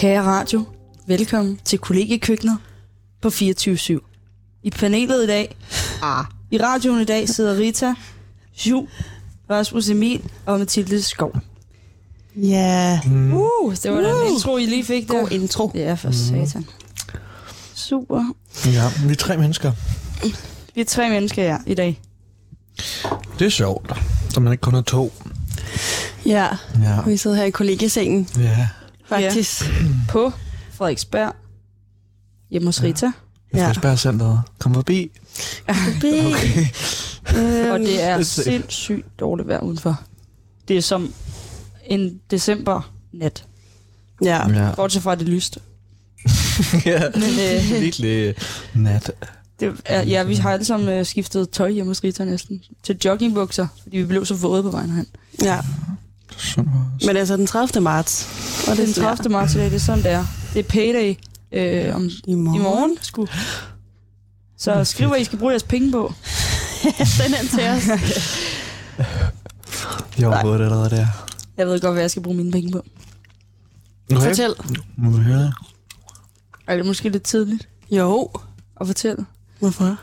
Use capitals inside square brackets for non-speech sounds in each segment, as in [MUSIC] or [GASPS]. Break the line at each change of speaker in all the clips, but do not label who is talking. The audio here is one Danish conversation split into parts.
Kære Radio, velkommen til kollegekøkkenet på 24-7. I panelet i dag, ah. i radioen i dag sidder Rita, Ju, Rasmus Emil og Mathilde Skov.
Ja,
Mm.
Uh, det var da en intro, I lige fik der.
god intro.
Ja, for satan. Super.
Ja, vi er tre mennesker.
Vi er tre mennesker her i dag.
Det er sjovt, så man ikke kun er to.
Ja,
Ja,
vi sidder her i kollegasengen,
ja.
faktisk.
På Frederiksberg. Hjemme hos Rita.
Ja.
Frederiksbergcenteret. Kom forbi.
Ja. Okay. øhm,
Og det er
det er sikkert.
sindssygt dårligt vejr udenfor. Det er som en decembernat.
Ja,
Ja.
Bortset fra at det er lyst.
[LAUGHS] ja.
Men øh,
Lidt lidt nat.
Det er, ja, vi har alle sammen øh, skiftet tøj hjemme hos Rita næsten. Til joggingbukser, fordi vi blev så våde på vejen hen.
ja.
Sådan var
Men altså den 30. marts.
Og det er den 30. marts i dag, det er sådan, det er. Det er payday øh, om,
I morgen.
i morgen. Sku. Så skriv, hvad I skal bruge jeres penge på.
Send den til os.
det. Jeg har fået det allerede der.
Jeg ved godt, hvad jeg skal bruge mine penge på.
Okay.
Fortæl.
Må vi høre det?
Er det måske lidt tidligt
[LAUGHS] Jo.
at fortælle?
Hvorfor?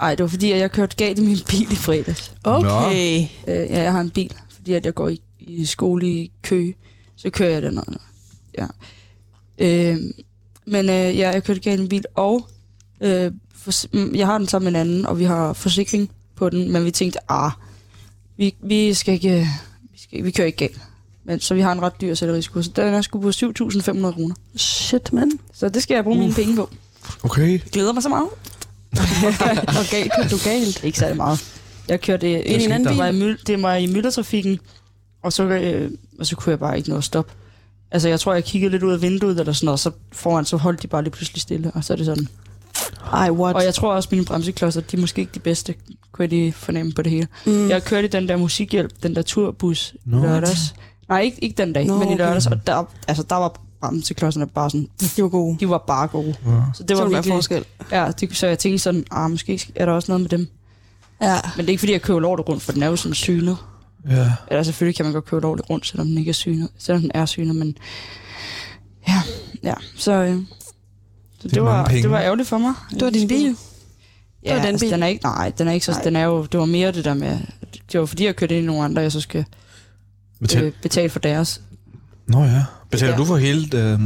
Ej, det var fordi, at jeg kørte galt i min bil i fredags.
Okay.
Øh, ja, jeg har en bil, fordi at jeg går i, i skole i kø, så kører jeg den og, ja. øh, Men øh, ja, jeg kørte galt i en bil, og øh, fors- mm, jeg har den sammen med en anden, og vi har forsikring på den, men vi tænkte, ah, vi, vi skal ikke, vi, skal, vi kører ikke galt. Men, så vi har en ret dyr selvrisiko, så den er sgu på 7.500 kroner.
Shit, mand.
Så det skal jeg bruge mine penge på.
Okay.
Jeg glæder mig så [LAUGHS] meget.
Og galt kørte du galt.
Ikke særlig meget. Jeg kørte øh, ind i en
skete
anden
der?
bil. Var i myld- det var i myldretrafikken, og så, øh, og så kunne jeg bare ikke nå at stoppe. Altså, jeg tror, jeg kiggede lidt ud af vinduet eller sådan noget, og så foran, så holdt de bare lige pludselig stille, og så er det sådan.
Ej, what?
Og jeg tror også, mine bremseklodser, de er måske ikke de bedste, kunne jeg lige fornemme på det hele. Mm. Jeg kørte i den der musikhjælp, den der turbus, i
Nå.
lørdags. Nej, ikke, ikke den dag,
Nå,
no, men i
okay.
lørdags, og der, altså, der var bremseklodserne bare sådan,
de var gode.
de var bare gode.
Ja.
Så det var
Så vil der være
virkelig,
forskel.
ja, det, så jeg tænkte sådan, ah, måske er der også noget med dem.
Ja.
Men det er ikke fordi, jeg køber lortet rundt, for den er jo sådan synet.
ja.
Eller selvfølgelig kan man godt købe lortet rundt, selvom den ikke er synet. Selvom den er synet, men... Ja, ja. Så, øh, så det,
er
det,
mange
var,
penge.
det var ærgerligt for mig.
Det var din bil.
Ja,
var den
altså,
bil.
den er ikke, nej, den er ikke så... Den er jo, det var mere det der med... Det var fordi, jeg kørte ind i nogle andre, jeg så skal
Betal...
øh, betale for deres.
Nå ja. Betaler
Ja.
du for hele... Øh,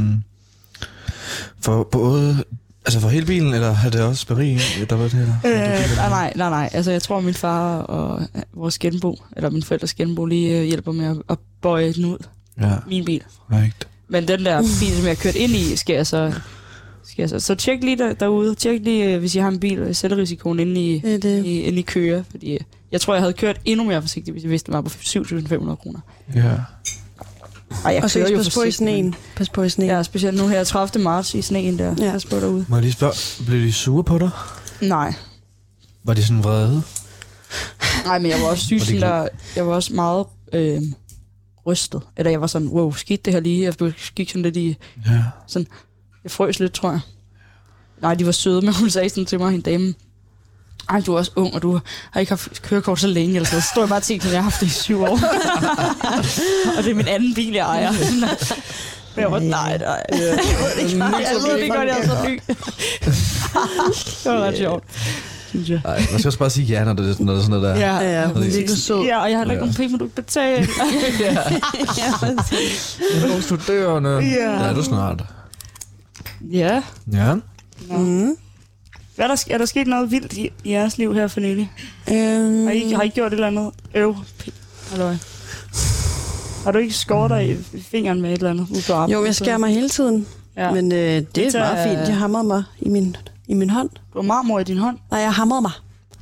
for både... Altså for hele bilen, eller er det også Paris, der var det her?
Øh, nej, nej, nej, nej. Altså, jeg tror, min far og øh, vores genbo, eller min forældres genbo, lige øh, hjælper med at, at bøje den ud.
Ja,
Min bil.
rigtigt.
Men den der bil, som jeg kørte ind i, skal jeg så... Skal jeg så. så tjek lige der, derude. Tjek lige, øh, hvis I har en bil, øh, selvrisikoen inde i,
Øh, Det er det.
i, inde i køer. Fordi øh, jeg tror, jeg havde kørt endnu mere forsigtigt, hvis jeg vidste, den var på 7.500 kroner.
Ja.
Ej, jeg
Og så
kører
ikke pas på i
forsigtigt, men-
sneen. Pas på i sneen.
Ja, specielt nu her 30. marts i sneen der.
Ja.
Ja. Pas på derude.
Må jeg lige spørge, blev de sure på dig?
Nej.
Var de sådan vrede?
Nej, men jeg var også syg,
Og det
sådan
kan-
der, jeg var også meget øh, rystet. Eller jeg var sådan, wow, skidt det her lige. Jeg blev- gik sådan lidt i,
Ja.
Jeg frøs lidt, tror jeg. Nej, de var søde, men hun sagde sådan til mig, hende dame, ej, du er også ung, og du har ikke haft kørekort så længe, eller så Så stod jeg bare og tænkte, at jeg har haft det i syv år. [LAUGHS] og det er min anden bil, jeg [LAUGHS] ejer. men jeg var, nej, nej. Jeg ved ikke, godt, jeg er så [LAUGHS] ny. det var ret sjovt, synes jeg.
Ej, man skal også bare sige ja, når det er når det er sådan noget der.
Ja,
Ja, hun er
præcis.
virkelig sød.
ja og jeg har da ikke
Ja.
nogen penge, men du kan [LAUGHS] betale.
ja, præcis.
Nogle studerende.
Ja.
Ja, du snart.
ja.
Ja.
Mm.
Hvad er, der, er der sket noget vildt i, i jeres liv her for nylig?
Øhm,
Har I, har I gjort et eller andet? Øv. Mm. Halløj. Har du ikke skåret dig i fingeren med et eller andet? Ude på arbejde?
Øhm, Jo, men jeg skærer mig hele tiden.
Ja.
Ja. Men øh, det er
Rita,
meget fint. Jeg hamrede mig i min, i min hånd.
Du har marmor i din hånd.
Nej, jeg hamrede mig.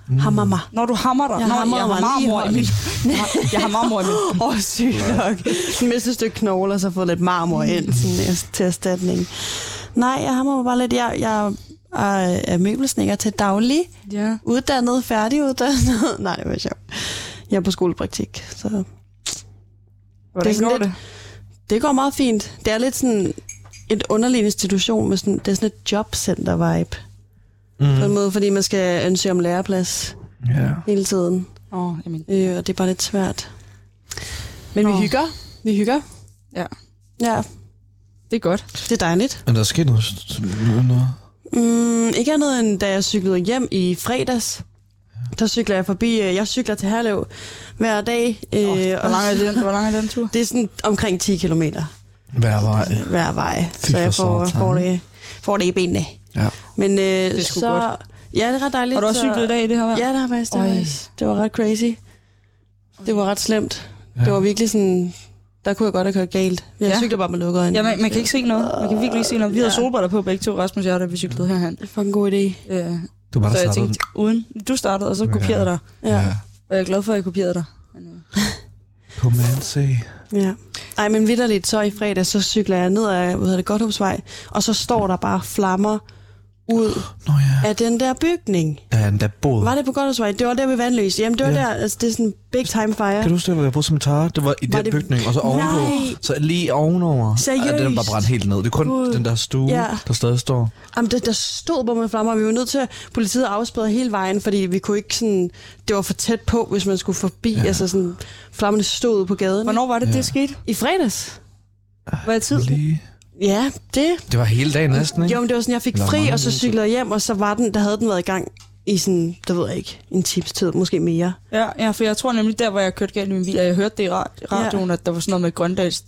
Mm. Hammer mig.
Når du hammer dig.
Jeg
Nå,
hamrer
jeg har
mig lige i
marmor i min. [LAUGHS] Jeg har- Jeg har marmor i min.
Åh, oh, sygt nok. Mm. Jeg mistede et stykke knogle, og så fået lidt marmor ind sådan, er- til erstatning. Nej, jeg hammer mig bare lidt. Jeg, jeg er, er møbelsnækker til daglig.
Ja.
Uddannet, færdiguddannet. [LAUGHS] Nej, det var sjovt. Jeg er på skolepraktik, så
Hvordan det
sådan
går
lidt-
det?
det går meget fint. Det er lidt sådan et underlig institution, med sådan, det er sådan et jobcenter-vibe. Mm. På en måde, fordi man skal ansøge om læreplads
Ja.
hele tiden.
Åh, oh, jeg mener.
Øh, og det er bare lidt svært. Men
Nå.
vi hygger. Vi hygger.
Ja.
Ja.
Det er godt.
Det er dejligt.
Men der er sket noget. s- noget- noget.
Mm, ikke andet end da jeg cyklede hjem i fredags. Der cykler jeg forbi, øh, jeg cykler til Herlev hver dag. Øh,
Åh, Hvor lang er den, hvor lang er den tur?
Det er sådan omkring 10 km
Hver vej.
hver vej, så
for
jeg får,
satan.
får, det, får det i benene.
Ja.
Men øh, det
er sgu
så,
godt.
Ja, det er ret dejligt.
Har du også
så-
cyklet i dag i det her vejr?
Ja, det har jeg faktisk. Det, har
Øj.
jeg faktisk. det var ret crazy. Det var ret slemt.
Ja.
Det var virkelig sådan... Der kunne jeg godt have kørt galt. Jeg
Ja.
ja. cykler bare med lukkede øjne.
Ja, man, man, kan ikke se noget. Man kan virkelig ikke se noget. Vi havde
Ja.
solbriller på begge to, Rasmus og jeg, da vi cyklede herhen.
Det er en god idé.
Øh,
Du var
så
der
jeg
startede.
tænkte, uden. Du startede, og så kopierede jeg dig.
Ja. ja.
Og jeg er glad for, at jeg kopierede dig. Men, øh,
Kom med se.
Ja. Ej, men vidderligt, så i fredag, så cykler jeg ned ad, hvad hedder det, Godthåbsvej, og så står der bare flammer ud
Nå ja.
af den der bygning.
Der er en der bod.
Var det på Godthåbsvej? Det var der ved Vandløs. Jamen, det var
Ja.
ja. der, altså, det er sådan big time fire.
Kan du huske, det, hvor jeg boede som tar? Det var i
Var
den
det-
bygning, og så ovenpå.
Nej.
Så lige ovenover.
Seriøst?
Ja, Den var brændt helt ned. Det er kun
Gud.
den der stue,
Ja.
der stadig står.
Jamen, der, der stod på med flammer, og vi var nødt til at politiet afspredte hele vejen, fordi vi kunne ikke sådan... Det var for tæt på, hvis man skulle forbi. Ja. Altså sådan, flammerne stod på gaden.
hvornår var det,
Ja.
det skete?
I fredags?
Var jeg tid?
Lige.
Ja, det.
Det var hele dagen næsten, ikke?
Jo, men det var sådan, jeg fik
Eller
fri,
mange
og så
uger.
cyklede jeg hjem, og så var den, der havde den været i gang i sådan, der ved jeg ikke, en times tid, måske mere.
Ja, ja, for jeg tror nemlig, der hvor jeg kørte galt i min bil, og jeg hørte det i ra- radioen, at der var sådan noget med Grøndals...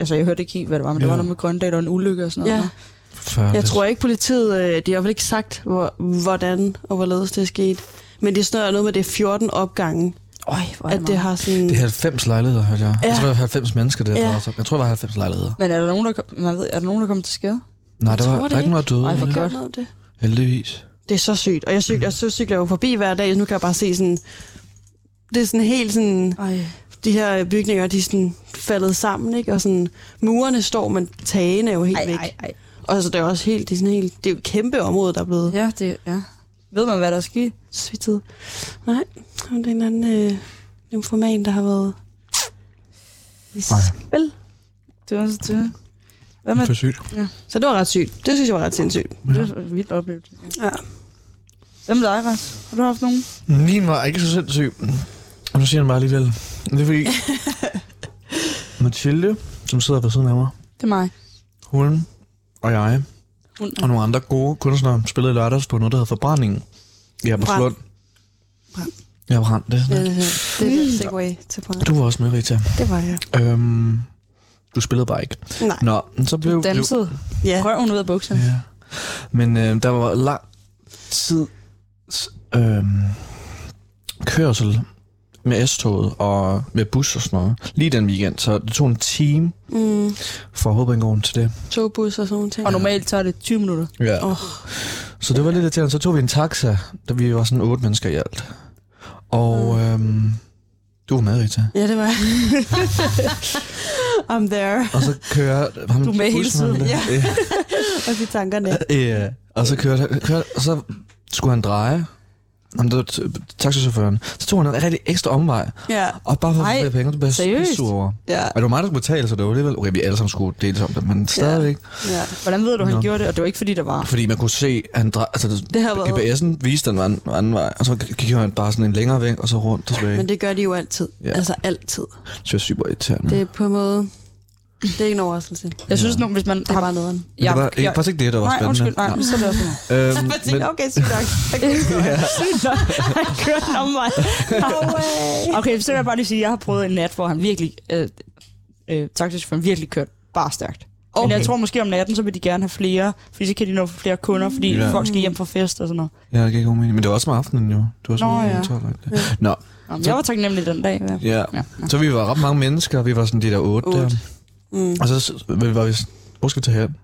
Altså, jeg hørte ikke helt, hvad det var, men ja.
Ja.
der var noget med Grøndal og en ulykke og sådan noget.
Ja.
Forfærdeligt.
Jeg tror ikke, politiet, øh, de har i hvert fald ikke sagt, hvor, hvordan og hvorledes det er sket. Men det er sådan noget noget med, det er 14 opgange,
Øj, hvor er
at
det,
det
det har...
har sådan...
Det er 90 lejligheder, hørte jeg. Ja. Jeg
Ja.
tror, det var 90 mennesker, der
Ja.
ja. Jeg tror, det var 90 lejligheder.
Men er der nogen, der, kom- man ved, er der nogen, der kommer til skade?
Nej, der
tror
var,
det
der er ikke nogen, der døde.
Ej, hvor
vel?
godt.
Noget om det.
Heldigvis.
det er så sygt. Og jeg cykler, og så cykler jeg jo forbi hver dag, så nu kan jeg bare se sådan... Det er sådan helt sådan...
Ej.
De her bygninger, de er sådan faldet sammen, ikke? Og sådan... Murene står, men tagen er jo helt
Ej,
væk.
ej, ej.
Og så det er også helt, det er sådan helt, det er jo et kæmpe område, der er blevet
Ja, det, ja. Ved man, hvad der er sket?
svittet. Nej, men det er en eller anden øh, nymphoman, der har været i
Nej.
spil.
Det var det. var- Hvad med
Det er for sygt.
Så det var ret sygt. Det synes jeg var ret sindssygt.
det? var en vild oplevelse.
Ja.
Hvad med dig, Ras? Har du haft nogen?
Min var ikke så sindssyg. Og nu siger han bare alligevel. Det er fordi... [LAUGHS] Mathilde, som sidder ved siden af mig,
Det er mig.
hun og jeg
Hun,
og nogle andre gode kunstnere spillede i lørdags på noget, der hedder Forbrændingen i Abberslund.
Brand.
Ja, brand, det.
Det,
Ja.
det, det er et segway til på.
Du var også med, Rita.
Det var jeg.
Øhm, du spillede bare ikke.
Nej.
Nå, men så blev...
du dansede
Ja.
røven ud af bukserne.
Ja. Men øh, der var lang tid øh, kørsel med S-toget og med bus og sådan noget. Lige den weekend, så det tog en time
Mm,
fra Hovedbanegården til det.
togbus og sådan nogle ting.
Og normalt tager det 20 minutter.
Ja.
Åh.
Så det var lidt irriterende. Så tog vi en taxa, da vi var sådan otte mennesker i alt. Og øh, du var med, Rita.
Ja, det var jeg. [LAUGHS] I'm there.
Og så kører ham
Du er med hele
busmanden
tiden,
der. Ja.
Og de tankerne.
Ja, Øh, og så kørte, kørte, og så skulle han dreje. Jamen, det var t- taxachaufføren. Så tog han en rigtig ekstra omvej.
Ja.
Og bare for at få
Ej,
flere penge, det blev jeg
seriøst?
sur over. Og
Ja.
det var mig, der skulle betale, så det var alligevel... Okay, vi alle sammen skulle deles om det, men stadigvæk.
ja.
Hvordan ved du, han
Nå.
gjorde det? Og det var ikke, fordi der var...
Fordi man kunne se, at han drej... Altså, det,
Det har været.
GPS'en viste den var en anden vej, og så gik han bare sådan en længere væk, og så rundt tilbage.
Men
Det
det gør de jo altid.
Ja.
Ja. Altså altid.
synes jeg er super irriterende.
Det
Det,
er på en måde... Det er ikke en overraskelse.
Jeg synes, nu, hvis man...
Det er bare nederen.
men det var ikke, faktisk ikke det, der var
nej, undskyld,
spændende.
nej, så er det også mig. [LAUGHS]
Øhm, men,
okay, sygt nok.
[LAUGHS]
Han kørte om mig.
Okay.
Okay, så vil jeg bare lige sige, at jeg har prøvet en nat, hvor han virkelig, øh, øh, taxichaufføren virkelig kørt bare stærkt. Okay. Men jeg tror måske om natten, så vil de gerne have flere, fordi så kan de nå flere kunder, fordi
Ja.
ja. folk skal hjem fra fest og sådan noget.
ja, det gik god mening. Men det var også om aftenen, jo. Det var
Nå,
sådan
ja.
Nå, 12, ikke? Nå,
Nå, men Jeg var taknemmelig den dag. Ja.
ja.
Ja.
Så vi var ret mange mennesker, vi var sådan de der otte der.
Otte. Mm.
Og så s- var vi sådan, hvor skal vi tage hen?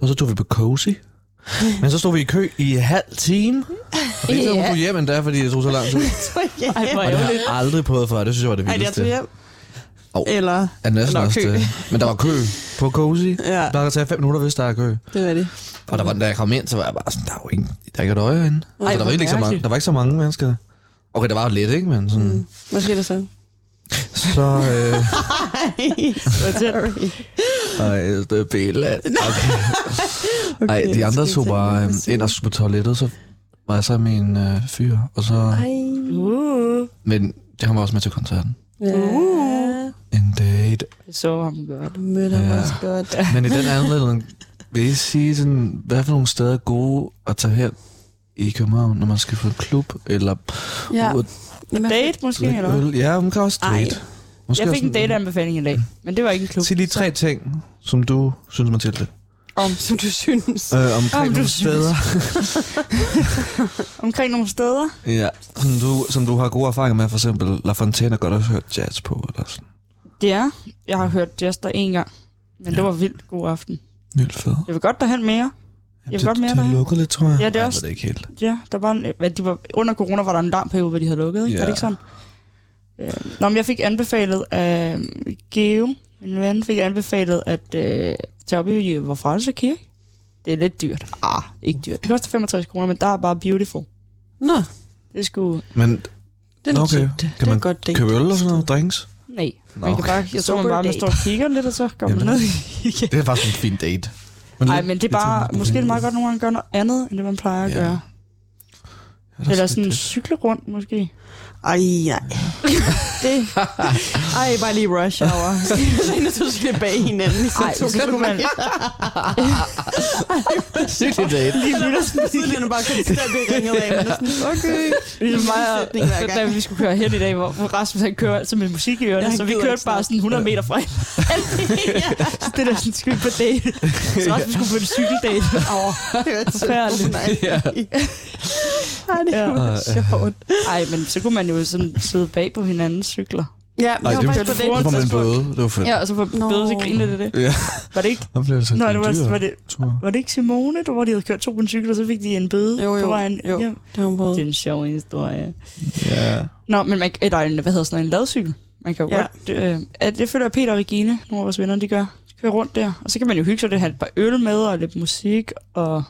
Og så tog vi på Cozy. Men så stod vi i kø i en halv time. Og det tog hun tog hjem endda, fordi det tog så lang
[LAUGHS] Ej,
tid.
hvor
Og det har
ærgerligt.
jeg aldrig prøvet før. Det synes jeg var det
Ej, det er
vildeste.
til hjem.
Au.
Eller,
[LAUGHS]
er næsten
Nå,
også
kø.
det. Men der var kø på Cozy.
ja,
Der kan tage fem minutter, hvis der er kø.
det er det.
Og der var, da jeg kom ind, så var jeg bare sådan, der er jo ingen, der er ikke et øje herinde.
Ej,
Altså, der, var
hvor
ikke så mange,
mærkeligt.
der var ikke så mange mennesker. Okay, der var jo lidt, ikke? Men sådan,
Mm. Hvad sker der så?
så... Øh,
Sorry.
Ej, det er billedet. Okay.
Okay,
Ej, de andre
jeg skal
så
tænke
bare
mig
øh,
om
ind og skulle på toilettet, så var jeg så med en øh, fyr, og så...
Ej.
Uh.
Men han var også med til koncerten.
Ja.
Uh.
En day Right.
Jeg så ham godt.
Mødte ham
Ja.
også godt.
Men i den anledning vil I sige, sådan, hvad for nogle steder er gode at tage hen i København, når man skal på klub, eller
Ja.
ja. ud
Jamen, jeg-
Date måske,
drikke
eller hvad?
øl? Ja, man kan også
Ej.
date. Måske
Jeg fik
også
en date-anbefaling i dag, men det var ikke en klub.
Sig lige tre ting, som du synes, man til det.
Om,
Som du synes.
Øh, omkring
Om du
nogle
synes.
steder,
omkring nogle steder.
ja, som, du, som du har gode erfaringer med, for eksempel La Fontaine har godt også hørt jazz på, eller sådan.
Det er. Jeg har hørt jazz der en gang, men ja. det var vildt god aften.
Vildt fed.
Jeg vil godt derhen mere. Jeg vil
det,
godt mere
det,
derhen.
lukker lidt, tror jeg.
Ja, det er
Ej,
også-
var det ikke helt.
Ja, der var en, hvad, de var, under corona var der en lang periode, hvor de havde lukket, ikke? Ja. Var
Ja.
det ikke sådan? Øh, Nå, men jeg fik anbefalet af Geo, min ven, fik anbefalet at øh, tage op i øh, Vor Frelse Kirke. Det er lidt dyrt. Ah, ikke dyrt. Det koster 65 kroner, men der er bare beautiful.
Nå,
Det skulle...
Men
det er
Okay.
okay. det.
Kan
det er
man
godt date.
købe øl og sådan noget, drinks?
Nej,
Nå,
man kan bare,
[LAUGHS]
jeg tror, man bare man står og kigger lidt, og så kommer man
Jamen.
ned. [LAUGHS]
Det er faktisk en fin date.
Nej, men det er bare, måske er det meget godt nogle gange at gøre noget andet, end det man plejer at
Ja.
gøre. Eller sådan cykle rundt, måske.
Ej, [LAUGHS] nej. det.
[LAUGHS]
Ej, bare lige rush hour. Så inden du skal bag hinanden. i
Nej,
to
så skulle man...
Cykle date.
Lige nu, der [LAUGHS] sådan sidelinjen bare konstant bliver ringet af. Man er sådan, [LAUGHS] okay.
[LAUGHS] Det er mig og-
Sætning hver gang.
da vi skulle køre hen i dag, hvor hvor Rasmus han kører altid med musik i
Ja,
ørerne,
han
så vi
gider
kørte
ikke
bare
snakke.
sådan 100 meter [LAUGHS] fra hinanden. Så det der sådan, skal vi på date? Så Rasmus skulle på en cykeldate. [LAUGHS] Åh,
[LAUGHS]
forfærdeligt.
Ja. Ej, det
Ja.
er
øh,
ja. sjovt.
Ej, men så kunne man jo sådan sidde bag på hinandens cykler.
Ja,
Ej, det, var,
faktisk på
det,
date
var med en
tidspunkt.
bøde. Det var fedt.
Ja, og så var
Nå.
bedre til grine lidt af det.
Ja,
Var det ikke?
der blev det så
Nå, det
en
var,
dyr
var, det,
tur.
var det ikke Simone, der, hvor de havde kørt to på en cykel, og så fik de en bøde
Jo, jo,
på vejen?
jo.
Ja.
det var
Det er en sjov historie.
Ja.
Nå, men man, eller en, hvad hedder sådan noget, en ladcykel. Man kan jo
Ja.
ja. godt... Øh, at det føler jeg, Peter og Regine, nogle af vores venner, de gør. De kører rundt der, og så kan man jo hygge sig lidt, have et par øl med og lidt musik, og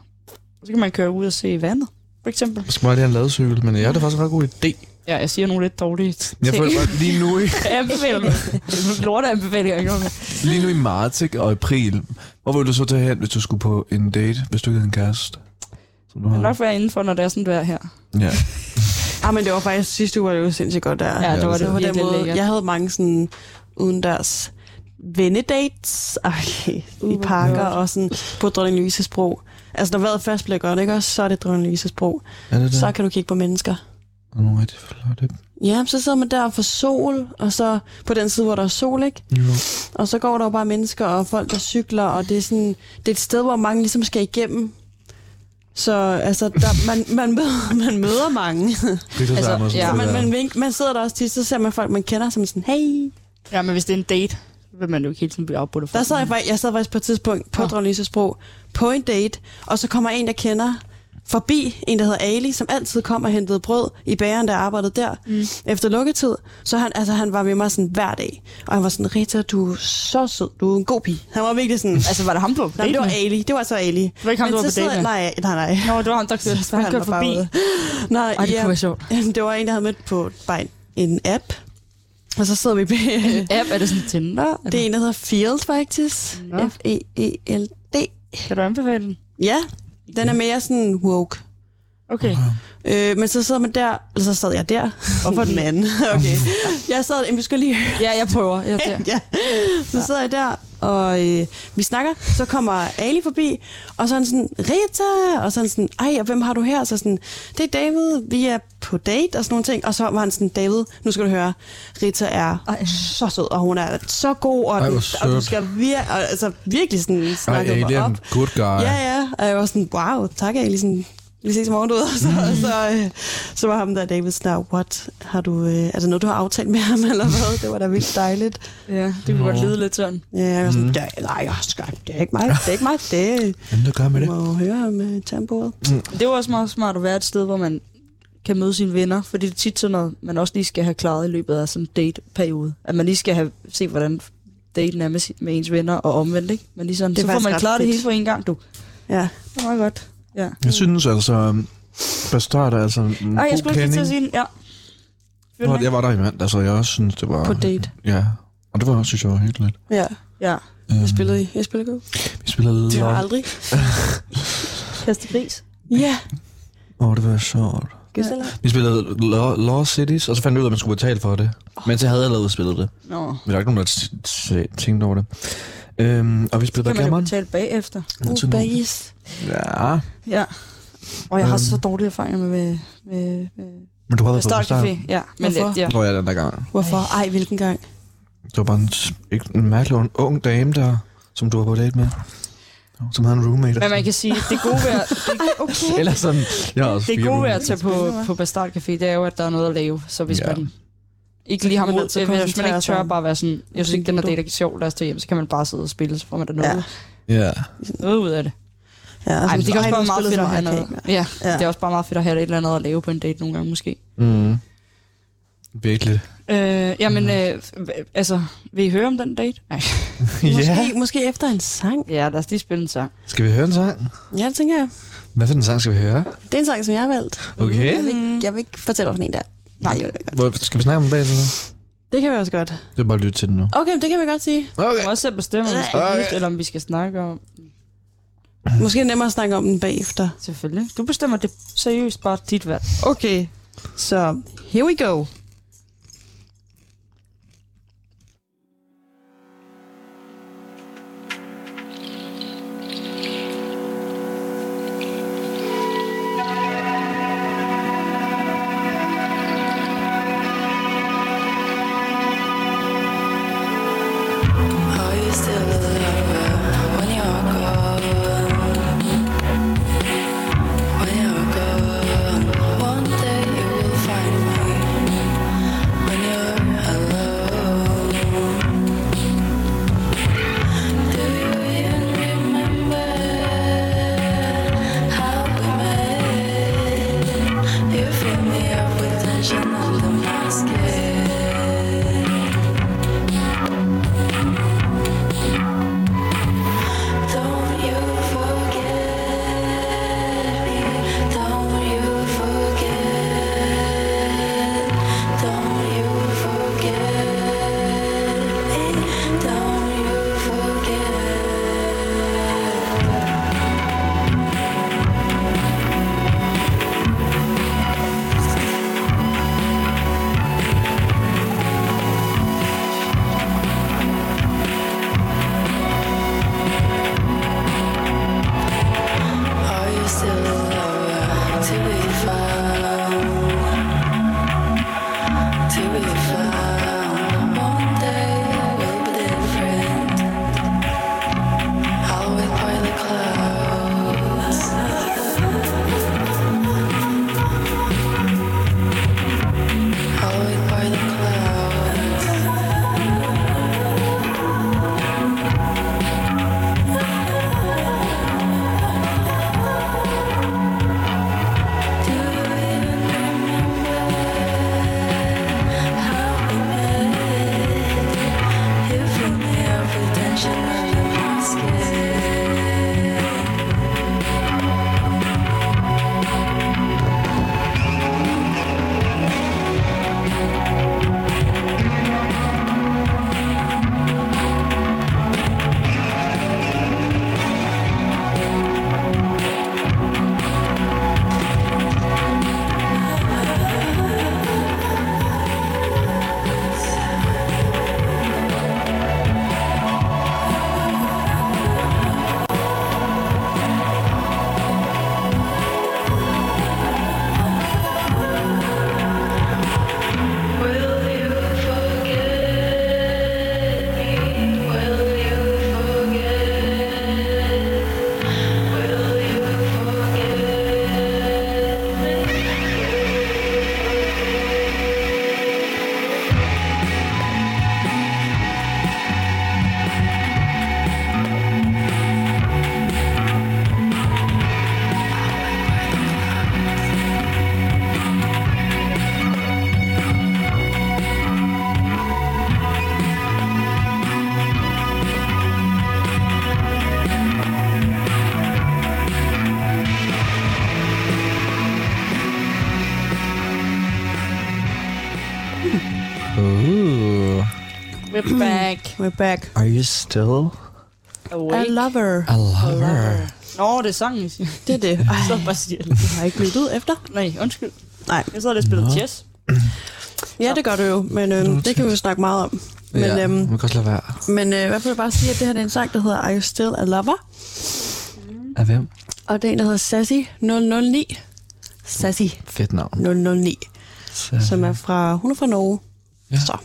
så kan man køre ud og se vandet, for eksempel.
Jeg skal bare lige have en ladecykel, men jeg har det faktisk en ret god idé.
Ja, jeg siger nogle lidt dårlige
Men Jeg
ting.
føler bare, lige nu, i-
Jeg anbefaler mig. [LAUGHS] Lorte [LAUGHS] anbefalinger, jeg gjorde med.
lige nu i marts ikke, og april, hvor ville du så tage hen, hvis du skulle på en date, hvis du ikke havde en kæreste? Som du
Men
har.
nok være indenfor, når det er sådan vejr her.
Ja.
Ah, men det var faktisk sidste uge, var det jo sindssygt godt der.
Ja,
det
der var
er
det
på den
virkelig
måde.
lækkert.
Jeg havde mange sådan udendørs vennedates okay, i
hvor
parker
godt.
og sådan på Dronning Louise's bro. Altså, når vejret først bliver godt, ikke også, så er det Dronning Louise's bro.
Er det det?
Så kan du kigge på mennesker.
Er det nogle rigtig flotte?
Ja, så sidder man der og får sol, og så på den side, hvor der er sol, ikke?
Jo.
Og så går der jo bare mennesker og folk, der cykler, og det er, sådan, det er et sted, hvor mange ligesom skal igennem. Så altså, der, man, man, møder, [LAUGHS] man møder mange.
Peter
Altså,
Dahmer, sådan
ja,
Ja,
det
man,
der.
man, vink, man sidder der også tit, så ser man folk, man kender, som sådan, hey.
Ja, men hvis det er en date, så vil man jo ikke hele tiden blive afbrudt af
Der
folk.
sad jeg, fak- jeg sad faktisk på et tidspunkt på
Nå.
Dronning sprog på en date, og så kommer en, der kender forbi en, der hedder Ali, som altid kom og hentede brød i bageren, der arbejdede der mm. efter lukketid. Så han, altså, han var med mig sådan hver dag, og han var sådan, Rita, du er så sød, du er en god pige. Han var
[LAUGHS]
virkelig sådan,
Altså, var det ham, du var på
Nej,
date
det var
med?
Ali. Det var så Ali. Det
var ikke ham, du var på date med?
Nej, nej, nej.
Nå, det var ham, der kørte,
Så
han
han
kørte
var bare
forbi.
ude. Nej,
Ej, det
ja.
kunne være sjovt.
[LAUGHS] det var en, der havde mødt på bare en, en app. Og så sidder vi
[LAUGHS]
bag...
app, er det sådan Tinder?
det er en, der hedder Field, faktisk.
Nå.
F-E-E-L-D.
Kan du anbefale den?
Ja, den er mere sådan woke.
Okay.
Øh, men så sidder man der, eller så sad jeg der. [LAUGHS] Og på den anden. Okay. Jeg sad, jamen, vi skal lige
Ja, jeg prøver. Jeg der.
[LAUGHS] ja. Så sidder jeg der, og øh, vi snakker. Så kommer Ali forbi, og så er han sådan, Rita! Og så er han sådan, ej, og hvem har du her? Så sådan, det er David, vi er på date og sådan nogle ting. Og så var han sådan, David, nu skal du høre, Rita er
Ej.
ej. så sød, og hun er så god, og,
Ej,
den,
hvor
og du
sødt.
skal vir- og, altså, virkelig sådan snakke
Ej,
mig
det er
op.
en good guy.
Ja, ja. Og jeg var sådan, wow, tak Ali. Sådan, vi ses i morgen, du ved. [LAUGHS] Og Så,
Mm.
og så, øh, så var ham der, David, sådan der, what? Har du, øh, er det noget, du har aftalt med ham, [LAUGHS] eller hvad? Det var da vildt dejligt.
Ja, det kunne godt
Nå.
lyde lidt sådan.
Ja, jeg var sådan, mm. nej, Oscar, det er ikke mig, det er ikke mig, det
Jamen, det gør
du
med det.
må jo høre ham med tambordet.
Det var også meget smart at være et sted, hvor man kan møde sine venner, fordi det er tit sådan noget, man også lige skal have klaret i løbet af sådan en date-periode. At man lige skal have se, hvordan daten er med, si- med ens venner og omvendt, ikke? Men lige sådan,
Det er
så får
faktisk
man
ret
klaret det
fedt.
hele på en gang, du.
Ja.
Det er meget godt. Ja.
Jeg synes altså, øhm, Bastard er altså en
Ej, jeg
god
skulle ikke lige til at
kending.
sige den. Ja. Følg
Nå,
mig.
Jeg var der i mand, altså jeg også synes, det var...
På date.
Ja, og det var også, synes jeg, var hyggeligt.
Ja,
Ja.
Øhm,
jeg spillede, i- jeg spillede god.
Vi spillede
Det var
LOL.
aldrig.
Kaste gris.
Ja,
Åh, det var sjovt.
Gisela.
Vi spillede Law, Law Cities, og så fandt vi ud af, at man skulle betale for det. Men så havde jeg lavet spillet det.
Nå.
Men der er ikke nogen, der t- t- tænkte over det. Øhm, og vi spillede
Kan man jo
backgammon.
betale bagefter.
Uh, bagis.
Ja,
Ja. Og jeg har
Øhm.
så dårlige erfaringer med, med, med, med
men du har været på fra
Startcafé.
starten.
Ja, men
Hvorfor?
det, ja.
Nå ja, den der gang.
Hvorfor? Ej, hvilken gang?
Det var bare en, s- ikke- en mærkelig en ung dame, der, som du var på date med. Som havde en roommate.
Men man kan sige, det gode ved at,
Okay.
[LAUGHS] Eller sådan. Jeg har også
det
fire
gode ved at
roommates.
tage på, på Bastard Café, det er jo, at der er noget at lave. Så hvis
Ja.
ja. man ikke lige har
Man er
mod
nødt til
til, hvis
at
man
koncentrere
ikke
sig
tør
om-
bare være sådan, jeg synes ikke, den her
Ludo.
date er sjov, lad os tage hjem, så kan man bare sidde og spille, så får man da noget,
Ja.
ja.
Ja.
noget ud af det.
Ja, altså,
Ej, men det
sådan,
kan også
nu
bare meget
spillede
fedt at
så
have noget.
meget, jeg kan ikke
Ja,
mere.
det er også bare meget fedt at have et eller andet at lave på en date nogle gange måske.
Mm. Virkelig.
Øh, jamen, øh, hva- altså, vil I høre om den date? Nej. [LAUGHS]
Måske, måske efter en sang.
Ja, lad os lige spille en sang.
Skal vi høre en sang?
Ja, det tænker jeg.
Hvad for en sang skal vi høre?
Det er en sang, som jeg har valgt.
Okay.
Jeg vil, ikke- jeg vil ikke fortælle, hvilken en der. Nej, jeg vil ikke.
Hvor, skal vi snakke om det bagefter? så?
det kan vi også godt.
Det er bare at lytte til den nu.
Okay, men det kan vi godt sige.
Vi
Okay.
må også selv bestemme, om vi skal
Ej.
gifte, eller om vi skal snakke om...
Måske er det nemmere at snakke om den bagefter.
Selvfølgelig. Du bestemmer det seriøst bare dit valg.
Okay, så here we go.
Are you still a lover when you're gone? When you're gone, one day you will find me. When you're alone, do you even remember how we met? You fill me up with tension under my skin. Don't you forget me? Don't you forget? Don't you forget me? Don't you forget? Are you still a lover to be found? To be found. One day will be different. I'll wait by the clouds. I'll wait by the clouds. Do you even remember how we met? You filled me up with tension under my skin. Will you forget me? Will you forget? Will you forget me?
Ooh.
We're back.
We're back.
Are you still
I
Awake.
love her.
a lover?
Nå, det er sangen, I siger.
Det er det. Ej,
Så bare siger jeg det.
jeg har ikke lyttet efter.
Nej, undskyld.
Nej.
Jeg sidder lidt og spiller
Nå.
chess.
Ja, det gør du jo, men øhm, det kan vi jo snakke meget om. Men,
ja,
øhm,
man kan også lade være.
Men øh, i hvert fald bare sige, at det her det er en sang, der hedder Are You Still A Lover?
Af hvem?
Og det er en, der hedder Sassy 009. Sassy
Fedt navn.
009,
Så,
som er fra, hun er fra Norge.
Ja.
Så,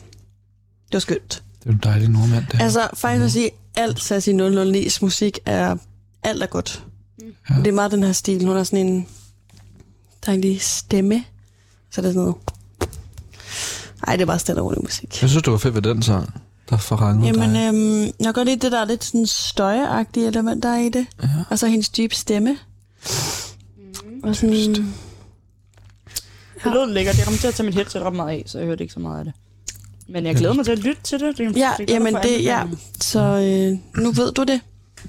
det var skønt.
Det er jo en dejlig nordmand, det her.
Altså, faktisk at sige, alt Sassy 009's musik er, alt er godt.
Ja.
Ja. Det er meget den her stil. Hun har sådan en dejlig stemme. Så er det sådan noget. Ej, det er bare stille og rolig musik.
Jeg synes, det var fedt ved den sang, der forrangede
Jamen,
dig.
øhm, jeg kan godt lide det der lidt sådan støjeagtige element, der er i det.
Ja.
Og så hendes dybe stemme. Og sådan,
Det lød lækkert. Jeg kom til at tage mit headset ret meget af, så jeg hørte ikke så meget af det. Men jeg glæder mig til at lytte til det. det, er- det
ja,
er godt,
jamen
at få
det, ja.
anbefalinger.
Så øh, nu ved du det.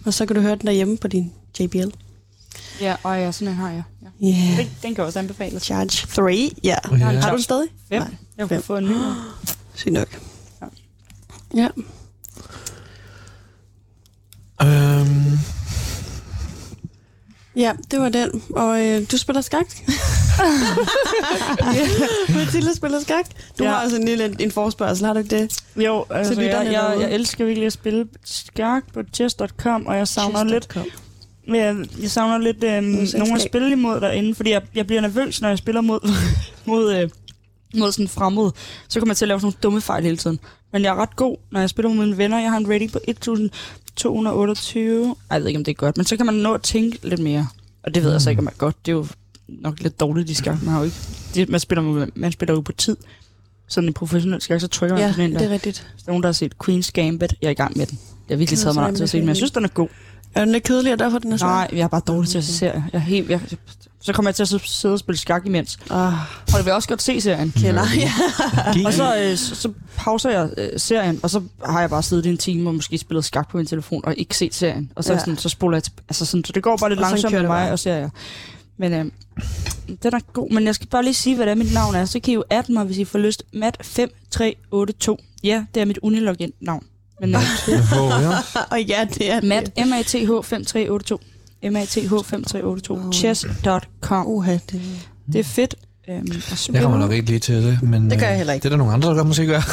Og så kan du høre den derhjemme på din JBL.
Ja, og ja, sådan en har jeg. Ja.
Yeah.
Den, den kan også anbefales.
Charge 3, ja.
ja.
Har du den stadig?
Hvem?
Nej,
Jeg
Fem.
kunne få en ny.
sygt nok.
Ja.
Ja.
Øhm,
Ja, det var den. Og øh, du spiller skak? [LAUGHS] ja, Mathilde spiller skak. Du
Ja.
har også en lille en forspørgsel, har du ikke det?
Jo, altså, jeg,
lytterne
jeg,
derude.
jeg elsker virkelig at spille skak på chess.com, og jeg savner lidt, jeg, jeg savner lidt øhm,
Modselskab.
nogen at spille imod derinde, fordi jeg, jeg bliver nervøs, når jeg spiller mod, [LAUGHS] mod, øh, mod sådan en fremmed. Så kommer jeg til at lave sådan nogle dumme fejl hele tiden. Men jeg er ret god, når jeg spiller mod mine venner. Jeg har en rating på 1228. Ej, jeg ved ikke, om det er godt, men så kan man nå at tænke lidt mere. Og det ved jeg så ikke, om er godt. Det er jo nok lidt dårligt i skak. Man, har jo ikke, det, man, spiller, med- man spiller jo på tid. Sådan en professionel skak, så trykker man
Ja,
på den der.
det er rigtigt.
Hvis der er nogen, der har set Queen's Gambit, jeg er i gang med den. Jeg har virkelig
Den er
taget mig
så
lang til at se den, men jeg synes, den er god.
Er den lidt kedelig, og derfor den er svær?
Nej, jeg er bare dårlig til at se serier. Jeg er helt, jeg, så kommer jeg til at sidde og spille skak imens. Og
Ah,
det vil jeg også godt se serien.
kender. Ja.
Og så, øh, så, så pauser jeg øh, serien, og så har jeg bare siddet i en time og måske spillet skak på min telefon og ikke set serien. Og så, ja.
Ja.
sådan, så spoler jeg til, altså sådan, så det går bare lidt
Og sådan
langsomt
kører
med
det
mig
bare.
og serier. Men øh, den er god, men jeg skal bare lige sige, hvad det er, mit navn er. Så kan I jo adde mig, hvis I får lyst. Mat5382. Ja, det er mit unilogin-navn. Men øh,
Hvor er jeg?
[LAUGHS]
Og ja, det er
Mat, M-A-T-H 5382. M-A-T-H 5382. Chess.com.
Uha, det...
Det er fedt. Øhm, og så
[LAUGHS]
Jeg kommer nok ikke lige til det, men
Det gør jeg
øh,
heller ikke.
Det er der nogle andre, der gør,
[LAUGHS]
måske gør.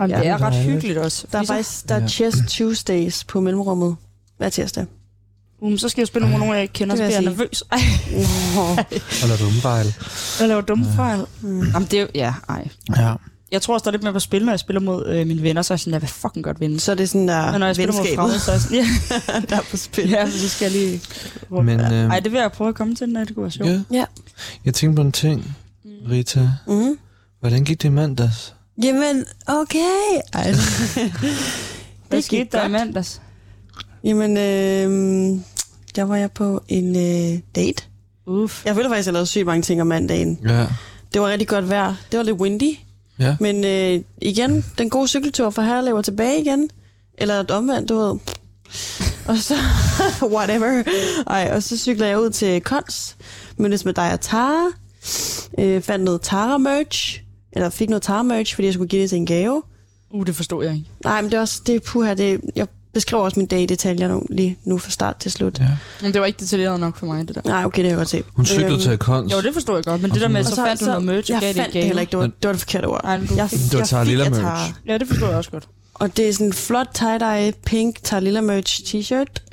Jamen, det
Ja.
er ret hyggeligt også.
Der er
Fordi
faktisk der er
Ja.
Chess Tuesdays på mellemrummet hver tirsdag.
så, um, så skal jeg spille med nogen, jeg ikke kender, så
Det vil
bliver jeg
jeg
nervøs. Ej,
Eller dummebejl.
[LAUGHS] jeg laver dumme fejl.
Mm.
Jamen, det er jo- ja, ej.
Ja.
Jeg tror også, der er lidt mere på spil, når jeg spiller mod øh, mine venner, så er jeg sådan, jeg vil fucking godt vinde.
Så er det sådan der
Men når jeg spiller mod
venskabet,
fremmede, så er jeg sådan, [LAUGHS] ja,
der er på spil.
ja så skal jeg lige...
Men øh,
Ej, det vil jeg prøve at komme til, når det kunne være sjovt.
ja.
Ja.
jeg tænkte på en ting, Rita.
Mm.
Hvordan gik det i mandags?
Jamen, okay. [LAUGHS] Ej.
Hvad
det
skete
gik
der i
godt.
mandags?
Jamen, øh, der var jeg på en øh, date.
Uff.
Jeg føler faktisk, jeg lavede sygt mange ting om mandagen.
Ja.
Det var rigtig godt vejr. Det var lidt windy.
Ja.
Men øh, igen, den gode cykeltur fra Herlev og tilbage igen. Eller et omvendt, du ved. Og så, [LAUGHS] whatever. Ej, og så cykler jeg ud til Kons. Mødtes med dig og Tara. Øh, fandt noget Tara-merch. Eller fik noget Tara-merch, fordi jeg skulle give det til en gave.
Uh, det forstod jeg ikke.
Nej, men det er også, det er puha, det, jeg beskriver også min dag i detaljer nu, lige nu fra start til slut.
ja.
Men det var ikke detaljeret nok for mig, det der.
Nej, okay, det kan jeg godt se. Øhm,
Hun cyklede til Akons.
Jo, det forstod jeg godt, men det der med,
Og
så, fandt du noget merch og
jeg
gav det
fandt
en
det
gave.
heller ikke, det var, det var det forkerte ord.
Ej, men du
Jeg,
Det var
jeg
Tara
fik
Lilla
af
merch.
Tara.
Ja, det forstod jeg også godt.
Og det er sådan en flot tie-dye, pink, tager lille merch t-shirt,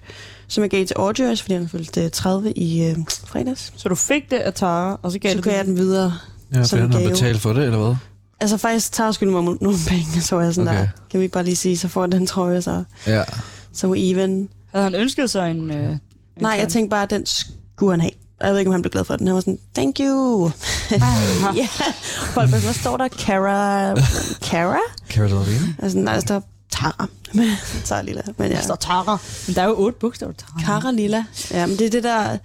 som jeg gav til Audrey, fordi han fyldte øh, 30 i øh, fredags.
Så du fik det af Tara, og så gav
Så
du
gav jeg
det.
den videre.
ja,
som
for han har
gave.
betalt for det, eller hvad?
Altså faktisk, Tara skyldte mig mo- nogle penge, så var jeg sådan
Okay.
okay. der, kan vi ikke bare lige sige, så får jeg den trøje, så,
Ja.
så er we even.
Havde han ønsket sig en... Øh, en
Nej, jeg tænkte bare, at den skulle han have. Og jeg ved ikke, om han blev glad for den. Han var sådan, thank you.
[LAUGHS] tænkte...
Ja, folk var sådan, hvad står der? Cara? Cara? [LAUGHS]
Carol Levine.
Og sådan, Altså, nej, der står Tara. [LAUGHS] Men, Tara Lilla. Men
Ja.
ja.
Der står Tara. Men der er jo otte bogstaver, Tara.
Cara Lilla. Ja, men det er det der,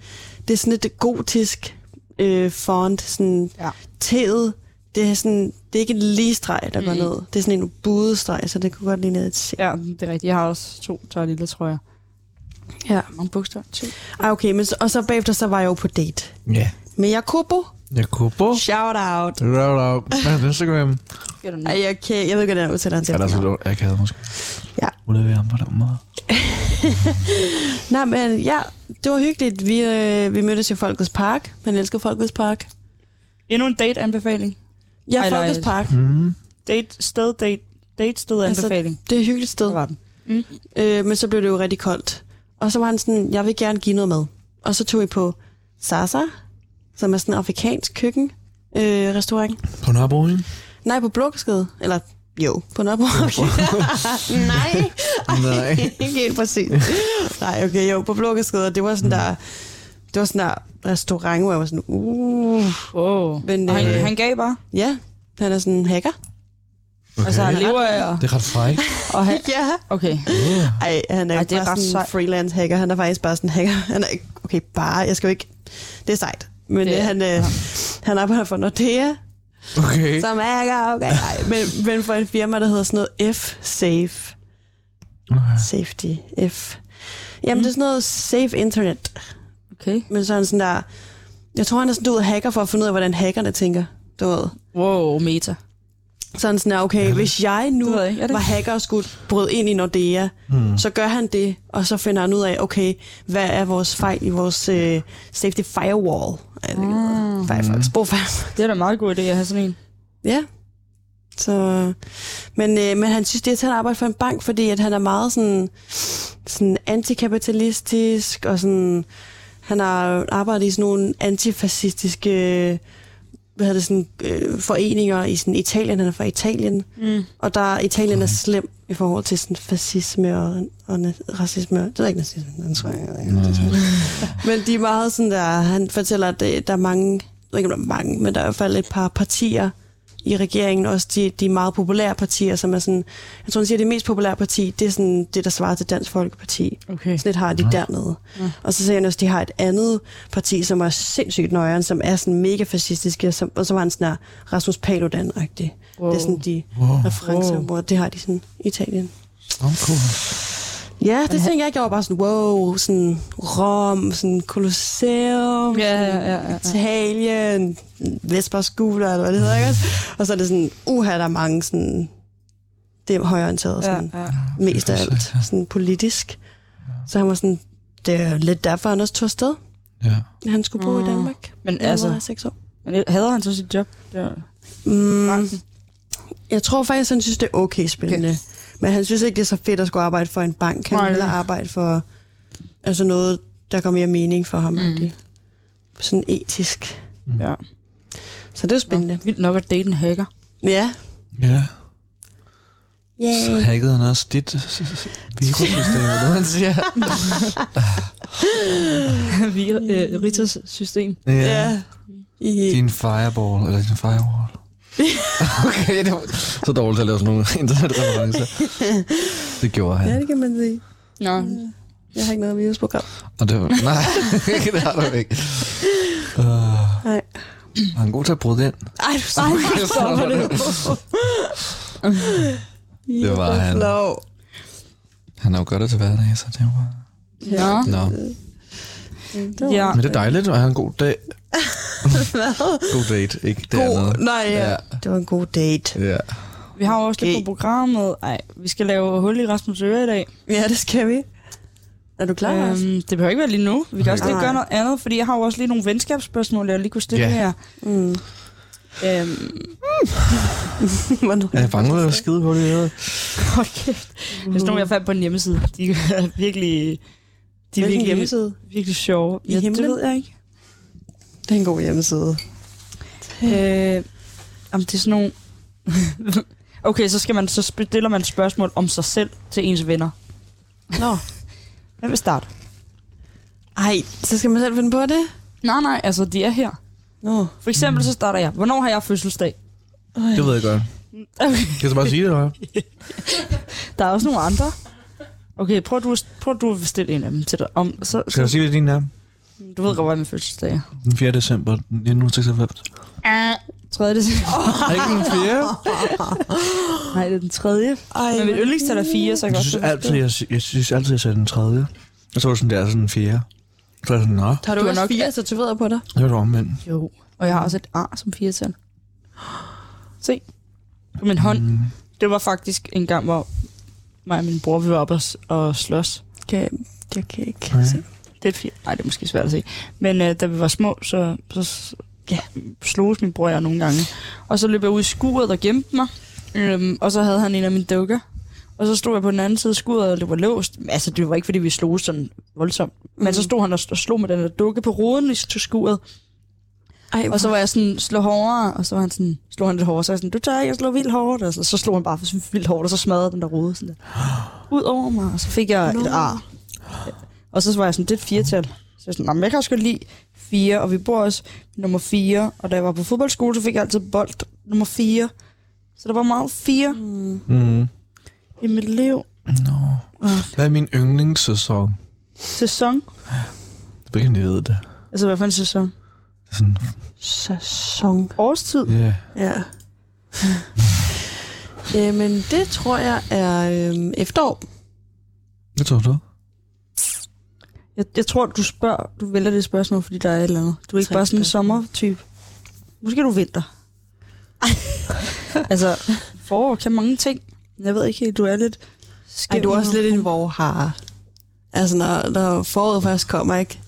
det er sådan et gotisk øh, font, sådan
Ja.
ja. T'et, det er sådan, det er ikke en lige streg, der går
Mm.
ned. Det er sådan en buet streg, så det kunne godt ligne et C.
Ja, det er rigtigt. Jeg har også to Tara Lille, tror jeg.
Ja.
Mange bogstaver. Til.
Ah, okay, men, så- og så bagefter, så var jeg jo på date.
Ja.
Med Jacobo.
Jacobo.
Oh. Shout out.
Roll up. Hvad er det, Instagram?
Ej, jeg, kan, jeg ved ikke, hvordan jeg udtaler hans
Ja, der er så
efternavn.
lidt akavet, måske.
Ja.
Udleverer ham på den måde.
Nej, men ja, det var hyggeligt. Vi, øh, vi mødtes i Folkets Park. Han elsker Folkets Park.
Endnu en date-anbefaling.
Jeg
Ej,
er
nej.
Folkets Park.
Mm.
Date, sted, date, date, sted,
Altså,
anbefaling.
Det er et hyggeligt sted.
var den.
Mm. Øh, men så blev det jo rigtig koldt. Og så var han sådan, jeg vil gerne give noget mad. Og så tog vi på Sasa, som er sådan en afrikansk køkken øh, restaurant.
På Nørrebro, [LAUGHS] ikke?
Nej, på Blåkeskede. Eller jo, på Nørrebro. [LAUGHS] Nej,
Nej.
ikke helt præcis.
[LAUGHS]
Nej, okay, jo, på Blåkeskede. og Det var sådan der... Det var sådan der restaurant, hvor jeg var sådan, uh,
Wow.
men
Og han,
øh,
han gav bare.
ja, han er sådan en hacker.
Okay.
Altså, han lever af at...
Det er ret frækt.
Og han,
[LAUGHS] Ja,
okay.
Ej, han er,
Ej,
Ej, det
det
er
er
bare
ret
sådan en
sejt.
freelance hacker. Han er faktisk bare sådan en hacker. Han er ikke, okay, bare, jeg skal jo ikke, det er sejt. Men
Det
det,
er-
han, øh, han arbejder for Nordea,
Okay.
som er hacker, okay. Ej, men, men for et firma, der hedder sådan noget F-Safe. Safety, F. Jamen, mm. det er sådan noget Safe Internet.
Okay.
Men så er han sådan der, jeg tror, han er sådan du ved, hacker for at finde ud af, hvordan hackerne tænker. Du ved.
Wow, meta.
Sådan sådan, der, okay, hvis jeg nu
Det ved jeg ikke. Er det-
var hacker og skulle bryde ind i Nordea, mm. så gør han det, og så finder han ud af, okay, hvad er vores fejl i vores øh, safety firewall? Er det mm. Firefox, brug Firefox.
Det er da en meget god idé at have sådan en.
Ja. Så, men, øh, men han synes, det er til at arbejde for en bank, fordi at han er meget sådan, sådan antikapitalistisk, og sådan, han har arbejdet i sådan nogle antifascistiske øh, hvad hedder det, sådan, øh, foreninger i sådan Italien. Han er fra Italien.
Mm.
Og der Italien er slem i forhold til sådan fascisme og, og na- racisme. Det er ikke nazisme, den tror jeg. jeg. ved ikke, nazisme. [LAUGHS] Men de er meget sådan der, han fortæller, at det- der er mange, jeg ved ikke om der er mange, men der er i hvert fald et par partier i regeringen, også de, de meget populære partier, som er sådan, jeg tror, han siger, at det mest populære parti, det er sådan det, der svarer til Dansk Folkeparti.
Okay.
Sådan et har de dernede. Og så ser han også, at de har et andet parti, som er sindssygt nøjeren, som er sådan mega fascistiske, og, som, og så var han sådan her Rasmus Paludan-agtig. Wow. Det er sådan de wow. referencer, wow. hvor det har de sådan i Italien.
Oh, cool.
Ja, det tænker jeg ikke. Jeg var bare sådan, wow, sådan Rom, sådan Colosseum,
Ja, ja,
sådan
ja, ja, ja.
Italien, Vespers Gula, eller hvad det hedder, ikke også? Og så er det sådan, uha, der er mange sådan, det er højorienteret, sådan,
ja.
mest af alt, sådan politisk. Så han var sådan, det er lidt derfor, han også tog afsted.
Ja.
Han skulle bo mm. i Danmark.
Men
når
altså,
Han var 6 år.
men hader han så sit job? Ja.
Mm, jeg tror faktisk, han synes, det er okay spændende. Okay. Men han synes ikke, det er så fedt at skulle arbejde for en bank. Han
Nej.
vil hellere arbejde for altså noget, der går mere mening for ham. Mm. Sådan etisk.
Mm.
ja.
Så det er jo spændende.
Vildt nok at date en hacker. [LAUGHS]
Ja.
Ja. Så
Yeah.
hackede han også dit s- s- virussystem, eller hvad man siger.
Vi øh, Ritas system.
Ja.
Ja. I,
Din fireball, eller din
[LAUGHS]
firewall. okay, det var så dårligt at lave sådan nogle [LAUGHS] internetreferencer. Det gjorde han.
ja, det kan man sige.
Nå.
Jeg har ikke noget virusprogram.
Og det var, nej, [LAUGHS] det har du ikke. Uh,
Nej.
var han god til at bryde den?
Ej, du
[LAUGHS]
sagde
Okay, så var det. Det var han.
Flow.
Han er jo godt til hverdag, så det var...
Nå.
Nå.
Ja.
Men det er dejligt, og han en god
[LAUGHS]
dag. god date, ikke det
God,
andet.
nej, ja.
Ja.
Det var en god date.
Ja.
Vi har jo også lidt
Okay.
på programmet. Ej, vi skal lave hul i Rasmus Øre i dag.
Ja, det skal vi. Er du klar, øhm,
Øhm, det behøver ikke være lige nu. Vi kan også lige
Nej.
gøre noget andet, fordi jeg har jo også lige nogle venskabsspørgsmål, jeg lige kunne stille
Ja.
yeah. her.
Mm. [LAUGHS]
Øhm, [LAUGHS]
Er jeg bange for at skide hul i øret?
hold kæft. Det er sådan nogle, jeg fandt på en hjemmeside. De er [LAUGHS] virkelig... De er
Hvilken
virkelig,
hjemmeside?
virkelig sjove.
I himlen?
det ved jeg ikke.
Det er en god hjemmeside.
Øh, jamen, det er sådan nogle... [LAUGHS] okay, så, skal man, så stiller man et spørgsmål om sig selv til ens venner.
Nå.
Hvem vil starte?
Ej, så skal man selv finde på det?
Nej, nej, altså, de er her.
Nå.
For eksempel, så starter jeg. Hvornår har jeg fødselsdag?
Det ved jeg godt.
Okay.
Kan du bare sige det, eller?
Der er også nogle andre. Okay, prøv du, prøv du at bestille en af dem til dig. Om, så,
Skal du
så,
sige, hvad din er?
du ved godt, hvad min fødselsdag er.
Den 4.
[LAUGHS]
december 1996.
3. december.
Er det ikke den 4.?
[LAUGHS] Nej, det er den tredje.
Ej,
Men mit yndlingstal er 4, så jeg kan
Jeg
godt
synes
finde
altid, jeg, jeg synes altid, jeg sagde den tredje. Og så var det sådan, der er sådan den fjerde. Så er jeg sådan, nå,
har du,
du
du
har
også
nok-
fire tatoveret på dig?
det var du omvendt.
ud. Jo, og jeg har også et ar som 4 tal. Se, på min hånd.
Mm.
Det var faktisk en gang, hvor mig og min bror, vi var oppe og, s- og slås.
Kan, jeg kan ikke.
Okay.
Det er et fire. Nej, det er måske svært at se. Men øh, da vi var små, så, så, ja, sloges min bror og jeg nogle gange. Og så løb jeg ud i skuret og gemte mig. Øhm, og så havde han en af mine dukker. Og så stod jeg på den anden side af skuret, og det var låst. Men Altså, det var ikke, fordi vi slog sådan voldsomt. Men så stod han og og slog med den der dukke på ruden i skuret.
Ej,
Og så var jeg sådan, slå hårdere, og så var han sådan, slog han lidt hårdere, så var jeg sådan, du tør ikke, jeg slår vildt hårdt, og så, så slog han bare vildt hårdt, og så smadrede den der rode sådan der. Ud over mig, og så fik jeg et ar. Og så var jeg sådan, det er et firetal. Så jeg sådan, "Nå, men jeg kan også godt lide fire, og vi bor også nummer fire, og da jeg var på fodboldskole, så fik jeg altid bold nummer fire. Så der var meget fire
hmm.
Mm.
i mit liv.
Hvad er min yndlingssæson?
Sæson?
Jeg ved ikke, om I ved det.
Altså, hvad for en sæson?
Det er sådan,
sæson.
Årstid?
yeah.
Ja. [LAUGHS] Jamen, det tror jeg er øhm, efterår.
Hvad tror du?
Jeg, jeg tror, du spørger, du vælger det spørgsmål, fordi der er et eller andet. Du er ikke
Tre
bare sådan en
spørgsmål.
sommertype. Måske er du
[LAUGHS]
vinter. altså, forår kan mange ting. Jeg ved ikke helt, du er lidt skæv.
Ej, du er også lidt en vorhare. Altså, når, når foråret først kommer, ikke?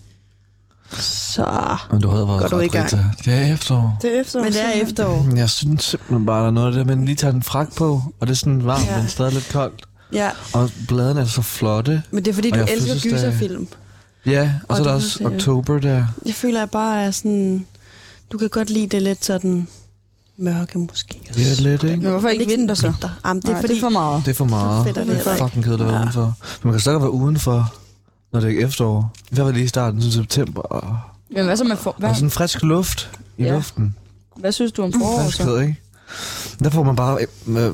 Så...
Men du havde været
Går du
ret
i gang?
rigtig. Det er efterår.
Det er efterår.
Men det er
simpelthen.
efterår.
Jeg synes simpelthen bare, der er noget af det, man lige tager en frak på, og det er sådan varmt,
Ja.
ja. men stadig lidt koldt.
Ja,
Og bladene er så flotte.
men det er fordi,
Og
du
jeg har
elsker
fødselsdag.
gyserfilm.
Ja, og,
Og
og så er
du
der
kan
også
se det.
oktober der.
Jeg føler, jeg bare er sådan... Du kan godt lide det lidt sådan mørke, måske.
Det er lidt, ikke?
Men hvorfor ikke vinter så?
Jamen, det er
Nej,
fordi...
det er for meget.
Det er for meget.
fedt er det
Det er
heller
fucking kedeligt at være
Ja.
udenfor. Men man kan stadig godt være udenfor, når det er efterår. I hvert fald lige i starten, sådan september. Og,
Men hvad så med for... Hvad,
og sådan frisk luft i
Ja.
ja. luften.
hvad synes du om forår så?
Friskhed, ikke? Der får man bare øh, øh,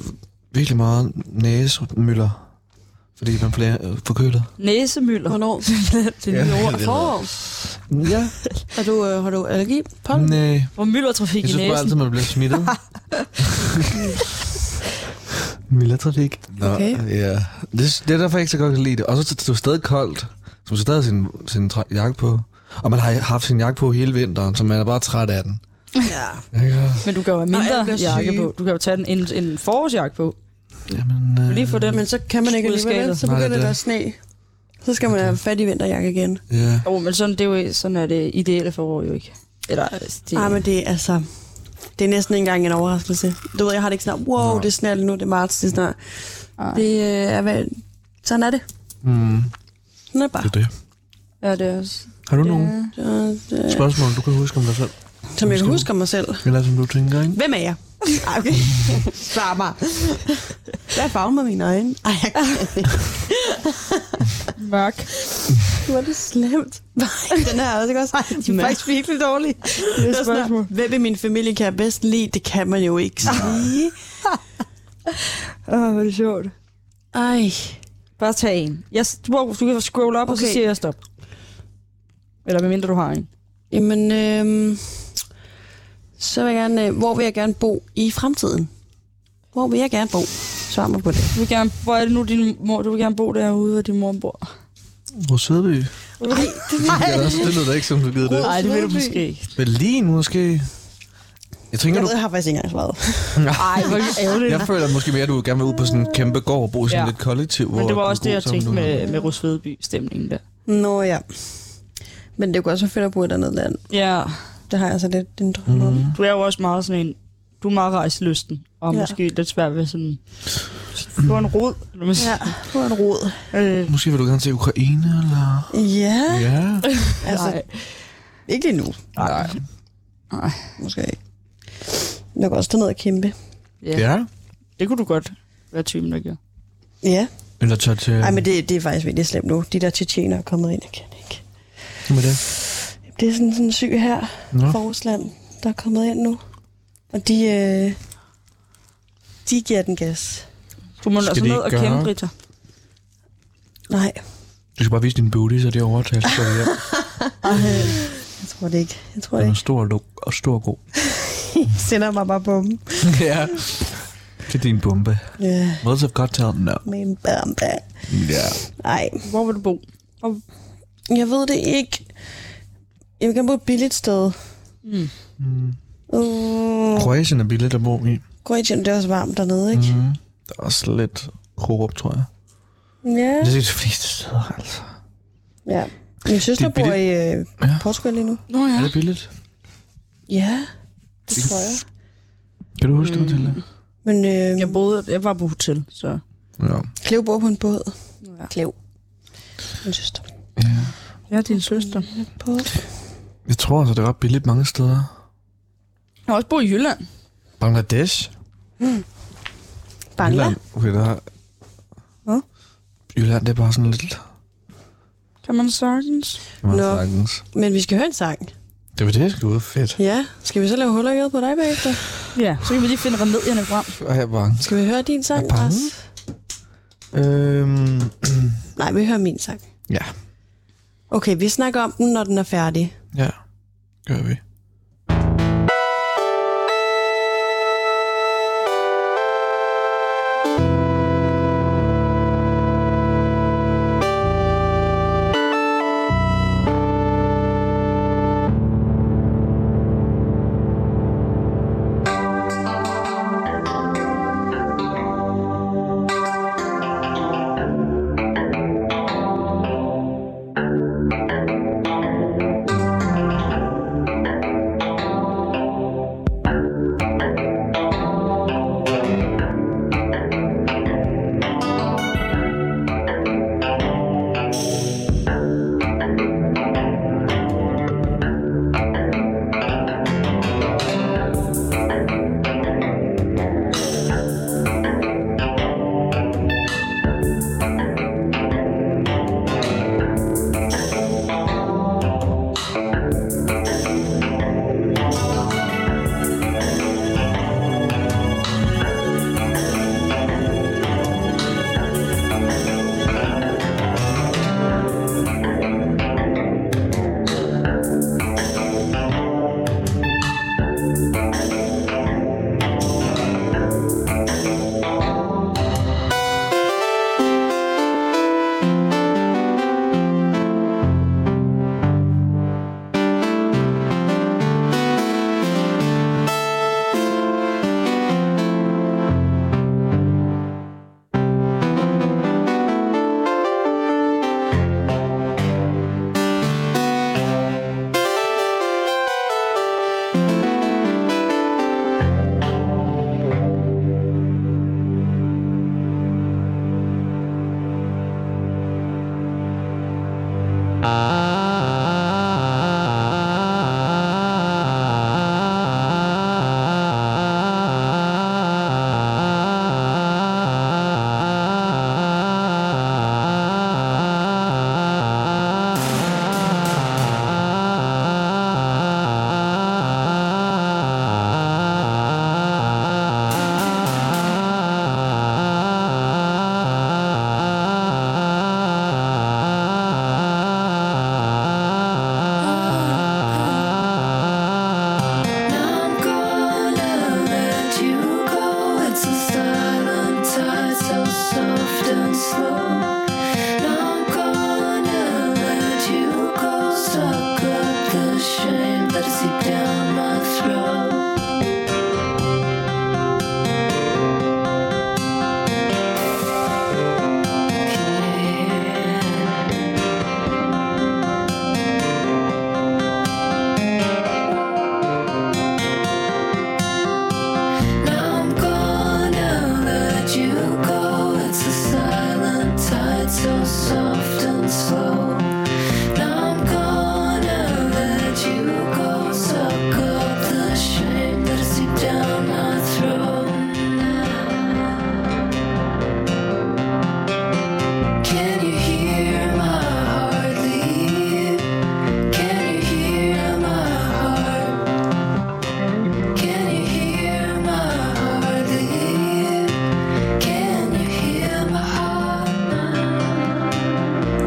virkelig meget næsemøller. Fordi man bliver øh, forkølet.
Næsemylder.
Hvornår?
[LAUGHS] Det er nye ord.
[LAUGHS]
Forår?
Ja,
Har du, øh, har du allergi? Pollen?
nej.
Hvor myldertrafik
Jeg
i
synes bare altid,
næsen.
man bliver [LAUGHS] smittet. Miljøtrafik. Nå,
Okay.
Ja. Det, det er derfor, jeg ikke så godt kan lide det. Og så det er stadig koldt, så man skal stadig have sin, sin tra- jakke på. Og man har haft sin jakke på hele vinteren, så man er bare træt af den.
Ja.
Ja.
Men du kan jo have
Nå, jeg
mindre
bliver syg.
jakke på. Du kan jo tage den, en, en forårsjakke på.
Jamen,
Du
øh,
kan lige få den.
Men så kan man ikke
Ud af
alligevel,
skabet.
så
Nej,
begynder
det er
der at sne. Så skal man have fat i vinterjakke igen.
ja.
Jo, men sådan, det er, jo, sådan er det ideelle forår jo ikke. Eller, altså, det,
Nej, men det er altså... Det er næsten ikke engang en overraskelse. Du ved, jeg har det ikke sådan, wow,
Nå.
det sner lige nu, det er marts, det er snart.
Ej.
Det øh, er hvad... Sådan er det.
Mm,
Sådan er det
det
bare.
er det.
ja, det er også.
Har du nogen
Så, øh,
spørgsmål, du kan huske om dig selv?
som jeg kan huske om mig selv.
Eller som du
[LAUGHS]
tænker, ikke?
Hvem er jeg? Ej, okay. Svar mig. Hvad er farven med mine øjne? Ej, jeg kan ikke.
Mørk.
Hvor er det slemt. Nej, den her er også ikke også.
er
Den er faktisk virkelig dårlig.
[LAUGHS]
Det er sådan her, Hvem i min familie kan jeg bedst lide? Det kan man jo ikke sige.
Åh, oh, hvor er det sjovt.
Ej.
Bare tag en. Jeg, du, må- du kan scrolle op, okay. og så
Okay.
siger jeg stop. Eller medmindre du har en.
Jamen, øhm, så vil jeg gerne, øh, hvor vil jeg gerne bo i fremtiden? Hvor vil jeg gerne bo? Svar mig på det.
Du vil gerne, hvor er det nu, din mor, du vil gerne bo derude, hvor din mor bor?
Hvor Sødby?
Ej, det vil
Ja, det lyder da ikke, som du gider det.
Nej, det vil du måske ikke.
Berlin måske? Jeg tænker,
jeg,
du...
ved, jeg har faktisk ikke engang svaret.
Nej, hvor ærgerligt.
Jeg føler måske mere, at du gerne vil ud på sådan en kæmpe gård og bo i sådan
Ja.
ja. lidt kollektiv.
Men
hvor
det var
du
også det,
bor
jeg
sammen
tænkte
med nogen.
med, med Rosvedby-stemningen der.
Nå ja. Men det kunne også være fedt at bo i et andet land.
Ja,
Det har jeg altså lidt en drøm
Mm.
om.
du er jo også meget sådan en, du er meget rejselysten, og
Ja.
ja. måske lidt svær ved sådan, få en rod. eller hvad man
Ja, på en rod.
siger. Øh,
Måske vil du gerne til Ukraine, eller?
Ja,
Ja.
altså
nej.
ikke lige nu.
Nej.
Måske ikke. Nok også derned og kæmpe.
Ja.
Det kunne du godt være typen, der gjorde.
Ja.
Eller tage til...
Ej, men det, det er faktisk virkelig slemt nu. De der tjetjener er kommet ind, jeg kan ikke.
Hvad med det?
Det er sådan, sådan en syg her.
Nå.
fra Rusland, der er kommet ind nu. Og de, øh, de giver den gas.
Du må
Skal
altså
de
ned
ikke
og
gøre-
kæmpe, Rita.
Nej,
Du skal bare vise din booty, så det er overtalt. Så er det hjem.
jeg tror det ikke. Jeg tror det
Den er
ikke.
stor og, luk- og stor og god.
Jeg sender mig bare bomben.
ja. Det er din bombe.
Ja,
What's up, cocktail? No.
med en bombe.
Ja.
Nej,
Hvor vil du bo?
jeg ved det ikke. Jeg vil gerne bo et billigt sted.
Mm.
Uh,
Kroatien er billigt at bo i.
Kroatien, det er også varmt dernede, ikke?
Mm. Der er også lidt korrupt, tror jeg.
Ja.
Det er de fleste steder, altså.
ja. Min søster
Det er
bor i øh, Portugal lige nu.
Nå
Er det billigt?
Ja, det tror jeg.
Kan du huske mm. det, Mathilde?
Men øh,
Jeg, boede, jeg var på hotel, så...
Ja.
Cleo bor på en båd.
Ja.
Cleo. Min søster.
Jeg er din søster.
På.
Jeg tror altså, det er ret billigt mange steder.
Jeg har også boet i Jylland.
Bangladesh?
Bangla.
Jylland. Okay, der er...
Hvad?
Jylland, det er bare sådan lidt...
Kan man sagtens?
Det var
Nå.
sagtens.
Men vi skal høre en sang.
Det var det, jeg skulle ud. Fedt.
Ja, skal vi så lave huller i øret på dig bagefter?
Ja, så kan vi lige finde remedierne frem.
Og jeg er bange.
Skal vi høre din sang,
Er bange?
Lars?
Øhm,
Nej, vi hører min sang.
ja,
Okay, vi snakker om den, når den er færdig.
ja. Gør vi.
Down my throat. Now I'm gonna let you go. It's a silent tide, so soft and slow. Now I'm gonna let you go. Suck up the shame that is deep down my throat. Can you hear my heart leave? Can you hear my heart? Can you hear my heart leave? Can you hear my heart?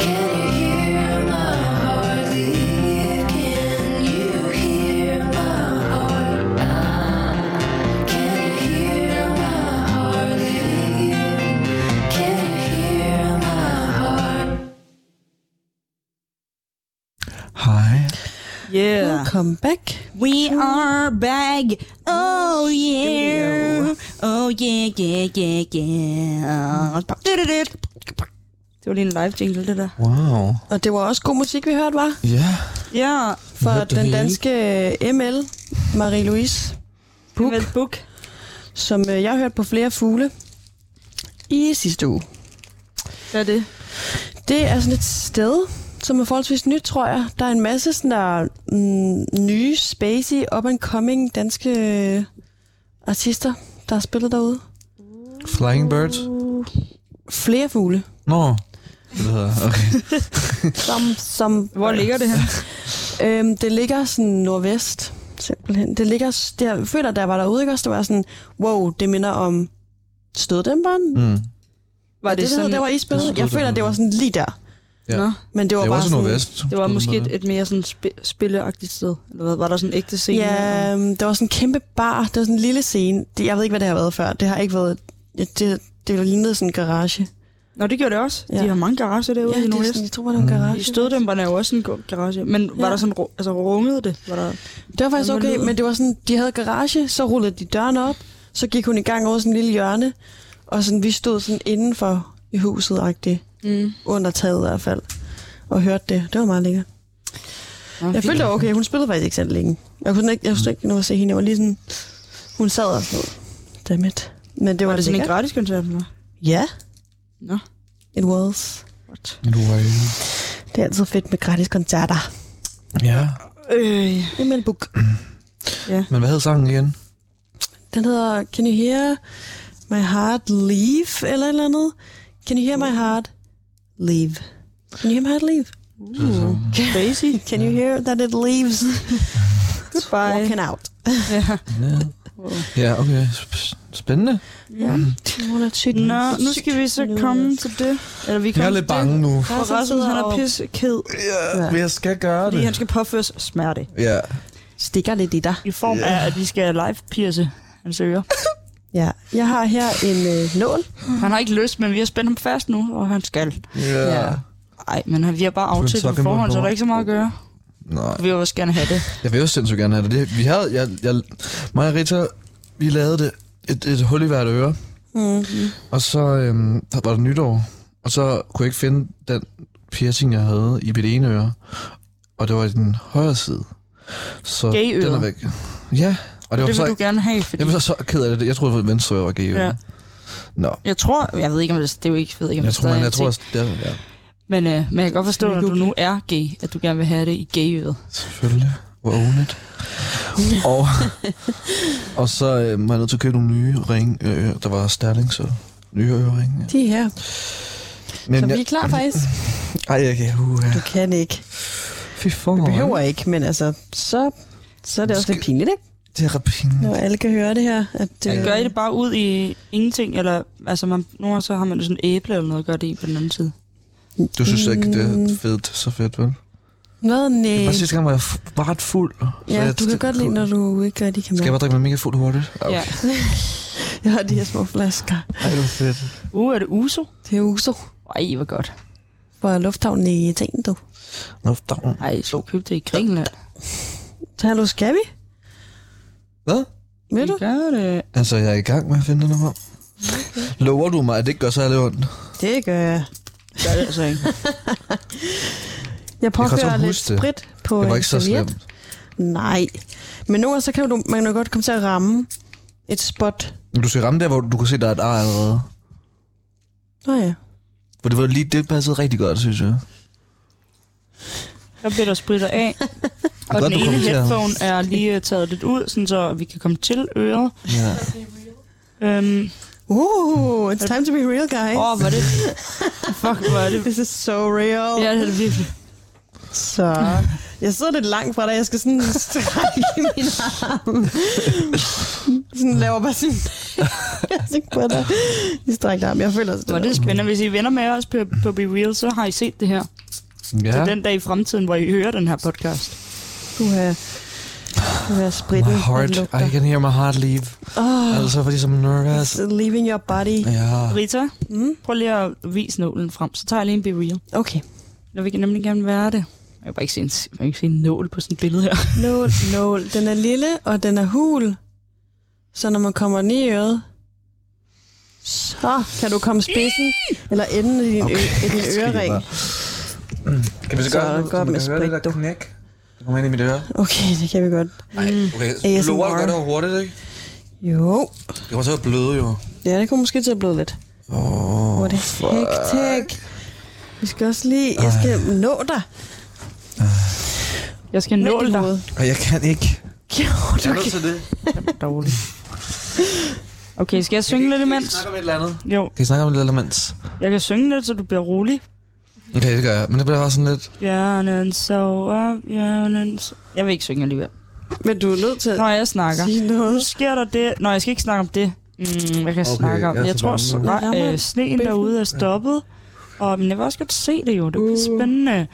Can you hear my heart leave? Can you hear my heart? Can you hear my heart leave? Can you hear my heart?
Hej.
Yeah.
Come back.
We are back. Oh yeah. Oh yeah, yeah, yeah, yeah.
Mm. Det var lige en live jingle, det der.
Wow.
Og det var også god musik, vi hørte, var
Ja.
Ja,
For
Hørte det
den
hele.
danske ML Marie-Louise Buk,
Med book.
som øh, jeg har hørt på flere fugle i sidste uge.
Hvad er det?
Det er sådan et sted, som er forholdsvis nyt, tror jeg. Der er en masse sådan der, mm, nye, spacey, up-and-coming danske øh, artister, der har spillet derude.
Flying Birds?
Flere fugle.
Nå. Det hedder, okay.
Som, som,
Hvor ligger det her?
Øhm, det ligger sådan nordvest, simpelthen. Det ligger, s- det, jeg føler, da jeg var derude, ikke også, det var sådan, wow, det minder om støddæmperen. Det,
Mm.
Var
det,
det, sådan,
der var
det
isbilledet.
er
Jeg føler, det var sådan lige der.
Ja.
Nå.
Men det var
Det var
bare
også
sådan,
nordvest.
det var måske et, et mere sådan sp- spilleagtigt sted? Eller hvad? Var der sådan en ægte scene? eller
Ja, øhm, der var sådan en kæmpe bar. Det var sådan en lille scene. Det, jeg ved ikke, hvad det har været før. Det har ikke været... Ja, det, det lignede sådan en garage.
hvad? Nå, det gjorde det også.
Ja.
Ja. De har mange garager derude ja, i
det er
Nordvest.
sådan, jeg tror, det var en
Mm.
garage.
I støddæmperne er jo også en god garage. Men ja. var
Ja.
der sådan, ru- altså rungede det? Var der,
Det var
Hvordan
faktisk
var
okay,
lyden?
men det var sådan, de havde garage, så rullede de døren op, så gik hun i gang over sådan en lille hjørne, og sådan, vi stod sådan indenfor i huset agtigt
mm.
under taget i hvert fald, og hørte det. Det var meget lækkert.
Nå,
Jeg
fint.
følte, det var okay. Hun spillede faktisk ikke særlig længe. Jeg kunne sådan ikke, jeg kunne slet ikke nå at se hende. Jeg var lige sådan, hun sad og sådan noget. Dammit. Men det var,
var det sådan en
lækkert.
gratis koncert, eller?
Ja.
Nå.
It was.
What?
Du var i...
Det er altid fedt med gratis koncerter.
Ja.
Øh,
Jamen, book.
Men hvad hed sangen igen?
Den hedder Can You Hear My Heart Leave, eller et eller andet. Can You Hear My Heart Leave. Can you hear my heart leave?
Uh-huh.
uh, crazy.
Can you hear that it leaves?
Goodbye.
Walking out.
Ja.
Ja. Ja, okay. Sp- Spændende.
Ja.
Hun er tyk.
Nå, nu skal vi så komme til det. Eller vi
Jeg
kommer
er
til det.
lidt bange nu.
Og Rasmus, han er pisseked,
Ja, men jeg skal gøre
fordi han skal påføres smerte.
Ja.
Stikker lidt i dig.
I form af, at vi skal live-pierce hans ører.
Ja. Jeg har her en øh, nål.
Han har ikke lyst, men vi har spændt ham fast nu, og han skal.
Ja.
Nej, men han- vi har bare
en
aftalt det
sok i
på forhånd,
munden på
så der er
mig.
ikke så meget at gøre.
Nej.
Vi vil også gerne have det.
Jeg vil jo sindssygt gerne have det. det vi havde, jeg, jeg, mig og Rita, vi lavede det et, et hul i hvert øre,
Mm.
og så øhm, der var det nytår, og så kunne jeg ikke finde den piercing, jeg havde i mit ene øre, og det var i den højre side. Så
Gay-øret.
den er væk. Ja, og det var
Det
så
vil du
ikke,
gerne have, fordi...
jeg var så ked af det. Jeg troede, at venstre øre var gay
Ja.
ja. Nå,
Jeg tror... Jeg ved ikke, om det, det er jo ikke... Jeg ved ikke, om
jeg
det
tror,
stadig
man,
er
jeg
en
tror,
ting.
også, det er, ja,
Men, øh, men jeg kan godt forstå, at du nu er gay, at du gerne vil have det i gayøret.
selvfølgelig. Hvor owned. og, og så øh, var jeg nødt til at købe nogle nye ring. Øh, der var Sterling, så nye øreringe.
De er her.
Men
Så
jeg,
vi er
[LAUGHS]
klar faktisk.
Ej, jeg kan... Uh,
Du kan ikke.
Fy for
Du behøver ikke, men altså, så, så er det også lidt pinligt, ikke?
Det er ret pinligt.
Når alle kan høre det her. At,
Det...
øh,
Gør I det bare ud i ingenting, eller... Altså, man, nogle gange så har man jo sådan et æble eller noget at gøre det i på den anden side.
Du synes ikke, det er
Mm.
fedt, så fedt, vel?
Hvad?
Øh.
Nej.
Bare sidste gang var jeg f- bare ret fuld. så
Ja,
jeg-
du kan godt lide, når du ikke rigtig kan
Skal jeg bare drikke mig mega fuld hurtigt? Ah,
Ja.
Okay.
Jeg har de her små flasker.
Ej, det var fedt.
Uh, er det uso?
Det er uso
Ej, hvor godt.
fra lufthavnen i Italien, du.
Nå, down.
Ej, jeg skulle købe det i Grækenland.
Så hallo, skal vi?
Hvad?
Vil du?
Vi gør det.
Altså, jeg er i gang med at finde den om. Lover du mig, at det ikke gør særlig ondt?
Det gør jeg.
Gør det altså ikke.
Jeg påfører
godt
lidt
huske det.
sprit på
Det var
en
ikke så
serviet.
slemt.
Nej. Men nu så kan du, man jo godt komme til at ramme et spot.
Men du skal ramme der, hvor du kan se, der er et ar allerede.
Nå ja.
For det var lige, det passede rigtig godt, synes jeg.
[LAUGHS] Der bliver der spritter af. Og
Godt,
den
du
ene
kom til at-
headphone er lige øh, taget lidt ud, sådan så vi kan komme til øret.
Ja.
Øhm,
Uh, it's time to be real, guys.
Åh, oh, var det... [LAUGHS] Fuck, var det...
This is so real.
Ja, det er det virkelig.
Så jeg sidder lidt langt fra dig. Jeg skal sådan strække min arm. sådan laver bare sådan... [LAUGHS] jeg er sikker på dig. De strækker arm. Jeg føler
Var
sådan...
det spændende. Hvis I vender med os på, på Be Real, så har I set det her. Ja.
ja.
Så den dag i fremtiden, hvor I hører den her podcast.
Du har... Du har spritten.
My heart,
den
I
lugter. Ah.
can hear my heart leave.
Åh,
Altså, fordi som nervous.
It's leaving your body.
Ja.
Rita,
Mm.
prøv lige at vise nålen frem, så tager jeg lige en Be Real.
Okay.
Når vi kan nemlig gerne være det. Jeg kan bare ikke se en, jeg kan ikke se en nål på sådan et billede her.
Nål, nål. Den er lille, og den er hul. Så når man kommer ned i øret, så kan du komme spidsen eller enden i din, okay. ø- i din
[LAUGHS] Skal vi
ørering.
bare- Kan vi så,
Så
gøre,
godt
så man
med
kan høre det
sprit,
der
du.
knæk? Det kommer ind i mit øre.
Okay, det kan vi godt.
Nej, okay.
ASMR.
Bloder du godt og hurtigt, ikke?
Jo.
Det kommer til at bløde, jo.
Ja, det kunne måske til at blive lidt.
Åh,
Hvor er det hektik. Vi skal også lige... Jeg skal nå dig.
Jeg skal nåle dig.
og jeg kan ikke.
Jo,
Jeg er nødt til det.
[LAUGHS] Dårligt. Okay, skal jeg synge lidt imens?
om et eller andet?
Jo,
Kan I snakke om et eller andet imens?
jeg kan synge lidt, så du bliver rolig.
Okay, det gør jeg. Men det bliver bare sådan lidt...
Bjørnen sover, bjørnen so- Jeg vil ikke synge alligevel.
Men du er nødt til at
Nå, jeg snakker.
sige
Nu
noget.
sker der det. Nå, jeg skal ikke snakke om det. Mm, hvad kan jeg
Okay,
okay, snakke om?
jeg er
Jeg,
så
tror,
bange nu.
sne,
Ja,
øh, sneen
bøffen.
derude er stoppet. Og, men jeg vil også godt se det jo. Det bliver
Uh.
spændende.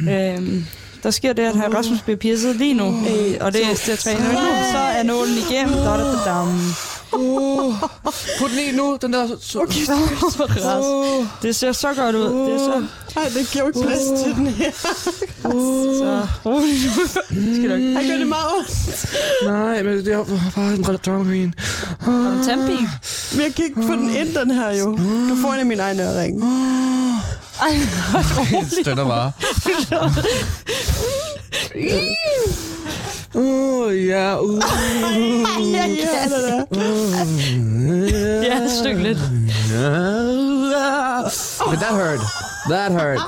Øhm, der sker det, at herr Rasmus bliver pirset lige nu.
Uh.
Øh, og det er det er tre nu. Så er nålen igennem. Da, da, da, dam.
Uh, Put den i nu, den der... Uh. Okay,
Det ser så godt ud. Det er så...
Nej, det giver jo ikke plads
Uh.
til den her.
så rolig nu. Skal du ikke
Han gør det meget ondt.
Nej, men det er bare en drømmequeen.
Har du tandpine?
Uh.
Men jeg kan ikke få
Uh.
den ind, den her jo. Du får en af mine egne øreringe.
Ej, hold
Det
rolig.
støtter bare. Uh, ja, uh,
Ja, ja, det der.
Ja, stykke lidt.
But that hurt. That hurt.
Ej,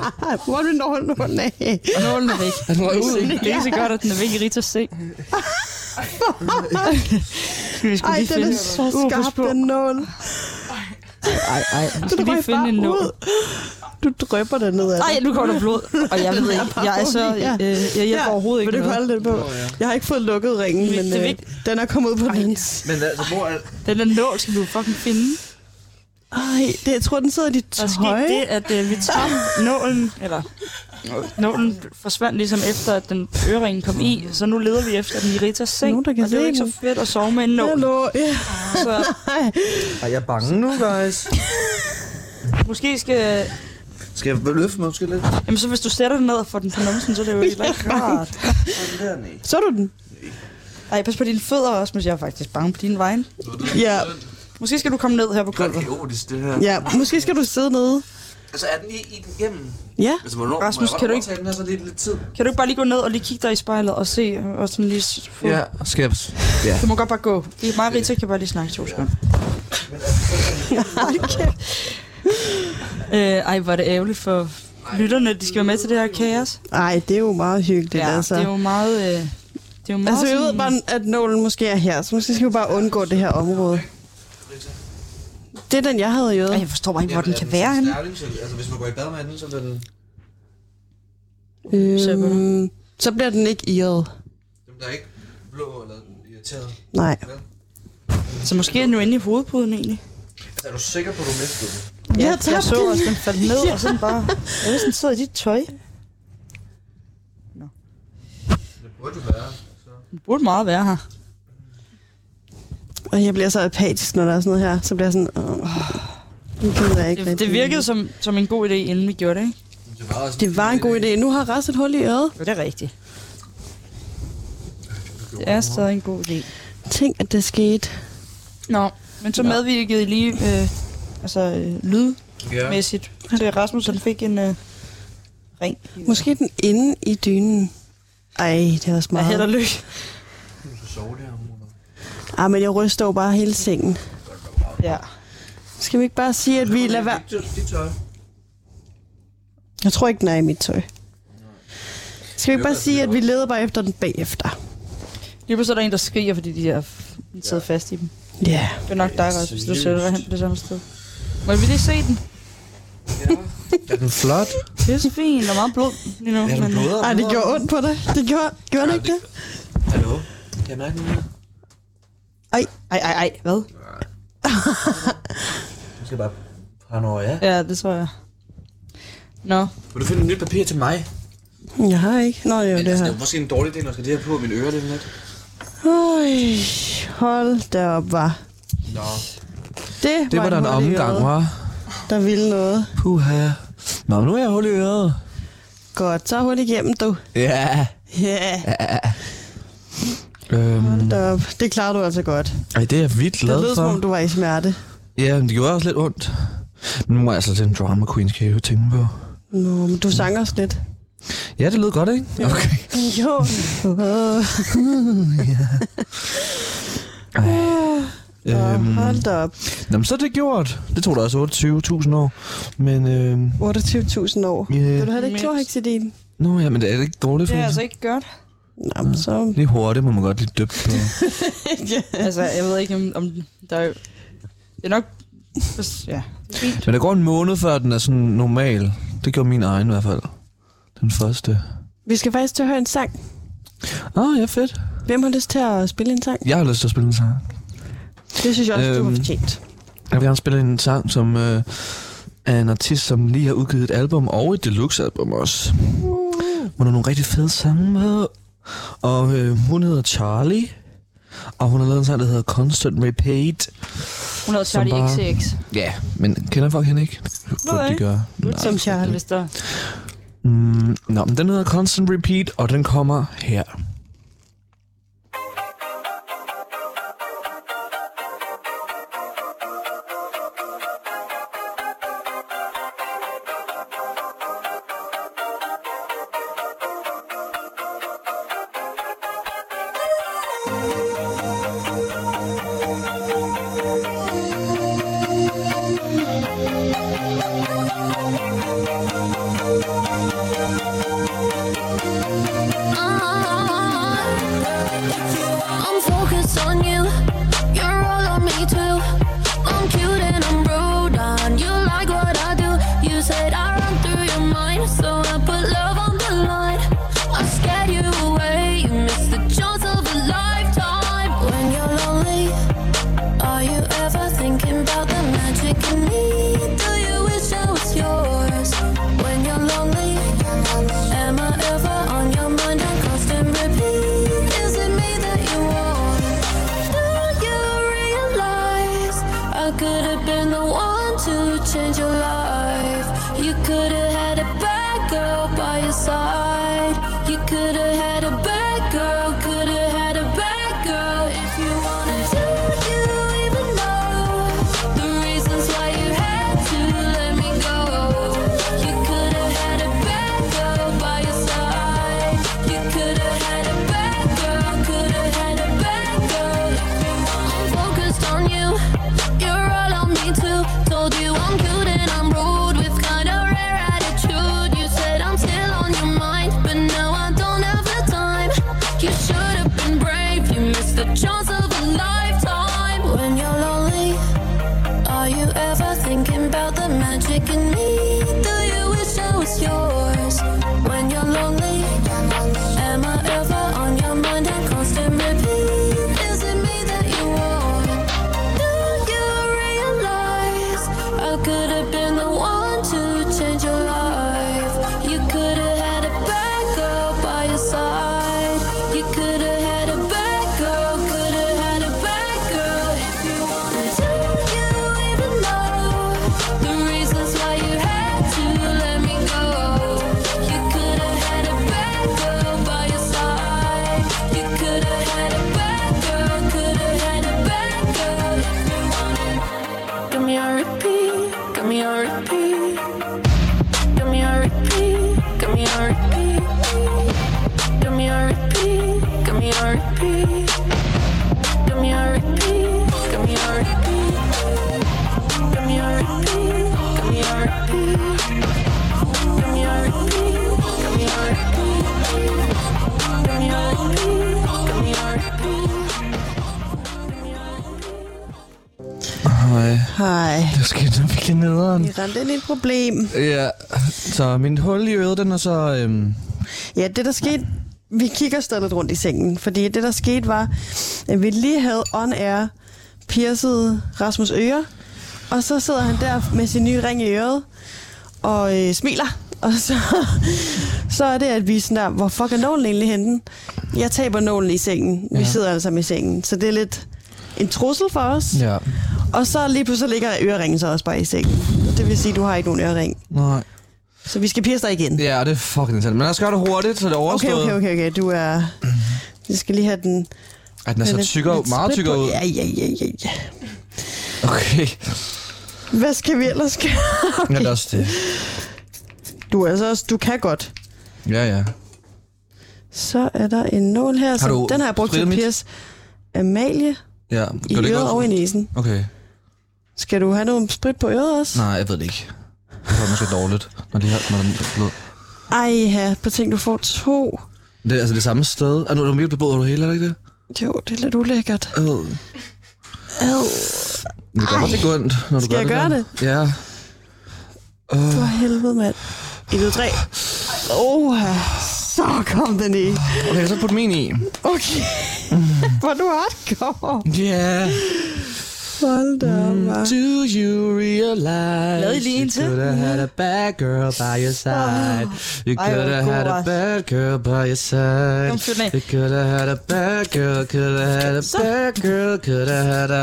Hvor er det når den hånden af?
Og nålen er væk.
Han røg ud.
Det er så godt, at den er væk i Ritas se. Skal vi sgu
Ej,
lige
den
finde
er så
Uh, pas
skarp,
på.
den nål.
Ej, ej. Vi skal
Den
lige
røg
finde
bare
en nål.
ud. Du drypper den ned af
Ej, nu kommer der [LAUGHS] blod. Og jeg ved ikke, jeg er så...
Ja.
Øh, jeg hjælper overhovedet
men
ikke
du kan
noget.
holde den på. Jeg har ikke fået lukket ringen,
Det er
men øh,
vigtigt.
den er kommet ud på den.
Men altså, hvor er...
Den der nål skal vi jo fucking finde.
Ej, det, jeg tror, den sidder i dit
Der skete
tøj.
det, at øh, vi tom nålen, eller nålen forsvandt ligesom efter, at den øreringen kom i, så nu leder vi efter den i Ritas seng.
Nogen, der kan
og det er jo
se
ikke
den.
så fedt at sove med en nål.
Hallo. Ja.
Så
Ej, jeg er bange nu, guys.
måske skal
Skal jeg løfte mig måske lidt?
Jamen så hvis du sætter den ned og får den på numsen, så er det [LAUGHS] jo heller ikke rart.
Sådan der, nej.
Så du den?
Ej, pas på dine fødder også, men jeg er faktisk bange på din vej.
Ja.
Måske skal du komme ned her på gulvet.
Kaotisk, det her.
ja, måske skal du sidde nede.
Altså, er den i, i den igennem?
Ja.
Altså, hvornår
Rasmus,
må jeg
kan du
godt
ikke-
overtage Den her, så lidt, lidt tid.
Kan du ikke bare lige gå ned og lige kigge dig i spejlet og se, øh, og sådan lige... s- Få...
Ja, skæbs. Ja.
Du må godt bare gå. Det er meget Rita kan bare lige snakke to [LAUGHS] sekunder. Øh, ej, hvor er det ærgerligt for lytterne, de skal være med til det her kaos.
Ej, det er jo meget hyggeligt,
ja,
altså.
det er jo meget... Øh, det er jo meget
Altså, jeg
sådan-
ved bare, at nålen måske er her, så måske skal vi bare undgå det her område. Det er den, jeg havde i
Ej,
øret.
jeg forstår bare ikke, hvor den kan være henne.
Altså, hvis man går i bad med den, så bliver den...
Øhm, så bliver den ikke irret.
Dem, der er ikke blå eller irriteret.
Nej.
Så måske er den jo inde i hovedpuden egentlig.
Altså, er du sikker på, at du mistede den?
Ja,
Ja,
tak.
jeg så også, den faldt [LAUGHS] ned, og sådan
[LAUGHS]
bare... Jeg ved, sådan sidder i dit tøj.
Det burde du være.
Den burde meget være her.
Og jeg bliver så apatisk, når der er sådan noget her. Så bliver jeg sådan... Åh, nu gider jeg ikke
Det, det
rigtig."
virkede som, som en god idé, inden vi gjorde det, ikke?
Det var, også
Det var en god idé. Nu har Ras et hul i øret.
Ja, det er rigtigt. Det er stadig en god idé.
Tænk, at det skete.
Nå, men så medvirkede I lige øh, altså, øh, lydmæssigt.
Ja.
Så Rasmus han fik en øh, ring.
Måske den inde i dynen. Ej, det er også
Jeg hælder
meget.
lykke.
Du skal sove der om morgenen.
Ej, men jeg ryster jo bare hele sengen.
Ja.
Skal vi ikke bare sige, at vi lader være...
Det tøj.
Jeg tror ikke, den er i mit tøj. Skal vi ikke bare sige, at vi leder bare efter den bagefter?
Lige pludselig er der en, der skriger, fordi de er f- sidder fast i dem.
Ja. Yeah.
Det er nok dig, Rasmus, hvis du sætter dig hen på det samme sted. Må vi lige se den?
Er den flot?
Pisse fin, der er meget blod lige nu.
Er den
øh,
blødere?
Ej, det gjorde ondt på dig. Det gjorde, gjorde det ikke det?
Hallo? Kan jeg mærke den her?
Ej,
Ej, ej, ej, hvad?
Du skal bare paranoia.
Ja, det tror jeg. Nå,
Vil du finde et nyt papir til mig?
jeg har ikke. Nå, jo,
Men
det
altså,
her.
det er måske en dårlig del, når jeg skal det her på mine ører lidt lidt.
Øj, hold da op, var.
Nå.
Det,
Det var da en
hul i
omgang,
øret,
var.
Der ville noget.
Puha. Nå, nu er jeg hul i øret.
Godt, så hul igennem, du.
Ja.
Ja, yeah.
Øhm,
hold da op. Det klarer du altså godt.
ej, det er jeg vildt
Det
glad
lød,
for.
som om du var i smerte.
Ja, men det gjorde også lidt ondt. Men nu er jeg altså til en drama queen, skal jeg jo tænke på.
Nå, men du sang også lidt.
Ja, det lød godt, ikke? Okay.
Jo.
Øhm,
Hold da op.
nå, men så er det gjort. Det tog da også 28.000 år. Men, øhm,
28.000 år.
yeah.
Vil du have lidt klorhexidin?
Nå ja, men det er det ikke dårligt for
Det er
ja,
altså ikke godt.
Nå, men så...
Lige hurtigt må man godt lige døbe
[LAUGHS]
på.
Altså, jeg ved ikke, om, om der er... Det er nok... Ja. Det er fint.
men der går en måned, før den er sådan normal. Det gjorde min egen i hvert fald. Den første.
Vi skal faktisk til at høre en sang.
Åh, oh, ja, fedt.
Hvem har lyst til at spille en sang?
Jeg har lyst til at spille en sang.
Det synes jeg også, øhm. du har
Øhm.
fortjent.
Jeg vil gerne spille en sang, som øh, er en artist, som lige har udgivet et album og et deluxe-album også. Hun har nogle rigtig fede sange med. Og øh, hun hedder Charlie. Og hun har lavet en sang, der hedder Constant Repeat.
Hun hedder
Som
Charlie
bare-
XCX.
Ja, men kender folk hende ikke? Burde de
ikke.
gøre.
Som
Eller
Charlie.
Hvis der...
Mm, nå, men den hedder Constant Repeat, og den kommer her.
I'm focused on you. You're all on me too. I'm cute and I'm rude, and you like what I do. You said I run through your mind, so I put love on the line. I scared you away. You missed the chance of a lifetime. When you're lonely, are you ever thinking about the magic in me? Do you wish I was yours? When you're lonely, am I ever on your mind on constant repeat? Is it me that you want? Do you realize I could have been the one to change your life? You could have had a bad girl by your side. You could have had a bad girl, could have had a bad girl if you wanted to. Do you even know the reasons why you had to let me go? You could have had a bad girl by your side. You could have had a bad girl, could have had a bad girl. I'm focused on you, you're all on me too. Told you I'm cute and I'm rude with kind of rare attitude. You said I'm still on your mind, but now I don't have the time. You should have been brave, you missed the chance of a lifetime. When you're lonely, are you ever thinking about the magic in me? Do you wish I was yours? When you're lonely, am I ever on your mind and constant repeat? Is it me that you want? Do you realize I could have been the one to change your life? You could have had a bad girl by your side. You could have had a bad girl, could have had a bad girl if you wanted to. You even know the reasons why you had to let me go. You could have had a bad girl by your side. You could have had a bad girl, could have had a bad girl if you wanted. Give me a repeat, give me a repeat. Give me a repeat, give me a repeat. Give me a repeat, give me a repeat. Give me a repeat, give me a repeat. Give me a repeat, give me a repeat. Give me a repeat, give me a repeat. Give me a repeat, give me a repeat.
Hej,
Hej.
det skete virkelig nederen.
Vi ramte ind i et problem.
Ja, så min hul i øret, den er så... Øhm,
Ja, det der skete... Vi kigger stadig lidt rundt i sengen, fordi det der skete var, at vi lige havde on air pierced Rasmus Øre, og så sidder han der med sin nye ring i øret og øh, smiler. Og så, [LAUGHS] så er det, at vi er sådan der, hvor fuck er nålen egentlig henne? Jeg taber nålen i sengen. Vi
Ja.
sidder alle sammen i sengen. Så det er lidt en trussel for os.
ja,
Og så lige pludselig ligger øreringen så også bare i sengen. Det vil sige, at du har ikke nogen ørering.
nej.
Så vi skal pierce dig igen.
Ja, det er fucking interessant. Men lad os gøre det hurtigt, så det er
Okay,
overstået.
okay, okay, okay. Du er... Jeg skal lige have den...
Ej, den
den
er så
er
Altså, tykker,
lidt
meget
spredt
tykker
på.
ud.
Ja, ja, ja, ja, ja. [LAUGHS]
Okay,
Hvad skal vi ellers gøre?
men det er også det.
Du, er altså også, du kan godt.
Ja, ja.
Så er der en nål her,
Har
som
du
den har jeg brugt
friet
til
mit?
Piers. Amalie
ja.
i
Gør det ikke
øret og i
også?
næsen.
Okay.
Skal du have noget sprit på øret også?
Nej, jeg ved det ikke. Det var måske dårligt, når de har når den blød.
Ej, ja, på ting, du får to.
Det er altså det samme sted. Er nu er du virkelig blød over det hele, er det ikke det?
Jo, det er lidt ulækkert.
Øh.
Ad.
Det gør også ikke ondt, når du
Skal
gør
jeg gøre
det. sådan. Ja.
For helvede, mand. 1, 2, 3. Åh, så kom den i.
Okay, så put min i.
Okay. [LAUGHS] Hvor du hardcore.
Ja. Yeah.
Hold da
Mm.
op, mand.
Do you realize
Lavede I lige en til?
you could have had a bad girl by your side? You could have
hvor
had a
god.
bad girl by your side.
Kom, fyr den af.
You could have had a bad girl, could have had a bad girl, could have had a...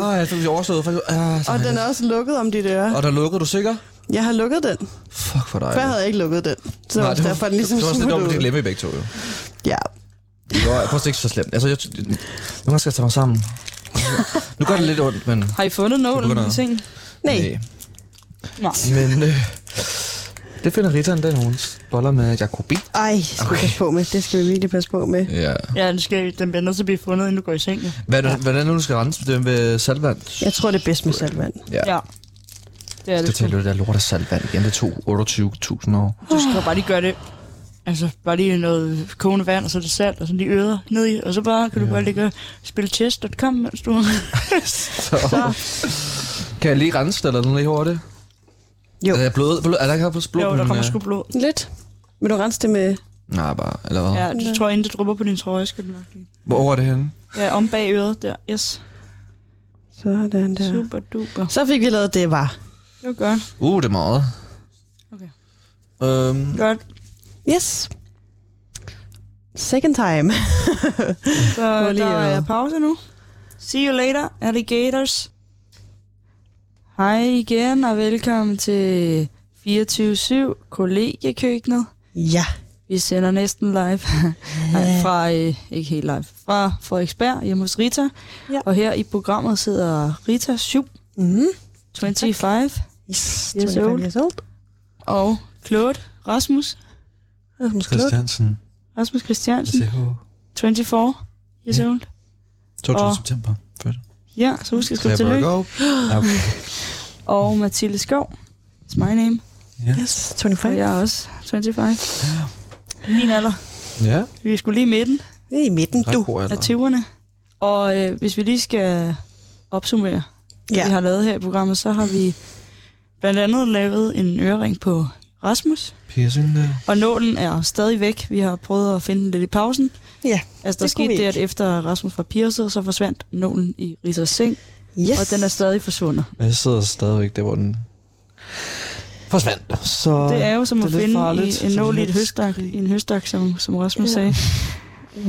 Åh, oh, jeg tror, vi overstod faktisk. Ah,
[LAUGHS]
så
Og den
dejligt.
er også lukket om dit øre.
og der lukkede du sikker?
Jeg har lukket den.
Fuck for dig.
Før havde jeg ikke lukket den. Så Nej, det var, derfor den ligesom
det var også lidt
smuttede
dumt,
ud.
at glemme i begge to, jo.
Ja.
Det var faktisk ikke så slemt. Altså, jeg, nu gange skal jeg tage mig sammen. Nu gør det lidt ondt, men...
Har I fundet nålen
begynder-
i sengen?
Nej.
Nej.
Men øh, det finder Ritteren, den hun boller med Jacobi.
Ej, skal okay. vi passe på med. Det skal vi virkelig passe på med.
Ja.
Ja, den, skal, den bliver nødt til at blive fundet, inden du går i seng. jo.
Hvad, er det- Hvordan er det, du skal rense det med saltvand?
Jeg tror, det er bedst med saltvand.
Ja. Det er
Du
det.
tager
sgu.
det der lort af saltvand igen. Det tog 28.000 år.
Du skal jo bare lige gøre det. Altså, bare lige noget kogende vand, og så det salt, og så lige øder ned i, og så bare kan du bare ligge og spille chess.com, mens du...
[LAUGHS] Så. Kan jeg lige rense det eller noget lige hurtigt?
Jo.
Er, jeg blød, blød, er der ikke haft blod?
Jo,
på
der
min,
kommer
øh,
sgu blod.
Lidt. Vil du rense det med...
Nej, bare, eller hvad?
Ja, du tror, inden det drupper på din trøje, skal du nok lige.
Hvor er det henne?
Ja, om bag øret der. Yes.
Sådan der.
Super duper.
Så fik vi lavet det, var.
Det var godt.
Uh, det er meget.
Okay.
Øhm,
Godt.
Yes. Second time.
Så
Prøv lige
der
at-
er pause nu. See you later, alligators. Hej igen, og velkommen til 24-7 kollegiekøkkenet.
Ja.
Vi sender næsten
[LAUGHS]
live Nej, fra, øh, ikke helt live, fra Frederiksberg hjemme hos Rita.
Ja.
Og her i programmet sidder Rita 7,
Mm.
25
Yes.
Mhm. Yes,
25
old.
years old.
og Claude Rasmus,
Rasmus Klud.
Christiansen,
Rasmus Christiansen,
CH.
24 years
Ja.
old.
22.
Og-
september. Født.
Ja, så husk at skrive tillykke. [GASPS]
go. Okay.
Og Mathilde Skov, it's my name.
Yes,
Og
25.
jeg er også 25. Min alder.
Ja.
Vi er sgu lige i midten
Det er i midten, du.
Ret god alder.
af 20'erne. Og øh, hvis vi lige skal opsummere, hvad
Ja.
vi har lavet her i programmet, så har vi blandt andet lavet en ørering på Rasmus.
Piercing der.
Og nålen er stadig væk. Vi har prøvet at finde den lidt i pausen.
Ja.
Altså, der
Det
det
kunne vi
skete det, at efter Rasmus var pierced, så forsvandt nålen i Ritters seng,
Yes.
og den er stadig forsvundet.
Men jeg sidder stadigvæk der, hvor den forsvandt. Så
Det er jo som
det er
at
lidt
finde
farligt.
i, en nål i, et
Lidt
høstak, i en høstak, som, som Rasmus
Ja.
ja. sagde.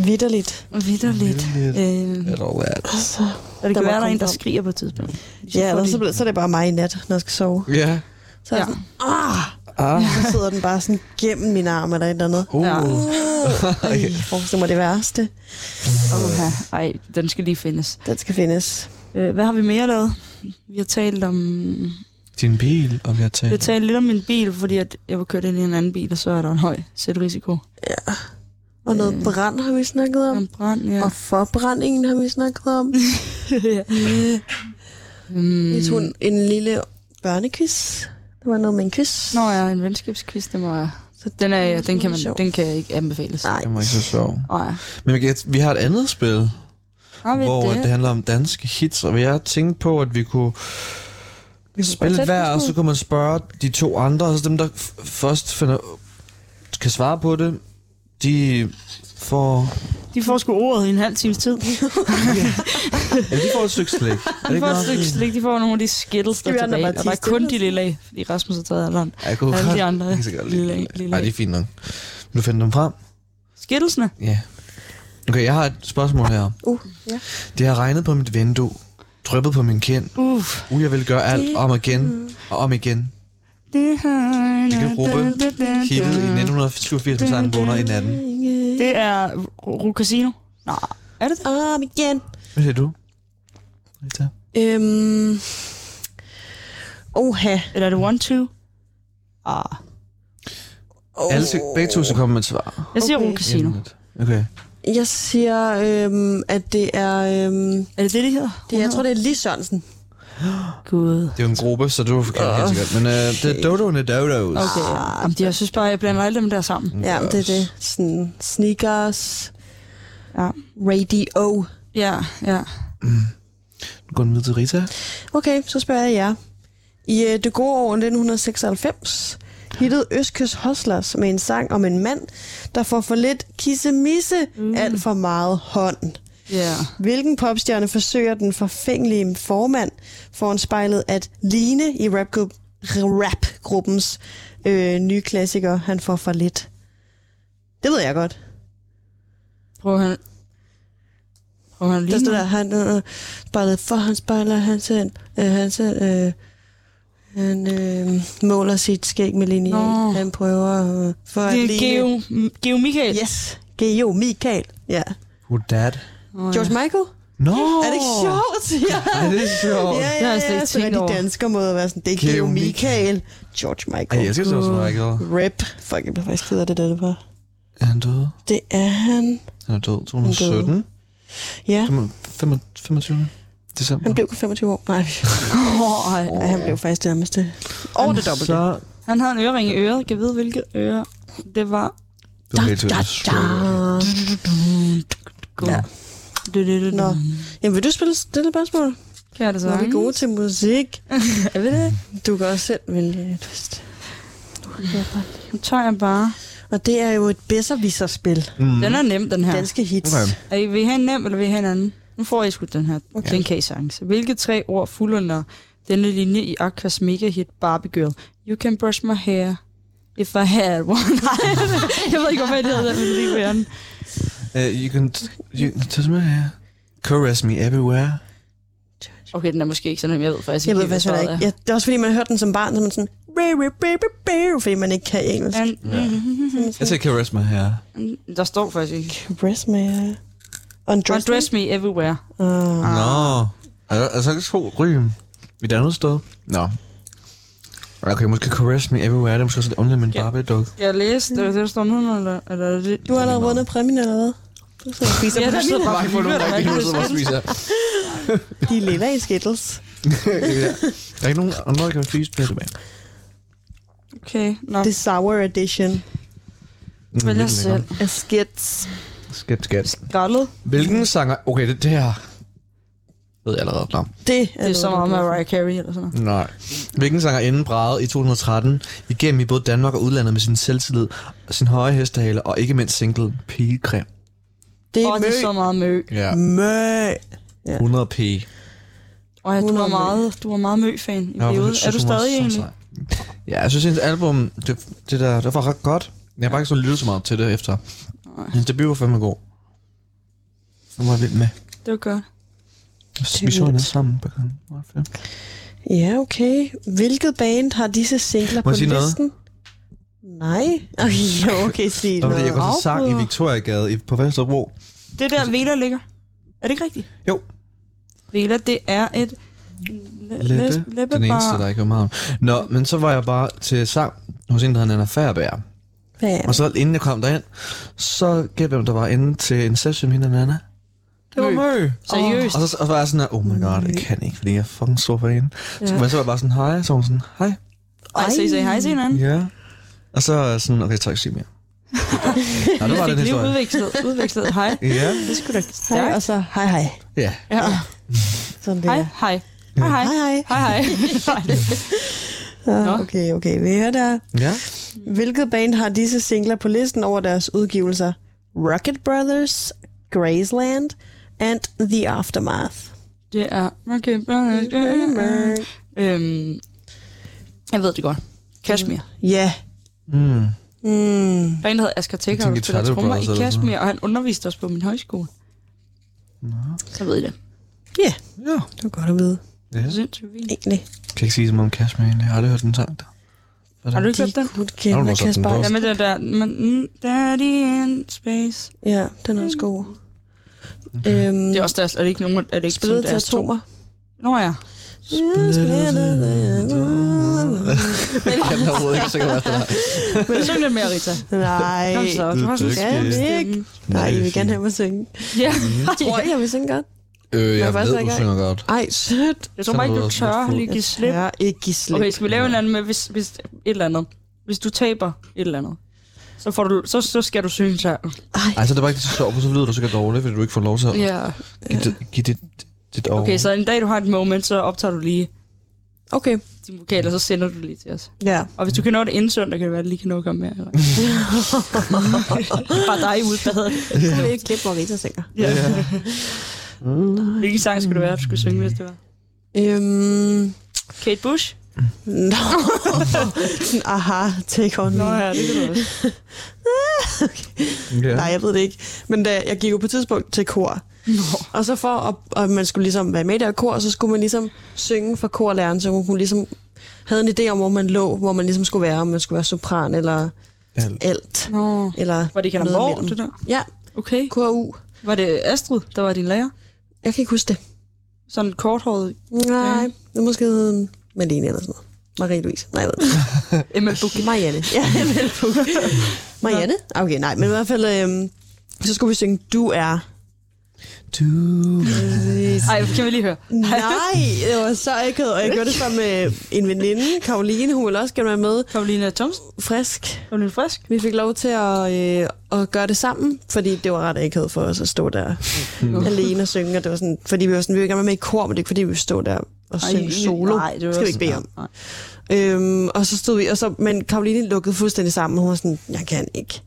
vidderligt.
Vitterligt. Øh,
Eller hvad?
Altså.
Og det
Der
kan være,
må
der er
komme
en, der
frem.
skriger på et tidspunkt.
Ja,
får
eller
de-
så, bliver- så er det bare mig i nat, når jeg skal sove.
Ja.
Så er
Ja.
jeg sådan, ah!
Ah.
Så sidder den bare sådan gennem min arm eller et eller
[LAUGHS]
andet.
Uh.
Ja.
Uh, Ej, forestil mig det værste.
Oha. Ej, den skal lige findes.
Den skal findes.
Øh, hvad har vi mere lavet? Vi har talt om...
Din bil, og vi har
Vi har
talt.
talt lidt om min bil, fordi at jeg var kørt ind i en anden bil, og så er der en høj sætrisiko.
Og noget
Øh.
brand har vi snakket om.
En brand, ja.
Og forbrændingen har vi snakket om.
Mm. Øhm,
Vi tog en, en lille børnequiz. Der var noget med en quiz.
Nå ja, en venskabsquiz, den var... Så den, er, den, kan man, den kan ikke anbefales.
Nej.
Det var ikke så sjov.
Nej.
Men vi kan- vi har et andet spil,
Har vi
hvor det
det?
handler om danske hits, og jeg tænkte på, at vi kunne
Vi kunne
spille
godt
et
sætte
hver,
os
og
ned.
så kunne man spørge de to andre, og så dem, der f- først finder, kan svare på det, de får,
De får sgu ordet i en halv times tid.
ja, de får et stykke slik.
[LAUGHS]
Er det
De
ikke
får et
noget?
stykke slik, de får nogle af de skittles, der
vi
er
andre
tilbage.
bare
Og der er
tisse
kun
stille?
de lille af, fordi Rasmus har taget alderen.
Ja, Jeg kunne
Alle
godt.
de andre.
Jeg kan sikkert
Lille-
lide det.
lille-
Nej, det er fint nok. Vil du finde dem frem?
Skittlesene?
Ja. Okay, jeg har et spørgsmål her.
Uh, ja.
Det har regnet på mit vindue, dryppet på min kind.
Uff.
Uh, jeg vil gøre alt om igen og om igen.
Det her...
Det kan gruppe Hittet i 1987 med sangen Vågner i natten.
Det er Ru Casino. Nej, er det det?
Om igen.
Hvad siger du? Rita?
Øhm. Oha.
Eller er det One Two? Ah,
Oh. Alle, skal- begge to skal komme med et svar.
Jeg siger
Okay.
okay. Rom Casino.
Okay.
Jeg siger, øhm, at det er... Øhm,
Er det det, de hedder?
det, er- jeg tror, det er Lis Sørensen.
Gud.
Det er jo en gruppe, så du er forkert oh, helt sikkert. Men øh, det er Dodo and the Dodos.
Okay.
Ah,
Jamen, det, jeg synes bare, jeg blander alle dem der sammen.
Mm.
Ja, men det er det. Sådan sneakers,
Ja.
radio.
Ja, ja.
Gå ned til Rita.
Okay, så spørger jeg jer. I øh, det gode år 1996 hittede Østkys Hoslers med en sang om en mand, der får for lidt kissemisse, mm. alt for meget hånd.
Ja.
Hvilken popstjerne forsøger den forfængelige formand foran spejlet at ligne i rapgrup- rapgruppens øh, nye klassiker, han får for lidt? Det ved jeg godt.
Prøv han... Prøv han
Der
lige
står der, han øh, spejlet for, han spejler, han selv, øh, han selv, øh, han øh, måler sit skæg med linje.
Nå.
Han prøver øh, for
Det
at
er
ligne...
Geo, M- Geo Michael.
Yes, Geo Michael. Ja.
Who dat?
Oh,
George Michael?
Nå! No!
Er det ikke sjovt?
[LAUGHS]
Ja.
Er det sjovt?
Ja,
Det har
ja,
jeg slet
ja,
ikke
ja, så er
tænkt over.
de danskere måde at være sådan, det er
Geo
Geo Michael, George
Ej,
Michael.
jeg skal så også ikke.
Rip. Fuck, jeg blev faktisk ked af det, der det var.
Er han død?
Det er han.
Han er død 217.
Ja,
25. december.
han blev kun 25 år. Nej,
Ej.
oh. han blev faktisk nærmest det. Over det dobbelte.
Så...
Han havde en ørering i øret. Kan jeg vide, hvilket øre det var?
Du er med til at
Ja. Du, du, du, du.
Nå. Jamen, vil du spille stille spørgsmål?
Kan jeg det så?
Hvor er vi gode til
[LAUGHS]
musik?
Er vi det?
Du kan også selv vælge et lyst.
Nu tager jeg bare.
Og det er jo et besserwisser-spil.
Mm.
Den er nem, Mm. den her.
Danske hits.
Okay.
Er I, vil I have en nem, eller vil I have en anden? Nu får I sgu den her. Okay. Den kan I sange. Så Hvilke tre ord fuldender denne linje i Aquas mega hit Barbie Girl? You can brush my hair. If I had one. [LAUGHS] Nej, jeg ved ikke, hvorfor jeg lige havde den melodi på hjernen.
Uh, you can you can touch me here. Caress me everywhere.
Okay, den er måske ikke sådan, nem. jeg ved faktisk
Jeg ved
helt,
faktisk heller
hvad
ikke. Ja, det er også fordi, man har hørt den som barn, så er man sådan... "Rah, rah, rah, rah, rah," Fordi man ikke kan engelsk.
svaret er.
Jeg siger caress me here.
Men, Mm-hmm. der står faktisk ikke.
Dress me. uh, Undress me.
Undress me everywhere.
Uh,
Nå. Er der, er der så ikke to rym? Et andet sted? Nå. Okay, måske caress me everywhere. Det er måske sådan et underligt, men bare ved dog.
Jeg læste, det, det står nu, eller, eller er det...
Mm. du har allerede vundet præmien, eller hvad? Du sidder og spiser
Ja,
på
der
det.
sidder bare
nogen,
der
rigtig ved, hvad spiser.
De er lilla i Skittles.
Ja. Der er ikke nogen andre, der kan spise det tilbage.
Okay, nå.
Det er Sour Edition.
Mm,
Vælg jer selv.
Af Skits.
Skæt, skæt.
Skrællet.
Hvilken sanger... Okay, det, det her... Ved jeg allerede. Nå.
Det er,
Det er så
noget,
meget
du
med
går for.
Mariah Carey eller sådan noget.
Nej. Hvilken sanger inden bragede i 2013 igennem i både Danmark og udlandet med sin selvtillid, sin høje hestehale og ikke mindst single Pigecreme?
Det er
Åh, det er så
mø.
meget mø.
Ja.
Mø.
100 p.
Og jeg, du
Hundrede
var
mø.
meget, du var meget mø-fan i
Jeg
perioden.
synes,
Er du
hun var
stadig
så
egentlig?
sej. Ja, jeg synes, hendes album, det, det der, det var ret godt. Jeg har bare ikke så lyttet så meget til det efter. Hendes debut var fandme god. Den var jeg vild med.
Det var godt.
Vi så hende sammen på gangen. Det var fedt.
Ja, okay. Hvilket band har disse singler
Må
på
jeg sige noget?
listen? Nej. Okay, [LAUGHS] jo, okay, sig
Det var
noget.
fordi, jeg går til sang i
Afbryder.
Victoriagade i- på Vesterbro.
Det er der Vela ligger. Er det ikke rigtigt?
Altså- Jo.
Vela, det er et
Læbe. Den eneste, der
læbebar.
ikke var meget. Nå, men så var jeg bare til sang hos en, der hedder Anna Færberg.
Hvad er
Og så inden jeg kom derind, så gæt hvem der var inde til en session med hende og Nana. Det var Mø.
Seriøst?
Og så, og så var jeg sådan her, oh my god, jeg kan ikke, fordi jeg er fucking stor for hende. Så, men så var jeg bare sådan, hej. Så var hun sådan, hej.
Og så I sagde hej til hinanden.
Ja. Og så er jeg sådan, okay, jeg tør ikke sige mere. Nå, det var
Jeg
den
fik lige
historie.
udvekslet, udvekslet hej.
Ja.
Det skulle da
Hej,
stærkt.
og så hej hej.
Ja.
Ja.
Sådan det
Hej,
er.
hej. Hej, hej.
Hej hej.
Hej, hej.
Ah,
Nå.
Okay, okay. Vi hører der.
Ja.
Hvilket band har disse singler på listen over deres udgivelser? Rocket Brothers, Graceland and The Aftermath.
Det er... Okay. Mm-hmm. Øhm, jeg ved det godt. Kashmir.
Ja.
Mm.
Mm.
Banen hedder Asger Tækker, og
tænker,
du spiller
Tyler
trommer
Brothers eller
i
sådan
Kashmir, og han underviste os på min højskole. Så ved I det.
Ja.
Det var godt at vide.
ja.
Sindssygt vildt.
Egentlig.
Jeg kan ikke sige så meget om Kashmir egentlig. Jeg har aldrig hørt den sang der.
Har du ikke hørt den?
Hun
Har du
kender
nok sat den
Kasper.
på?
Ja, men den der, men, mm, Daddy in Space.
Ja, den er også god. Øhm,
Det er også deres, er det ikke nogen, er det ikke
spillet
sådan
til
deres to?
[LAUGHS] atomer.
Nå ja.
[LAUGHS] Jeg er overhovedet ikke sikker på, hvad det er.
Men syng lidt mere, Rita.
Nej.
Kom så. Du har sådan en skæv
Ja,
Det
det er ikke.
stemme.
Nej, jeg vil gerne have mig synge.
Ja.
Mm.
[LAUGHS]
Tror I, jeg vil synge godt?
Øh, jeg
jeg faktisk
ved,
ikke
du
er-
synger godt.
Ej, sødt.
Jeg tror bare ikke, du tør lige give slip.
Ja, ikke give slip.
Okay, skal vi lave en eller anden med, hvis, hvis et eller andet. Hvis du taber et eller andet, så, får du, så, så skal du synge sig.
Ej, så er Altså, det bare ikke så sjovt, for så lyder du sikkert dårligt, fordi du ikke får lov til at
Ja.
give dit, give dit, dit over.
Okay, så en dag du har et moment, så optager du lige
Okay.
din vokal, og så sender du det lige til os.
Ja.
Og hvis du kan nå det inden søndag, kan det være, at det lige kan nå at komme med. Eller? [LAUGHS] bare dig ud, hvad hedder det?
Jeg vil ikke klippe, hvor Rita synger.
Ja. [LAUGHS] Hvilken sang skulle det være, du skulle synge, hvis det var?
Øhm, [LAUGHS]
Kate Bush?
no. Sådan, aha, take on me.
ja, det kan du også.
Ja.
Nej, jeg ved det ikke. Men da, jeg gik jo på et tidspunkt til kor. Nå. Og så for at og man skulle ligesom være med i det her kor, så skulle man ligesom synge for korlæreren, så hun kunne ligesom havde en idé om, hvor man lå, hvor man ligesom skulle være, om man skulle være sopran eller
Alt.
alt.
Nå.
Eller
Var det
noget
Kalundborg,
imellem.
det der?
Ja,
Okay.
KU.
Var det Astrid, der var din lærer?
Jeg kan ikke huske det.
Sådan korthåret
Nej, det er måske hed Malene eller sådan noget. Marie-Louise. Nej, jeg ved det ikke.
Emma Buk.
Marianne. Ja, Melbuk. [LAUGHS] Marianne? Okay, nej, men i hvert fald, øhm, så skulle vi synge Du er.
Du...
Ej, kan vi lige høre?
Nej, det var så ikke, og jeg gjorde det sammen med en veninde, Karoline, hun ville også gerne være med.
Karolina Thomsen,
Frisk.
er du lidt frisk?
Vi fik lov til at, øh, at gøre det sammen, fordi det var ret akavet for os at stå der alene og synge. Og det var sådan, fordi vi var sådan, vi ville gerne være med i kor, men det er ikke fordi, vi ville stå der og synge solo.
Nej, det var
skal vi ikke bede om. Øhm, og så stod vi, og så, men Karoline lukkede fuldstændig sammen, og hun var sådan, jeg kan ikke.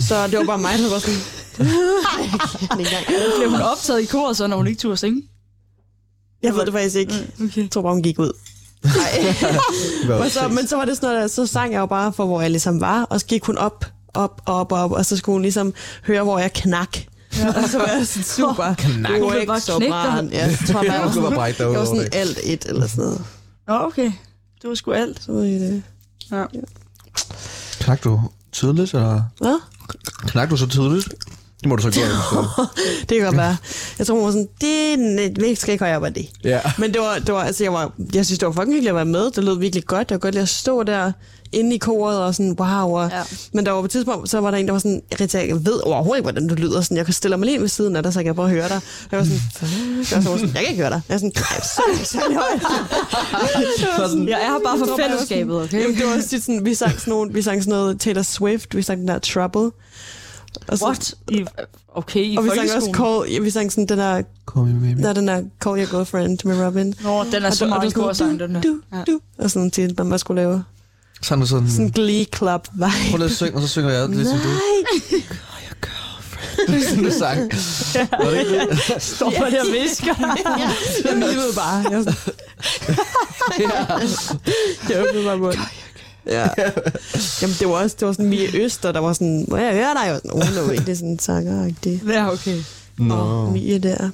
Så det var bare mig, der var sådan, [LAUGHS] jeg kan ikke engang.
Blev hun optaget i koret, så når hun ikke turde synge?
Jeg ved det faktisk ikke.
Mm, [LAUGHS] Okay.
Jeg tror bare, hun gik ud. Og
[LAUGHS]
så, men så var det sådan noget, der, så sang jeg jo bare for, hvor jeg ligesom var, og så gik hun op, op, op, op, og så skulle hun ligesom høre, hvor jeg knak.
[LAUGHS]
Ja. Og så var jeg sådan super.
Knak.
Hun
Du er
blev bare
ikke sopran.
knægtet.
Ja, så tror jeg, bare, jeg var
Du
sådan,
var bare ikke
jeg var
derude over
sådan
det.
alt et eller sådan noget.
Nå, okay. Det var sgu alt.
Så var jeg det.
Ja.
Knak du tidligt, eller?
Hvad?
Knak du så tidligt? Det må du så gøre.
Det kan godt være. Jeg tror, hun var sådan, det er net- vi skal ikke højere op af det.
[LAUGHS] Ja.
Men det var, det var, altså, jeg, var, jeg synes, det var fucking hyggeligt at være med. Det lød virkelig godt. Jeg var godt lide at stå der inde i koret og sådan, wow. Og,
Ja.
ja. Men der var på et tidspunkt, så var der en, der var sådan, Rita, jeg ved overhovedet ikke, hvordan du lyder. Sådan, jeg kan stille mig lige ved siden af dig, så kan jeg prøve at høre dig. Og jeg var sådan, fuck. Og så var hun sådan, jeg kan ikke høre dig. Jeg er sådan, "Ej, så er det ikke særlig højt.
Jeg er her bare for
Jeg tror bare, jeg var
fællesskabet, okay?
Jamen, det var også tit sådan, vi sang, sådan nogle, vi sang sådan noget Taylor Swift, vi sang den der Trouble. Og så,
What? I, okay, i
Og vi sang også
folkeskolen?
Call, ja, vi sang sådan den der,
Kom i med
der, er den der Call Your Girlfriend med Robin.
Nå, den er så
Og
meget
der
en
skulle
korsang, den her.
du, du, og sådan til, man bare skulle lave
Sådan er sådan...
sådan en glee club [LAUGHS] vibe.
Prøv lige at synge, og så synger jeg lidt som du.
Nej,
Det er [LAUGHS] sådan, du sang.
[LAUGHS]
Var det ikke det?
Står på det og visker.
jeg lyttede bare. Jeg, var
[LAUGHS]
sådan,
Ja.
jeg åbnede bare munden. Ja. [LAUGHS] Jamen, det var også det var sådan Mia Øster, der var sådan, må jeg høre dig? Jeg var sådan, oh, no, ikke det er sådan sangeragtigt.
Ja, okay.
Nå.
Og Mia der.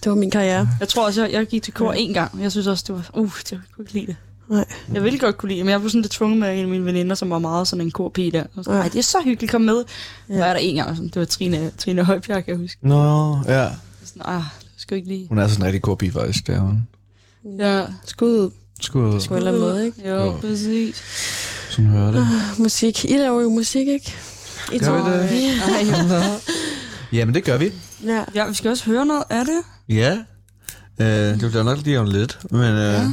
Det var min karriere.
Jeg tror også, jeg, jeg gik til kor en gang. Jeg synes også, det var... Uh, det, jeg kunne ikke lide det.
Nej.
Jeg ville godt kunne lide det, men jeg var sådan lidt tvunget med en af mine veninder, som var meget sådan en korpige der. Og sådan, Nej, det er så hyggeligt, kom med. Ja. Og er der en gang, sådan, det var Trine, Trine Højbjerg, kan jeg huske.
Nå, ja.
Sådan, ah, det skal ikke lige.
Hun er sådan en rigtig korpi, faktisk, det er hun.
Ja,
Skud
Skud,
på en eller anden måde, ikke?
Jo,
Jo.
præcis.
sådan hører det.
Ah. Musik. I laver jo musik, ikke? I øh,
Gør vi det? Nå. Jamen, det gør vi.
Ja.
Ja, vi skal også høre noget af det.
Ja. Øh, det bliver nok lige om lidt, men... Øh, ja.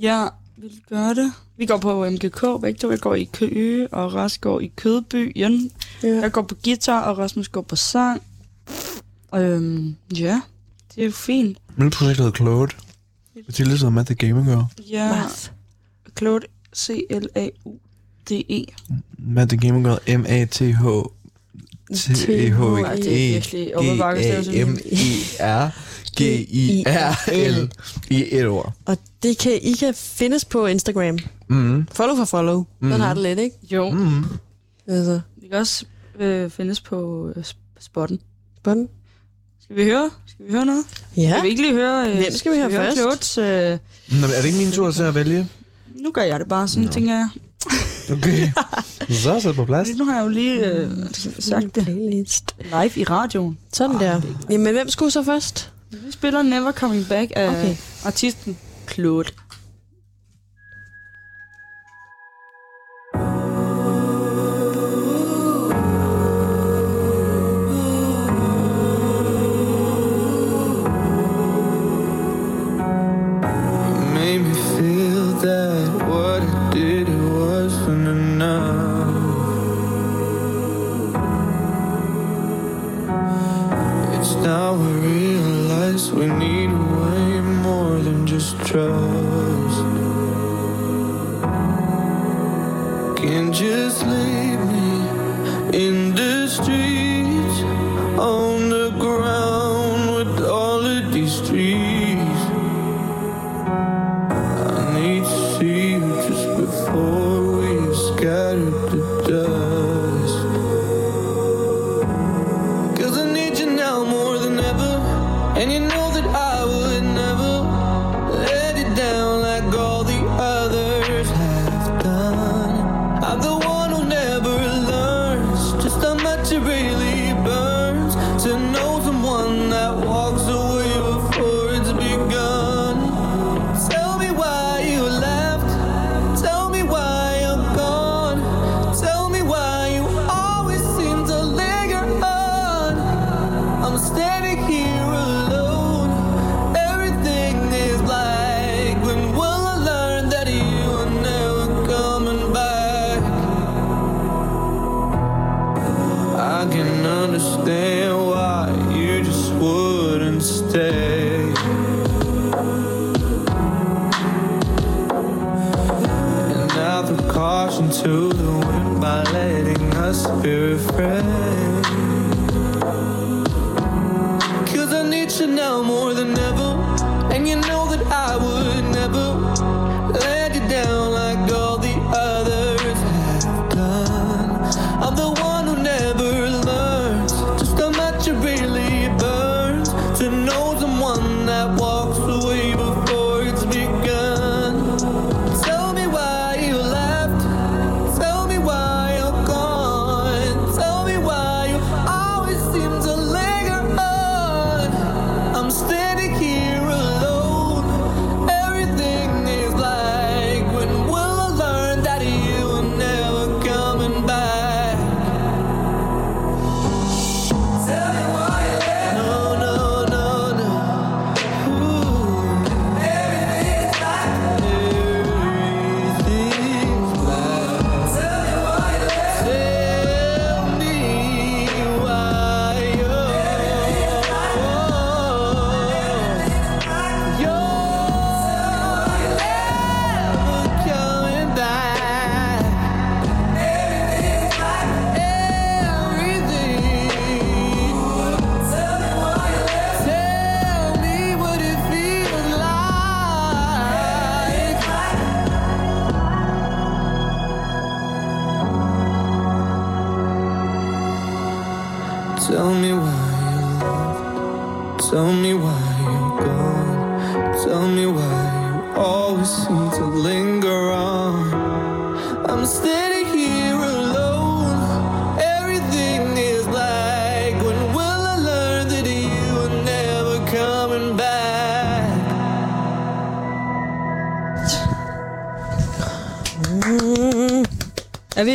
Ja, vi gør det. Vi går på MGK, begge to. Jeg går i Køge, og Rask går i Kødby. Jan,
ja.
jeg går på guitar, og Rasmus går på sang. Øhm, ja, det er jo fint.
Mit projekt hedder Claude. Mathilde sidder med The Gaming Girl.
Ja, Claude, C-L-A-U-D-E.
Med The Gaming Girl. M-A-T-H. E
Ej, det er virkelig overbakkes, det er jo sådan en-
G-A-M-I-R-G-I-R-L. I et ord.
Og det kan, I kan findes på Instagram.
Mm.
Follow for follow. Mm. Den har det lidt, ikke?
Jo,
Mm.
Altså,
vi kan også øh, findes på øh, sp- spotten.
bunden.
Skal vi høre? Skal vi høre noget?
Ja.
Skal vi ikke lige høre? Øh,
Hvem skal vi høre først?
Claudes, øh,
Nå, men er det ikke min tur til at vælge?
nu gør jeg det bare, sådan tænker jeg.
Okay. Så sæt på plads.
Fordi nu har jeg jo lige øh,
Mm.
sagt det
Playlist.
live i radioen.
Sådan der. Jamen, hvem skulle så først?
Vi spiller Never Coming Back af
Okay.
okay. Artisten? Claude.
made me feel that what I did it wasn't enough. It's now I realize we need way more than just trust. Can't just leave me in the streets, on the ground with all of these trees. I need to see you just before we scatter the dust. Cause I need you now more than ever. And you know that I would never let it down like all the others have done. I'm the one who never learns just how much it really burns to know someone that walks away before it's begun. Tell me why you left. Tell me why you're gone. Tell me why you always seem to linger on. I'm standing here alone. Everything is black. When will I learn that you are never coming back? I can understand why you just wouldn't stay. another caution to the wind by letting us be refrained. Cause I need you now more than ever, and you know that I would never let you down like all the others have done. I'm the one who never learns just how much it really burns to know someone that walks away before it's begun. Tell me why you left. Tell me why you're gone. Tell me why you always seem to linger on. I'm standing here alone. Everything is like when will I learn that you are never coming back? Tell me why you left. No, no, no, no. Ooh. Tell me what it feels like. Tell me why you left. Tell me why you're gone. Tell me why you always seem to linger on. I'm standing here alone. Everything is black. When will I learn that you are never coming back?
Er vi?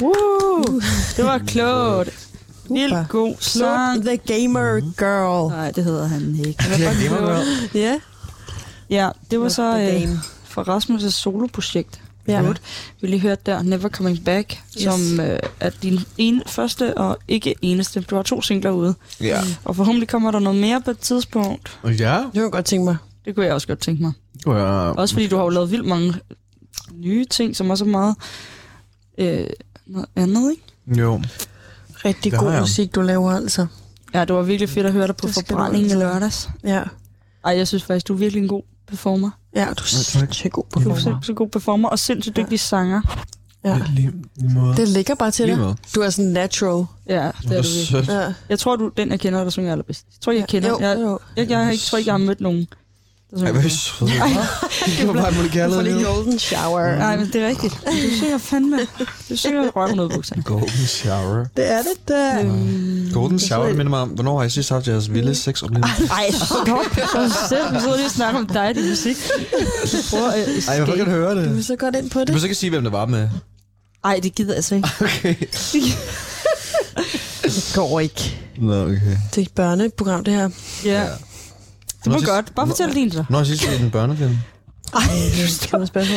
Woo! Det var klogt. Vildt god sang.
The Gamer
Mhm.
Girl.
Nej, det hedder han ikke.
Ja.
Ja, det var så
The
øh,
Game.
fra Rasmus' soloprojekt.
Ja.
Ja. Vi lige hørte der, Never Coming Back, yes. som øh, er din en, første og ikke eneste. Du har to singler ude,
Ja.
og forhåbentlig kommer der noget mere på et tidspunkt.
Ja.
Det kunne jeg godt tænke mig.
Det kunne jeg også godt tænke mig.
ja.
Også fordi du har jo lavet vildt mange nye ting, som også er meget øh, noget andet, ikke?
Jo.
Rigtig
Det
god
har jeg.
musik, du laver altså.
Ja, det var virkelig fedt at høre dig på
Det skal du
forbrændingen i
altså.
lørdags.
Ja.
Ej, jeg synes faktisk, du er virkelig en god performer.
Ja, du er
tak.
sindssygt god
Du er
performer.
så, så god performer og sindssygt dygtig sanger.
Ja.
Lige, lige måde.
Det ligger bare til dig.
Lige måde.
Du er sådan natural.
Ja, det er du virkelig.
sødt.
Ja.
Jeg tror, du er den, jeg kender, der synger allerbedst. Jeg tror, jeg kender.
Jo,
Jeg,
jo.
jeg, jeg, har ikke, tror ikke, jeg har mødt nogen, Det er
Mm.
sådan,
Ej, hvor er I søde.
[LAUGHS]
Det var bare en mulig
For lige
kærlighed.
golden shower.
Nej, men det er rigtigt. Du søger fandme. Du [LAUGHS] søger røvnødbukser.
Golden shower.
Det er Mm, det der.
Golden shower, det minder mig om, hvornår har I sidst haft jeres vilde sexoplevelse?
Ej, [LAUGHS] stop. Og selv, vi sidder lige og snakker om dig, din musik. Du prøver at
Ej, jeg kan
escape.
ikke høre det.
Du vil så godt ind på
Du
det.
behøver ikke sige, hvem det var med.
Ej, det gider jeg altså ikke.
Okay.
Det går ikke.
Nå, okay.
Det er et børneprogram, det her.
Ja. Det
Hvornår
må
sidst-
godt. Bare fortæl din så.
Når har I sidst set en børnefilm?
Ej, det er et spørgsmål. Men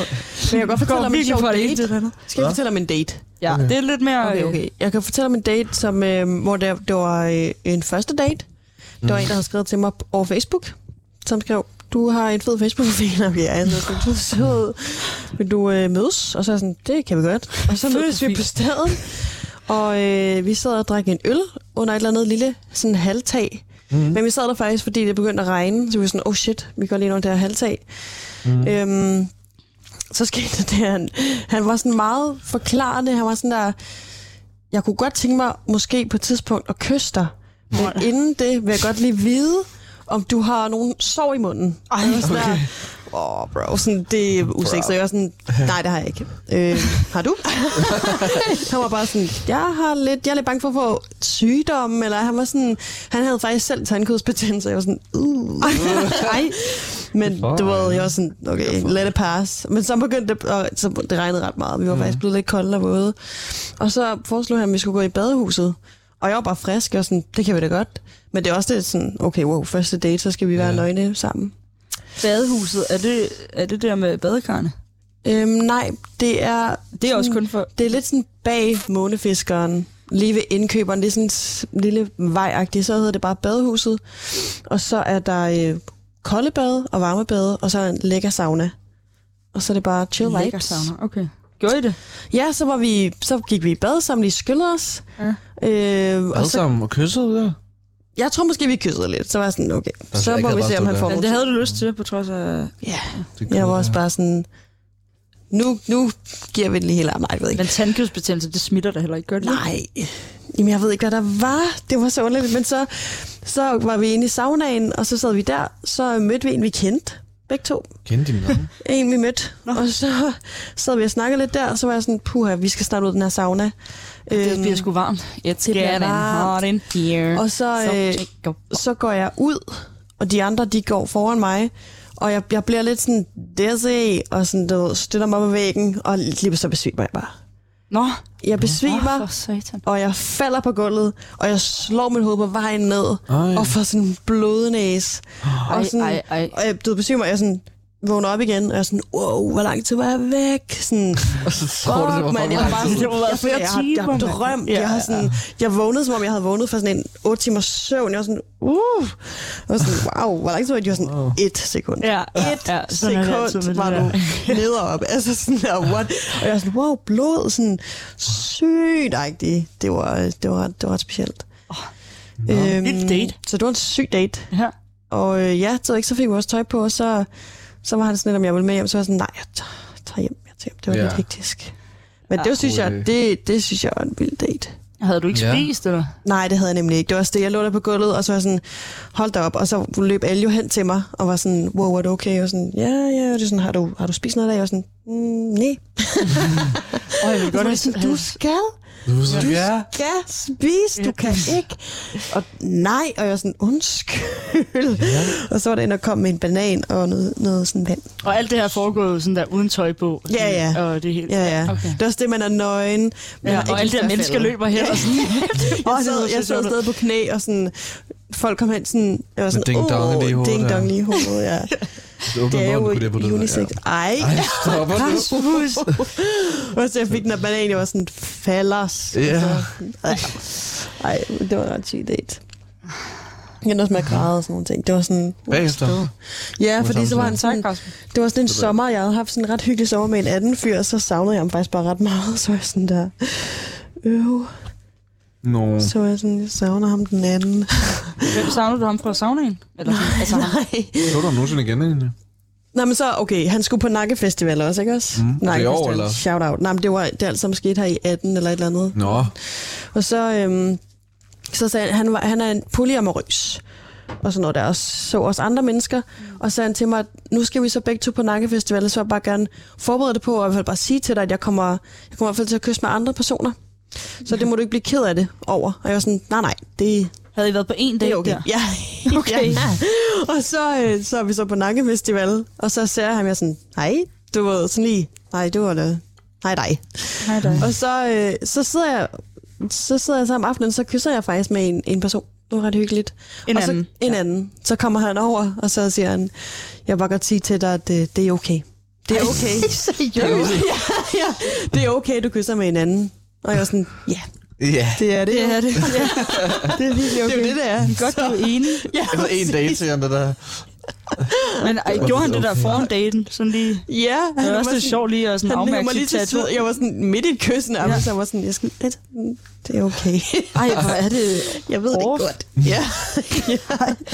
jeg kan godt fortælle om en sjov date.
andet.
Skal jeg fortælle om en date?
Ja,
Okay.
det er lidt mere...
Okay,
øh,
okay. Jeg kan fortælle om en date, som, øh, hvor det, det var øh, en første date. Der
Mm.
var en, der havde skrevet til mig p- over Facebook, som skrev, du har en fed Facebook-profil, [LAUGHS] og ja, altså, sådan, du er sød. Vil du øh, mødes? Og så er jeg sådan, det kan vi godt. Og så mødes vi på stedet, og øh, vi sad og drak en øl under et eller andet lille sådan halvtag. Mm. Men vi sad der faktisk, fordi det begyndte at regne, så vi var sådan, oh shit, vi går lige ind under det her halvtag. Mm. Øhm, så skete det, at han, han var sådan meget forklarende. Han var sådan der, jeg kunne godt tænke mig måske på et tidspunkt at kysse dig. Men inden det vil jeg godt lige vide, om du har nogen sår i munden. Ej, jeg var sådan okay. der, åh oh, bro, sådan, det er usigt. Så jeg var sådan, nej, det har jeg ikke. Øh, har [LAUGHS] du? han var bare sådan, jeg, har lidt, jeg er lidt bange for at få sygdomme, eller han var sådan, han havde faktisk selv tandkødsbetændelse, så jeg var sådan, uh. Ej. Men
Hvorfor?
du ved, jeg var sådan, okay, let it pass. Men så begyndte det, og så det regnede ret meget. Vi var mm. faktisk blevet lidt kolde og våde. Og så foreslog han, at vi skulle gå i badehuset. Og jeg var bare frisk, og sådan, det kan vi da godt. Men det er også lidt sådan, okay, wow, første date, så skal vi være
Ja.
ja. nøgne sammen.
øh, Badehuset, er det, er det der med badekarne?
Øhm, nej, det er,
Det er også kun for...
det er lidt sådan bag månefiskeren, lige ved indkøberen. Det er sådan en s- lille vejagtig, så hedder det bare badehuset. Og så er der øh, koldebade og varmebade, og så en lækker sauna. Og så er det bare chill
Lækker
vibes.
sauna. Okay. Gjorde I det?
Ja, så, var vi, så gik vi i bad sammen, lige skyllede os.
Ja.
Øh, og
Alle
så,
sammen og kyssede der?
jeg tror måske, vi kyssede lidt. Så var jeg sådan, okay,
er
så
ikke
må vi
advarsel
se, om han
der.
får
Men
lov
det
til-
havde du lyst til, på trods af...
Ja,
Det
jeg var også bare sådan, nu, nu giver vi den lige helt op. Nej, jeg ved ikke.
Men tandkødsbetændelse, det smitter da heller ikke, gør det?
Nej, Jamen, jeg ved ikke, hvad der var. Det var så underligt. Men så, så var vi inde i saunaen, og så sad vi der. Så mødte vi en, vi kendte. Begge to.
Kendte din navn?
En, vi mødte. Og så sad vi og snakkede lidt der, og så var jeg sådan, puha, vi skal snart ud af den her sauna.
Det
Øhm,
bliver sgu varmt. It's
bliver
getting hot in here.
og så,
Så
øh,
tjek op.
så går jeg ud, og de andre, de går foran mig, og jeg, jeg bliver lidt sådan dizzy, og sådan, du ved, støtter mig på væggen, og lige så besvimer jeg bare.
Nå,
Jeg
Åh,
besvimer,
for satan.
og jeg falder på gulvet, og jeg slår mit hoved på vejen ned,
Ej.
og får sådan en blodnæse.
Ej,
og, sådan,
ej, ej.
og jeg, du ved, besvimer, og jeg sådan vågner op igen, og jeg er sådan, wow, hvor lang tid var jeg væk? Sådan,
Og så tror du, det var
Fuck,
for
mand, jeg har
lang
bare
tid.
sådan,
Det må være
jeg,
flere
jeg, jeg, har- jeg,
timer,
har
mand.
drømt.
Ja,
Jeg har sådan, jeg vågnede, som om jeg havde vågnet fra sådan en 8 timers søvn. Jeg var sådan, uh, jeg var sådan, wow, hvor lang tid var det? Jeg var sådan, et sekund. [LAUGHS]
Ja,
Et
ja, sådan er det altid med
sekund
det
var
der.
du nede og op. Altså sådan der, what? Og jeg var sådan, wow, blod, sådan sygt agtigt. Det var, det var, det var ret specielt. Øhm,
Vild date.
Så det var en syg date.
Ja.
Og øh, ja, så, ikke, så fik vi også tøj på, og så, så var han sådan lidt, om jeg ville med hjem. Så var jeg sådan, nej, jeg tager, tager hjem. Jeg tager hjem. Det var
Ja.
ja. lidt hektisk. Men
Ja.
det synes jeg,
God idé.
det, det synes jeg var en vild date.
Havde du ikke
Ja.
spist, eller?
Nej, det havde jeg nemlig ikke. Det var også det, jeg lå der på gulvet, og så var jeg sådan, hold da op. Og så løb alle jo hen til mig, og var sådan, wow, er du okay? Og sådan, ja, ja. Og det er sådan, har du, har du spist noget af? Og jeg var sådan, mm, nej.
Åh, jeg vil godt
Og så var jeg
have...
sådan, du skal,
Du er sådan, ja.
skal spise, du kan ikke. Og nej, og jeg var sådan, undskyld. Og så var det en, der kom med en banan og noget, noget sådan vand.
Og alt det her foregår jo sådan der uden tøj på. og sådan-
Ja, ja.
Og det hele.
Ja, ja.
Okay.
Okay. Det er også det, man er nøgen. Man
Ja,
har
og
ikke
alle
lyst
de
til
der
at
mennesker
falde.
løber hen og sådan.
Og
[LAUGHS] Jeg
[LAUGHS]
sidder
jeg sad,
og
jeg
ser
sad
sjovt ud.
stadig på knæ, og sådan, folk kom hen sådan, jeg var sådan,
ding dong
"Åh,
lige i hovedet,
Ding
ja."
dong lige i hovedet,
[LAUGHS]
ja.
Du åbner
Det er
munden
jo
på det på det. der.
unisex. Ej,
Ej, [LAUGHS] stopper du? [LAUGHS]
og så jeg fik den her banan, jeg var sådan, fallers.
Ja.
Ej, det var en ret syg date. Jeg endte også med at græde og sådan nogle ting. Det var sådan...
Bagefter.
Ja, fordi så var
samtidig.
han sådan... Det var sådan en sommer, jeg havde haft sådan en ret hyggelig sommer med en anden fyr, og så savnede jeg ham faktisk bare ret meget. [LAUGHS] Så var jeg sådan der... Øv.
Nå.
Så var jeg sådan, jeg savner ham den anden.
Hvem savner du ham fra saunaen? Eller sådan, altså, ham?
Nej.
Så du ham nogensinde igen, egentlig?
Nej, men så, okay, han skulle på Nakkefestival også, ikke også?
Mm. Er det i år,
Nakkefestival,
eller?
shout out. Nej, men det var det er alt sammen sket her i 18 eller et eller andet.
Nå.
Og så, øhm, så sagde han, han, var, han er en polyamorøs. og sådan noget der, og så også andre mennesker, og sagde han til mig, at nu skal vi så begge to på Nakkefestivalen, så jeg vil bare gerne forberede det på, og i hvert fald bare sige til dig, at jeg kommer, jeg kommer i hvert fald til at kysse med andre personer. Så det må du ikke blive ked af det over. Og jeg var sådan, nej nej, det,
Havde I været på en dag
det er okay.
der?
Ja. [LAUGHS] Okay. ja. Og så, øh, så er vi så på Nakkefestival, og så ser jeg ham, jeg er sådan, hej, du var sådan lige, nej, du var da, hej dig.
Hej dig.
Og så, øh, så sidder jeg så sidder jeg så om aftenen, så kysser jeg faktisk med en, en person. Det var ret hyggeligt.
En
og så,
anden.
En anden. Så kommer han over, og så siger han, jeg vil bare godt sige til dig, at øh, det, det er okay. [LAUGHS] Det er
[LAUGHS]
okay. det, er, okay. ja, ja, det er okay, du kysser med en anden. Og jeg var sådan, ja,
Ja.
det er det.
Det er det. [LAUGHS] Ja.
det er virkelig okay. Det er jo det, det er.
Godt, du er enig.
Ja,
Jeg ved, Altså, en date til ham, det der.
Men ej, gjorde han det der
Okay.
foran daten? Sådan lige...
Ja,
Det
var
er også lidt
sådan-
sjovt lige at sådan
Han lagde
afmærke
mig lige
sit
til
tattoo.
side. Jeg var sådan midt i et kys nærmest. Ja. Så jeg var sådan, jeg skal lidt. Det er okay.
Ej, hvor er det...
Jeg ved det
Off.
godt. Ja.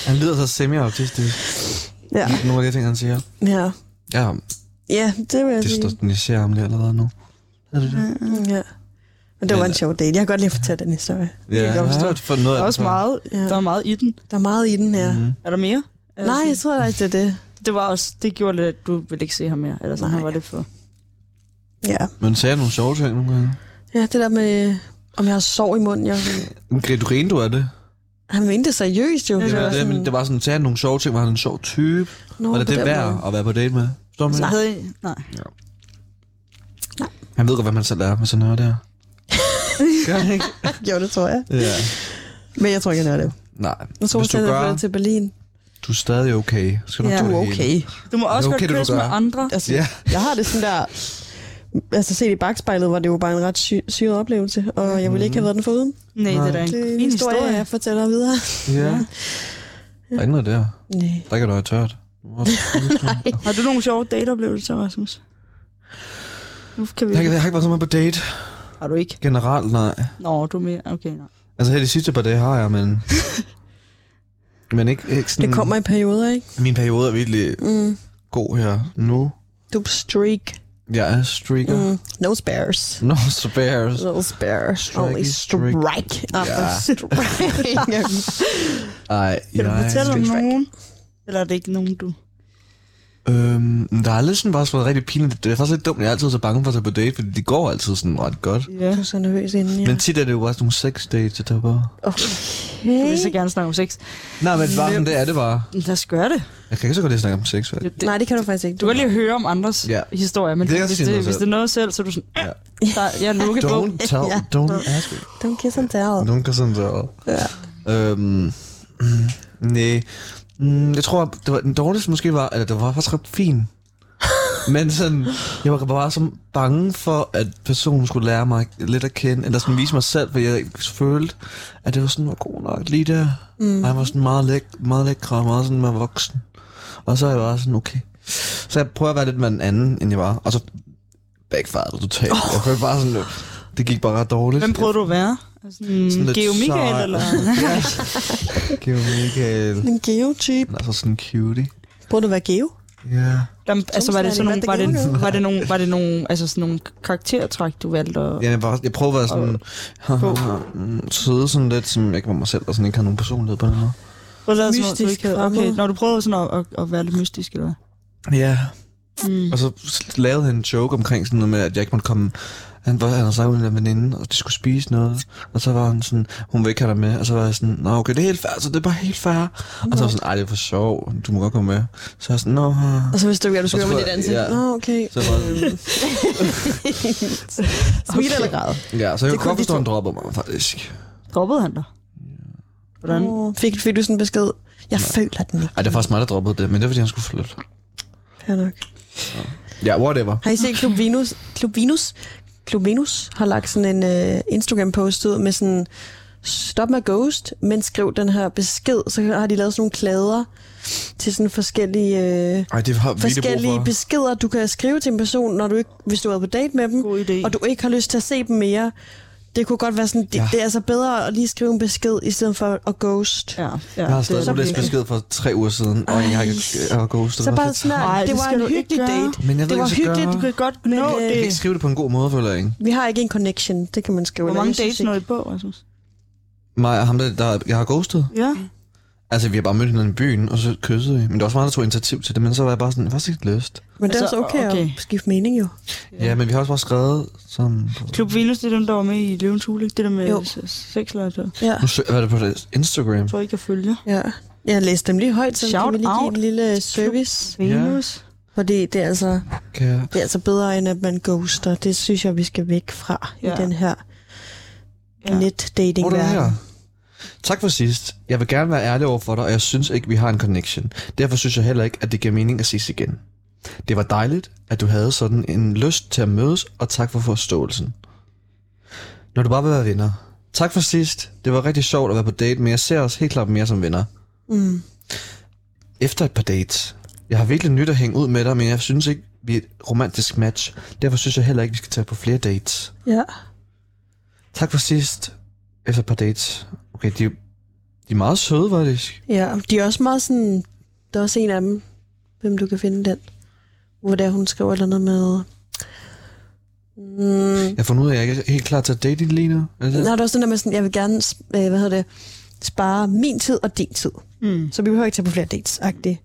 Han lyder så semi-autistisk.
ja.
Nogle af de ting, han siger.
Ja.
Ja,
Ja, det vil jeg
det
sige.
stabiliserer ham lige allerede nu. Er det det?
Mm, Ja. Men det var en sjov date. Jeg kan godt lige fortælle den historie. Det kan jeg godt forstå.
har fået noget af
Der er
det
også
før.
meget,
Ja.
der er meget i den.
Der er meget i den her.
Mhm.
Mm-hmm.
Er der mere? Er der
Nej,
sådan-
jeg tror da ikke, det er det.
Det var også, det gjorde lidt, at du ville ikke se ham mere. Eller sådan,
Nej.
han var lidt for...
Ja.
Men sagde han nogle sjove ting nogle gange?
ja, det der med, øh, om jeg har sår i munden. Jeg,
Grete, Du griner du af det?
han mente det seriøst jo.
Det var, det, men det var sådan, sagde han nogle sjove ting, var han en sjov type?
Nå,
var det
på
det
den
værd
måde.
at være på date med? Forstår du, hvad jeg
Nej. Nej.
mener? Han ved godt, hvad man selv er med sådan noget
[LAUGHS]
der. Gør han ikke?
[LAUGHS] Jo, det tror jeg.
Ja.
Men jeg tror ikke, jeg er det.
Nej.
Jeg tror,
Hvis du gør,
jeg til Berlin.
du er stadig okay. Skal du
Ja.
ja.
Du er
det hele.
okay.
Du må også
Det er
okay,
okay, det,
godt
du
kysse med
gør.
andre.
Altså,
Ja.
Jeg har det sådan der... Altså set i bagspejlet var det jo bare en ret sy- syret oplevelse, og jeg ville ikke have været den foruden.
Nej, det er da en,
Det er en
fin
historie,
historie.
jeg fortæller videre.
Ja. Der er ikke noget der.
Nej.
Drikker du af tørt?
Har du nogle sjove dateoplevelser, Rasmus? Nu kan vi...
Jeg, jeg har ikke været så meget på date.
Har du ikke?
Generelt, nej.
Nå, du er mere... Okay, nej.
Altså her de sidste par dage har
[LAUGHS]
jeg, men... men ikke, ikke sådan...
Det kommer i perioder, ikke?
Min periode er virkelig
Mm.
god her nu.
Du er på streak.
Jeg er streaker. Mm.
Mm. No spares.
No spares.
No spares.
Strike
Only
is strike.
strike. After [LAUGHS]
Ja.
strike.
Ej,
Kan du
jeg...
fortælle om
Strike.
nogen? Eller er det ikke nogen, du...
Øhm, der har lidt sådan bare været rigtig pinligt. Det er faktisk lidt dumt, jeg er altid så bange for at tage på date, fordi det går altid sådan ret godt.
Ja.
du er så nervøs inden, ja.
Men tit er det jo bare sådan nogle sex dates, jeg tager på.
Du
Okay.
vil så gerne snakke om sex.
Nej, men bare sådan, det er det bare.
Lad os gøre det.
Jeg kan ikke så godt lide at snakke om sex, vel?
Nej, det kan du faktisk ikke.
Du kan lige høre om andres
Ja.
historier, men
Det kan jeg
hvis,
sige
det,
noget
hvis
selv.
det er noget selv, så er du sådan...
Ja.
"Øh, Der, jeg er lukket på.
Don't tell,
Ja.
don't ask me.
Don't kiss and tell.
Nogen kan sådan der.
Ja.
Øhm, mm, nej. Mm, jeg tror, det var den dårligste måske var, eller det var faktisk ret fin. Men sådan, jeg var bare så bange for, at personen skulle lære mig lidt at kende, eller sådan vise mig selv, for jeg følte, at det var sådan, var god nok lige der. Mm. Og jeg var sådan meget, læk, meget lækre og meget sådan mere voksen. Og så er jeg bare sådan, okay. Så jeg prøver at være lidt med den anden, end jeg var. Og så backfired det totalt. Oh. Jeg følte bare sådan, det gik bare ret dårligt.
Hvem prøvede du at være? Altså, mm,
lidt
Geo Michael, [LAUGHS]
sej.
eller?
ja. Geo Michael.
En geotype.
Han er så sådan en cutie.
Burde du være geo?
Ja.
Der, altså, var det sådan nogle, var
Hvad er det,
det,
Geo
var det nogle, var det nogle, altså sådan nogle karaktertræk, du valgte at...
ja jeg, bare, jeg prøver at være sådan... [LAUGHS] mm, Søde sådan lidt, som jeg kan være mig selv, og sådan ikke har nogen personlighed på den måde.
Prøv at lade som om, du
Mystisk
ikke havde-
fremmed.
Okay, når du prøvede sådan at, at, at være lidt mystisk, eller hvad?
Ja.
Mm.
Og så lavede han en joke omkring sådan noget med, at jeg ikke måtte komme... Han var han havde snakket med en veninde, og de skulle spise noget. Og så var han sådan, hun vil ikke have dig med. Og så var jeg sådan, nå okay, det er helt fair, så det er bare helt fair. Og så var jeg sådan, ej, det er for sjov, du må godt komme med. Så var jeg sådan, nå...
Og så vidste Altså, du ikke, at du skulle
Og
gøre med
så
dit
tror jeg-
ansigt.
ja.
Nå, okay.
Så var jeg,
Smil eller græd.
ja, så jeg
Det
kunne
kunne
godt
vi
forstå,
to.
at han droppede mig, faktisk.
Droppede han Mm. dig? Hvordan?
Åh, Fik, fik du sådan en besked? Jeg føler den ikke.
Ej, det er faktisk mig, der droppede det, men det var, fordi han skulle flytte.
Fair nok.
Ja, whatever.
Har I set Klub Venus? Klub Venus? Klub Venus har lagt sådan en øh, Instagram-post ud med sådan, stop med ghost, men skriv den her besked. Så har de lavet sådan nogle klæder til sådan forskellige, øh,
Ej, det har vi det brug
forskellige
for.
beskeder, du kan skrive til en person, når du ikke, hvis du er på date med dem,
God idé.
og du ikke har lyst til at se dem mere. Det kunne godt være sådan, det, ja. det er altså bedre at lige skrive en besked, i stedet for at ghost. Ja.
Ja, ja,
Jeg har
det,
stadig ulæst besked for tre uger siden, og jeg har ikke jeg har ghostet
Så
mig
bare
selv.
sådan,
Nej,
her, det
det
var
skal
en
du ikke
hyggelig
gøre.
date.
Men jeg ved
Det
ikke,
var
hvad jeg skal
hyggeligt,
gøre.
du kan godt nå
Nå,
Jeg kan
det.
ikke skrive det på en god måde, føler jeg ikke.
Vi har ikke en connection, det kan man skrive.
Hvor
ind.
mange
Jeg synes
dates
ikke-
nåede I på, Rasmus?
Mig og ham, der, der jeg har ghostet.
Ja.
Altså, vi har bare mødt hinanden i byen, og så kyssede vi. Men der var også meget, der tog initiativ til det, men så var jeg bare sådan, hvad ikke lyst?
Men det er
Altså,
også okay, okay
okay.
at skifte mening jo.
Ja. ja, men vi har også bare skrevet sammen. på-
Klub Venus, det er dem, der var med i Løvens Hule, ikke? Det der
Jo.
med s- sexlegetøj.
Ja.
Nu søger jeg det på deres Instagram.
Jeg tror ikke, jeg følger.
ja. Jeg læste dem lige højt, så
Shout
kan vi lige give
out.
en lille service.
Venus.
Fordi det er, altså,
Kan jeg...
det er altså bedre, end at man ghoster. Det synes jeg, vi skal væk fra ja.
Ja.
i den her
Ja.
ja.
Hvor er du
net-dating-verden.
her? Tak for sidst. Jeg vil gerne være ærlig over for dig, og jeg synes ikke, vi har en connection. Derfor synes jeg heller ikke, at det giver mening at ses igen. Det var dejligt, at du havde sådan en lyst til at mødes, og tak for forståelsen. Når du bare vil være venner. Tak for sidst. Det var rigtig sjovt at være på date, men jeg ser os helt klart mere som venner. Mm. Efter et par dates. Jeg har virkelig nyt at hænge ud med dig, men jeg synes ikke, vi er et romantisk match. Derfor synes jeg heller ikke, vi skal tage på flere dates.
Ja.
Tak for sidst. Efter et par dates. Okay, de, de er meget søde, faktisk.
ja, de er også meget sådan... Der er også en af dem, hvem du kan finde den. Hvor der hun skriver et eller andet med... Mm,
Jeg har fundet ud af, at jeg ikke er helt klar til at date lige nu. Er det det?
Nå, det er også den der med sådan, jeg vil gerne, øh, hvad hedder det, spare min tid og din tid. Mm. Så vi behøver ikke tage på flere dates, agtigt.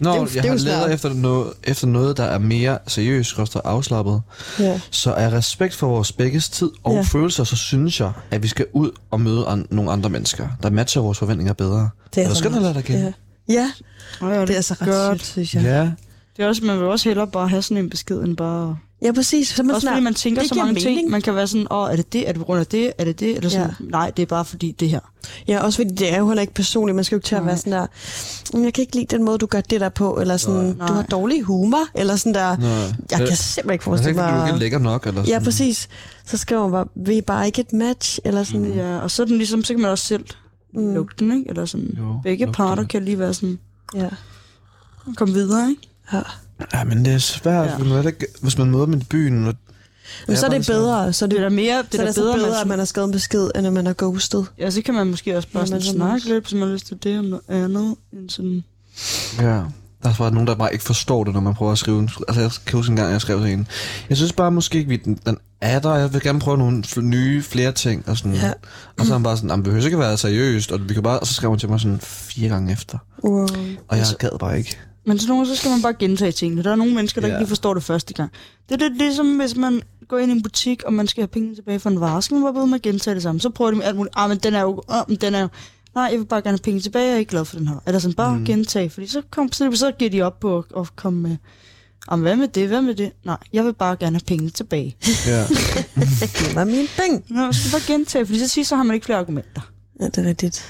Nå,
det er jo-
det, det,
det er
jeg har
jo
leder
svært.
efter noget, efter noget, der er mere seriøst og afslappet.
Ja.
Så af respekt for vores begges tid og
Ja.
ja. følelser, så synes jeg, at vi skal ud og møde an- nogle andre mennesker, der matcher vores forventninger bedre.
Det
er du
så
skønt at
meget-
lade dig kende?
Ja.
Nå, ja,
ja, det er så ret
godt.
sygt, synes
Ja.
jeg. Ja,
ja.
Det er også, man vil også hellere bare have sådan en besked, end bare...
ja præcis. Så er man
Også
sådan,
fordi man tænker
det
så
giver
mange
mening.
ting. Man kan være sådan, åh, er det det? Er det på grund af det? Er det det? Eller sådan,
Ja.
ja. nej, det er bare fordi det her.
Ja, også fordi det er jo heller ikke personligt. Man skal jo ikke til at være sådan der, "Mm, jeg kan ikke lide den måde, du gør det der på, eller sådan,
Nej.
du har dårlig humor, eller sådan der,
Nej.
jeg
Øh,
kan simpelthen ikke
Jeg
forestille
tænker, du er ikke
mig.
lækker nok. Eller
Ja,
sådan.
præcis. Så skriver man bare, vi er bare ikke et match, eller
Mm.
sådan. Ja.
Ja, og så er den ligesom, så kan man også selv mm. lugte den, ikke? Eller sådan,
Jo,
jo, begge
lugte
parter
det.
kan lige være sådan,
ja.
kom videre, ikke?
ja.
Ja, men det er svært,
Ja.
ja. Man ikke, hvis man møder dem i byen. Og...
Men så er
bare
det
sådan-
bedre, så er det,
Det er da mere, det
så
er
er
da
det bedre,
bedre,
bedre at
man,
man har skrevet en besked, end at man har ghostet.
ja, så kan man måske også bare
Ja, man
sådan
sådan-
snakke lidt, hvis man har lyst til det, om noget andet, end sådan,
Ja. Der er bare nogen, der bare ikke forstår det, når man prøver at skrive en... Altså, jeg kan huske en gang, jeg skrev til en. Jeg synes bare måske ikke, vi den, den er der. Jeg vil gerne prøve nogle fl- nye, flere ting og sådan.
Ja.
Ja. Og så er han bare sådan, "Jamen, det behøver ikke at være seriøst. Og, vi kan bare... og så skrev hun til mig sådan fire gange efter.
Wow.
Og jeg gad bare ikke.
Men sådan nogle, så skal man bare gentage tingene. Der er nogle mennesker, der
Ja.
ikke lige forstår det første gang. Det er lidt ligesom, hvis man går ind i en butik, og man skal have penge tilbage for en vare, så skal man bare blive med at gentage det samme. Så prøver de med alt muligt. Ah, men den er jo... Ah, men den er jo. Nej, jeg vil bare gerne have penge tilbage, jeg er ikke glad for den her. Eller sådan bare mm. gentage, fordi så, kom, så, så giver de op på at, at komme med... Jamen, hvad med det? Hvad med det? Nej, jeg vil bare gerne have penge tilbage.
Ja.
Giv mig mine penge.
Nå, så skal bare gentage, fordi så sidst så har man ikke flere argumenter.
Ja, det er rigtigt.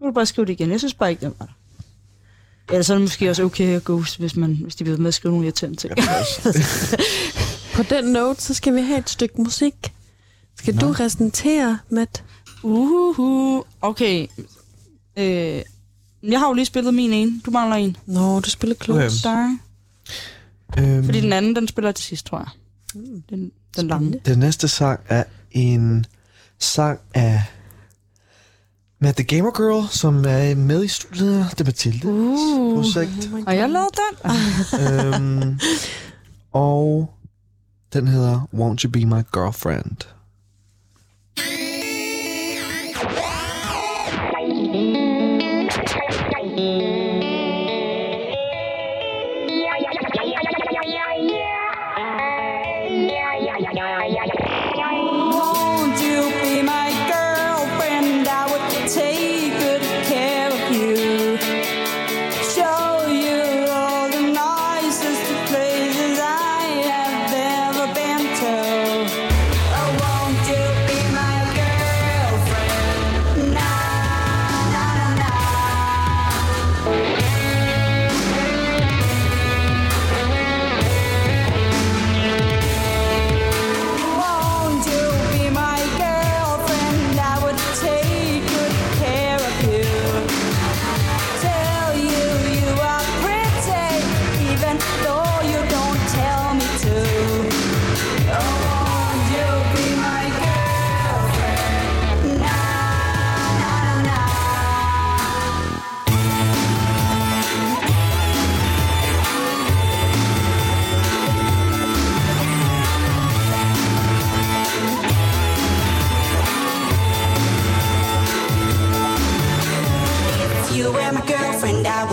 Nu kan du bare skrive det igen. Jeg synes bare ikke, den var der. Eller så er det måske også okay at ghost, hvis, man, hvis de bliver ved med at skrive nogle irriterende ting.
På den note, så skal vi have et stykke musik. Skal Nå. du resentere, Matt?
Uhuhu. Okay. Øh, jeg har jo lige spillet min ene. Du mangler en.
Nå, du spiller klogt.
Okay.
Dig.
øhm,
Fordi den anden, den spiller jeg til sidst, tror jeg. Den, den lange.
Den næste sang er en sang af Matt The Gamer Girl, som er med i studiet. her. Det er Mathilde. Uh. Projekt.
Og jeg lavede den. Ah,
øhm, og den hedder Won't You Be My Girlfriend.
Won't you be my girlfriend? I would take good care of you. Show you all the nicest places I have ever been to. Oh,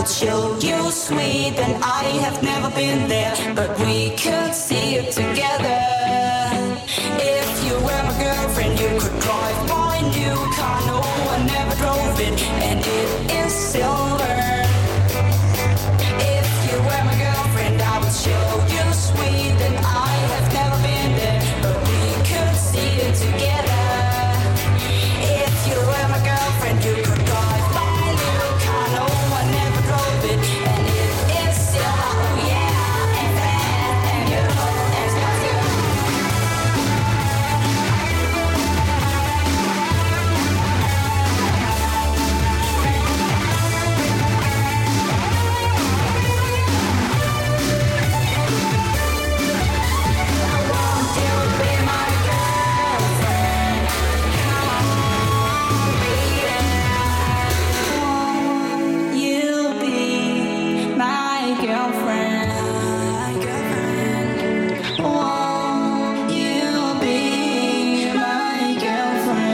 showed you sweet, and I have never been there, but we could see it together. If you were my girlfriend, you could drive my new car. No, I never drove it, and it is silver. If you were my girlfriend, I would show you sweet that I have never been there, but we could see it together. If you were my girlfriend, you could drive my new car. No, I never drove it, and it is silver. Oh yeah, and that, and you know, and you. You'll be my girlfriend. Won't you be my girlfriend?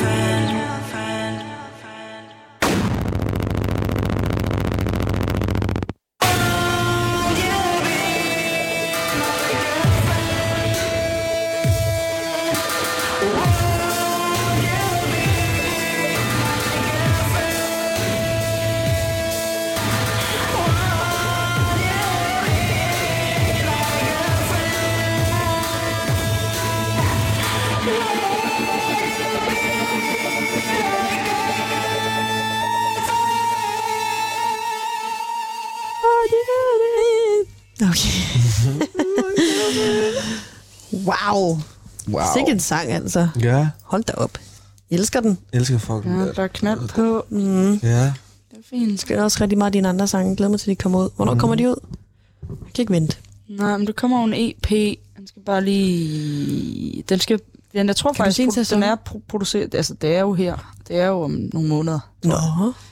Girlfriend. Girlfriend.
Okay. [LAUGHS] wow.
Wow.
Sikke en sang, altså.
Ja,
Hold da op. Jeg elsker den.
jeg elsker fucking
Ja,
det.
der er knald på.
Mm.
Ja.
Det er fint.
Jeg også rigtig meget af dine andre sange. Glæder mig til, de kommer ud. Hvornår
Mhm.
kommer de ud? Jeg kan ikke vente.
Nej, men der kommer jo en EP. Den skal bare lige... Den skal... Den, jeg tror
du
faktisk,
sige en
produ-
sæson?
den er pro- produceret... Altså, det er jo her. Det er jo om nogle måneder.
Nå,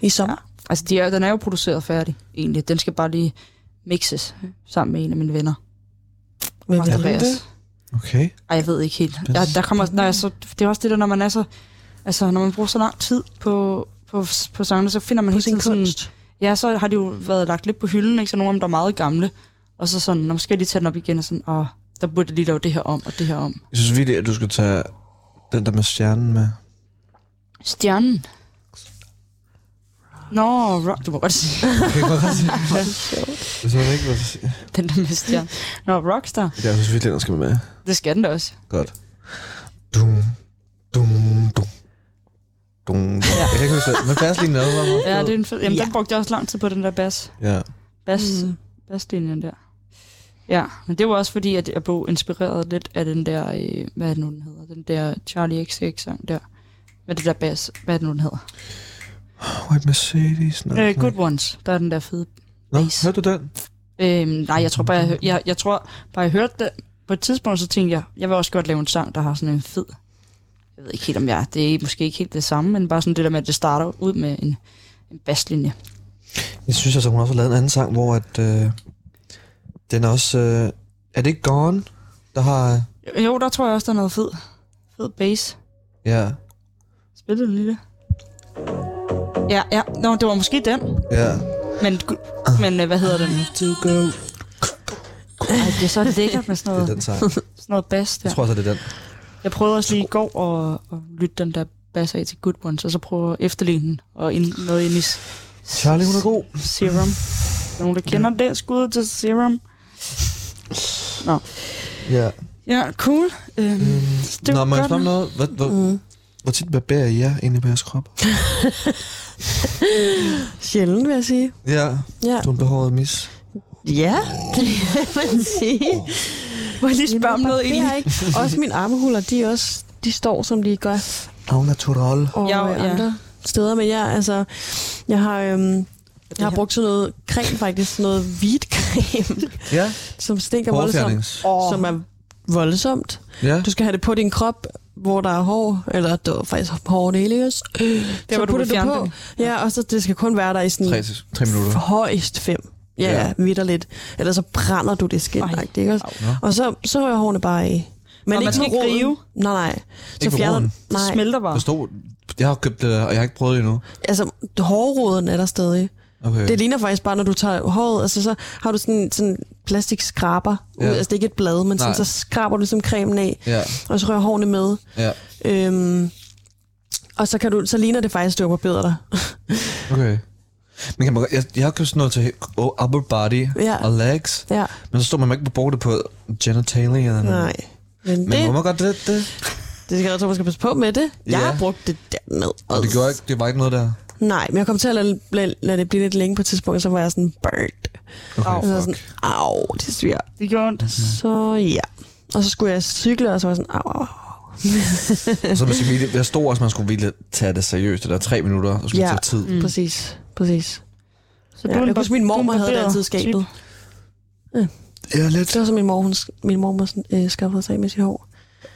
i sommer.
Altså, de er, den er jo produceret færdig, egentlig. Den skal bare lige mixes sammen med en af mine venner.
Hvem
Mark
ved
Andreas.
det?
Okay.
Ej, jeg ved ikke helt. Jeg, der kommer, når jeg så, det er også det der, når man er så... Altså, når man bruger så lang tid på, på, på sangene, så finder man
På
hele
sin
tiden sådan...
kunst.
Ja, så har de jo været lagt lidt på hylden, ikke? Så nogle af dem, der er meget gamle. Og så sådan, når skal jeg lige tage den op igen, og sådan, åh, der burde jeg lige lave det her om, og det her om.
Jeg synes virkelig, at du skal tage den der med stjernen med.
Stjernen. Nå, rock, du må godt sige [LAUGHS]
Kan jeg godt sige? Hvis man ikke vil sige.
den der med stjernen. Nå, rockstar.
Jeg synes virkelig, den skal med.
Det skal den da også.
Godt. Dum, dum, dum. Dum, dum. Jeg kan ikke huske det. Men basslinjen er også meget, meget
Ja,
fed.
det er en fed. Jamen,
Ja.
ja. der brugte jeg også lang tid på den der bas.
Ja.
Bas.
Mm.
Mm. Baslinjen der. Ja, men det var også fordi, at jeg blev inspireret lidt af den der, øh, hvad er det nu, den hedder? Den der Charlie XCX-sang der. Med det der bas, hvad er det nu, den hedder?
White Oh, Mercedes. Nå,
Øh,
nå.
good Ones, der er den der fede
Nå,
Bass.
hørte du den?
Øhm, nej, jeg tror bare, jeg, hø- jeg, jeg tror bare, jeg hørte det. På et tidspunkt, så tænkte jeg, jeg vil også godt lave en sang, der har sådan en fed... Jeg ved ikke helt, om jeg... Det er måske ikke helt det samme, men bare sådan det der med, at det starter ud med en, en basslinje.
Jeg synes altså, hun også har lavet en anden sang, hvor at, øh, den er også... Øh, er det ikke Gone, der har...
Jo, der tror jeg også, der er noget fed. Fed bass.
Ja,
Spiller du lige det? Ja, ja. Nå, det var måske den.
ja.
Men, gu- men øh, hvad hedder den?
To go.
Ej, det er [LAUGHS] så lækkert med sådan
Det er
noget,
den sang.
sådan noget bass der.
Jeg tror
[LAUGHS]
også, det er den.
Jeg prøvede også lige i går at, at lytte den der bass af til Good Ones, og så prøve at efterligne den, og ind, noget ind i s-
Charlie, hun er god.
Serum. Nogen, der kender det skud til Serum.
Ja.
Ja, cool. Øhm, det
Nå, må
godt.
jeg spørge om noget? Hvor, hvor,
Mm.
hvor tit barberer I jer inde på jeres krop?
Sjældent, vil jeg sige.
Ja,
Ja.
du er en behåret mis.
[LAUGHS]
Ja, det kan man sige.
Må jeg lige spørge om noget egentlig?
egentlig. Ikke. Også mine armhuler, de, er også, de står, som de gør
Au natural.
over
Ja,
ja,
ja.
andre steder. Men jeg, altså, jeg har, øhm, jeg har brugt sådan noget creme faktisk, sådan noget hvidtcreme,
Ja,
som stinker voldsomt,
hårfjernings.
som er voldsomt.
Ja.
Du skal have det på din krop, hvor der er hår, eller der er faktisk hår det hele, ikke også?
hvor du vil fjerne dem.
Ja, og så det skal kun være der i sådan
Tre, tre minutter.
højst fem. Ja,
Ja.
ja. vidderligt. Ellers så brænder du det skidt,
Ej.
ikke også? Og så, så rører hårene bare af. Men
Og man
ikke
skal
med
ikke
roden.
rive?
Nej, nej.
Ikke med roden?
Det
Nej,
smelter bare.
Forstod Jeg har jo købt det der, og jeg har ikke prøvet det endnu.
Altså, hårroden er der stadig.
Okay.
Det ligner faktisk bare, når du tager håret, altså så har du sådan sådan plastikskraber. Ja.
Ja.
Altså det er ikke et blad, men sådan,
Nej.
så skraber du ligesom cremen af,
Ja,
og så rører hårene med.
ja.
Øhm, og så, kan du, så ligner det faktisk, at du barbeder dig.
Okay. Men kan man, jeg, jeg har købt sådan noget til oh, upper body
Ja.
og
[LAUGHS]
legs,
ja.
men så står man ikke på bordet på genitalia eller noget.
Nej. Men,
Men må
det,
man godt det? det?
det skal jeg tror, man skal passe på med det. Jeg
Ja.
har brugt det derned.
Og det, gjorde ikke, det var ikke noget der.
Nej, men jeg kom til at lade, lade, lade det blive lidt længe på et tidspunkt, og så var jeg sådan burnt.
Okay,
Og så var jeg
fuck.
sådan, au, det sviger.
Det gjorde ondt.
Så ja. Og så skulle jeg cykle, og så var jeg sådan, au, au, au.
Og så man skal virkelig, der stod også, at man skulle virkelig tage det seriøst. Det der tre minutter, og skulle
Ja.
ja. tage tid.
Mm. Præcis, præcis.
Så
Ja, jeg kan huske, min mormor havde det altid i skabet.
Ja, lidt.
Det var så min mor, hun, sk- min mor sk- øh, skaffede sig af med sit hår.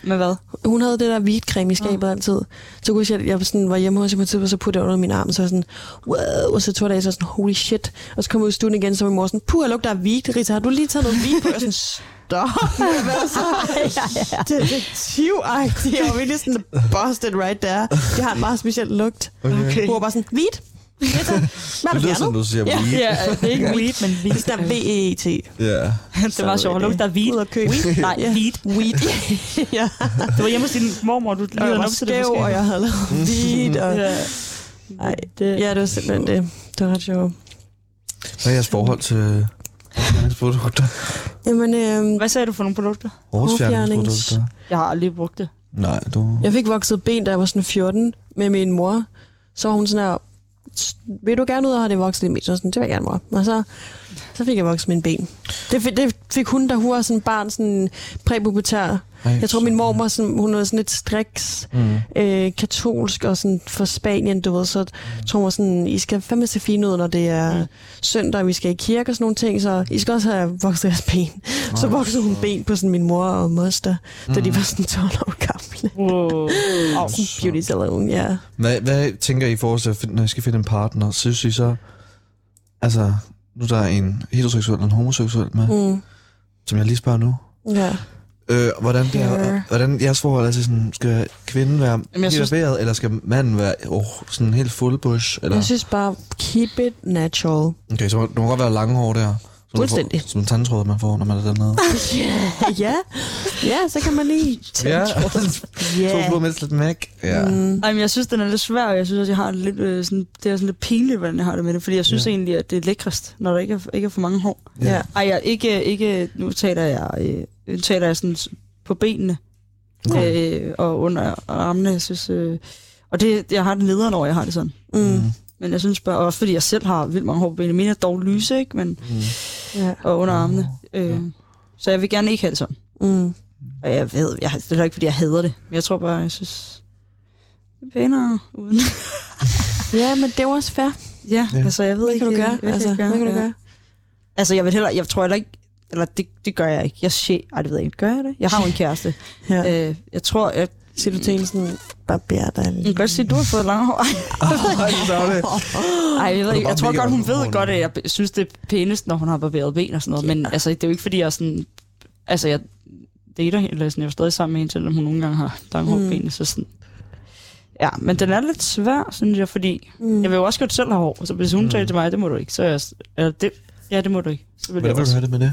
Med hvad?
Hun havde det der hvidtcreme i skabet oh. altid. Så kunne jeg, sige, at jeg sådan, var hjemme hos hende på et tidspunkt, og så puttede jeg under min arm, så var jeg sådan, wow, og så tog jeg det af, så var jeg sådan, holy shit. Og så kom jeg ud i stuen igen, så var min mor sådan, puh, jeg lugter af hvit, Rita, har du lige taget noget hvit på? Jeg var sådan,
[LAUGHS]
stop, hvad så? Detektivagtigt, og vi lige sådan busted right der. Det har en meget speciel lugt.
Okay.
Hun var bare sådan, hvit, Rita, hvad har
Det
du
lyder sådan,
fjernet?
du siger.
Ja.
Ja.
Ja, det er
[LAUGHS]
ikke weed, men weed.
Det er V-E-E-T.
ja.
Det var sjovt. Lugter af
[LAUGHS]
weed.
E Ud og købe.
Nej,
Ja.
weed.
Weed.
[LAUGHS]
ja.
Det var hjemme hos din mormor, du lige
Og jeg
havde
var
nok til det
skæv, og jeg havde lavet weed. Og...
Ja.
Ej,
det...
Ja, det var simpelthen det. Det var ret sjovt.
Hvad er jeres forhold til hårfjerningsprodukter?
Jamen, øhm,
Hvad sagde du for nogle produkter?
Hårfjerningsprodukter?
Jeg har aldrig brugt det.
Nej, du...
jeg fik vokset ben, da jeg var sådan 14 med min mor. Så var hun sådan her, vil du gerne ud og have det vokset lidt mere? Så var jeg sådan, det vil jeg gerne, mor. Og så, så fik jeg vokset mine ben. Det fik, det fik hun, da hun var sådan barn, sådan præpubertær.
Ej,
Jeg tror,
så-
min mormor, sådan, hun var sådan lidt striks,
Mm.
øh, katolsk og sådan fra Spanien, du ved, så tror hun var sådan, I skal fandme se fine ud, når det er mm. søndag, og vi skal i kirke og sådan nogle ting, så I skal også have vokset jeres ben. Så voksede hun ben på sådan min mor og moster, mm. da de var sådan 12 år gamle.
Wow.
[LAUGHS] Oh, beauty salon, ja.
Hvad, hvad tænker I i forhold til, at finde- når I skal finde en partner? Synes I så, altså, nu der er en heteroseksuel og en homoseksuel med, mm.
Mm.
som jeg lige spørger nu.
Ja.
Øh, hvordan, det
Ja.
er, hvordan jeres forhold er til sådan, skal kvinden være
Jamen, jeg
helt
synes-
synes... eller skal manden være oh, sådan helt full bush? Eller?
Jeg synes bare, keep it
[LAUGHS]
natural.
Okay, så må, du må godt være langhård der. Som man får-
Fuldstændig.
Som en tandtråd, man får, når man er dernede.
ja. ja, så kan man lige...
ja, [LAUGHS] to
Ja.
blå mens lidt mæk. Ja. [LAUGHS] Mm.
Ej, men jeg synes, den er lidt svær, og jeg synes også, jeg har det lidt, øh, sådan, det er sådan lidt pinligt, hvordan jeg har det med det, fordi jeg synes ja. egentlig, at det er lækrest, når der ikke er, ikke er for mange hår.
Ja.
Ej, jeg, ikke, ikke, nu taler jeg, øh, nu taler jeg sådan s- på benene øh, og under armene, jeg synes, øh, og det, jeg har det nederen over, jeg har det sådan.
Mm.
Men jeg synes bare, og også fordi jeg selv har vildt mange hår på benene, mine er dog lyse, ikke? Men,
Ja.
og under armene. Øh, så jeg vil gerne ikke have det sådan.
Mm.
Og jeg ved, jeg, det er da ikke, fordi jeg hader det, men jeg tror bare, jeg synes, det er pænere uden.
Ja, men det er jo også fair.
[LAUGHS] Ja,
Ja.
altså jeg ved
Hvad
ikke.
kan du gøre?
Hvad,
altså,
kan, jeg
hvad kan du
Ja.
gøre?
Altså jeg vil heller, jeg tror heller ikke, eller det, det gør jeg ikke. Jeg sjæ... Ej, det ved jeg ikke. Gør jeg det? Jeg har jo en [LAUGHS] kæreste.
Ja.
øh, jeg tror, jeg,
Siger du til hende sådan, barber dig
jeg kan godt sige, at du har fået lange hår. Ej, jeg, ved
du
ikke. jeg
bare
tror
mega
godt, hun
lange
ved
hår
godt,
nu?
at jeg b- synes, det er pænest, når hun har barberet ben og sådan noget. Men altså, det er jo ikke, fordi jeg er sådan... Altså, jeg dater hende, eller sådan, jeg er jo stadig sammen med hende, selvom hun nogle gange har lange hår
Mm.
på benene, så sådan... Ja, men den er lidt svær, synes jeg, fordi mm. jeg vil jo også godt selv have hår. Så hvis hun mm. sagde til mig, det må du ikke, så er jeg... s- Eller det, ja, det må du ikke. Så vil
Hvordan
jeg
vil du
også
have det med det?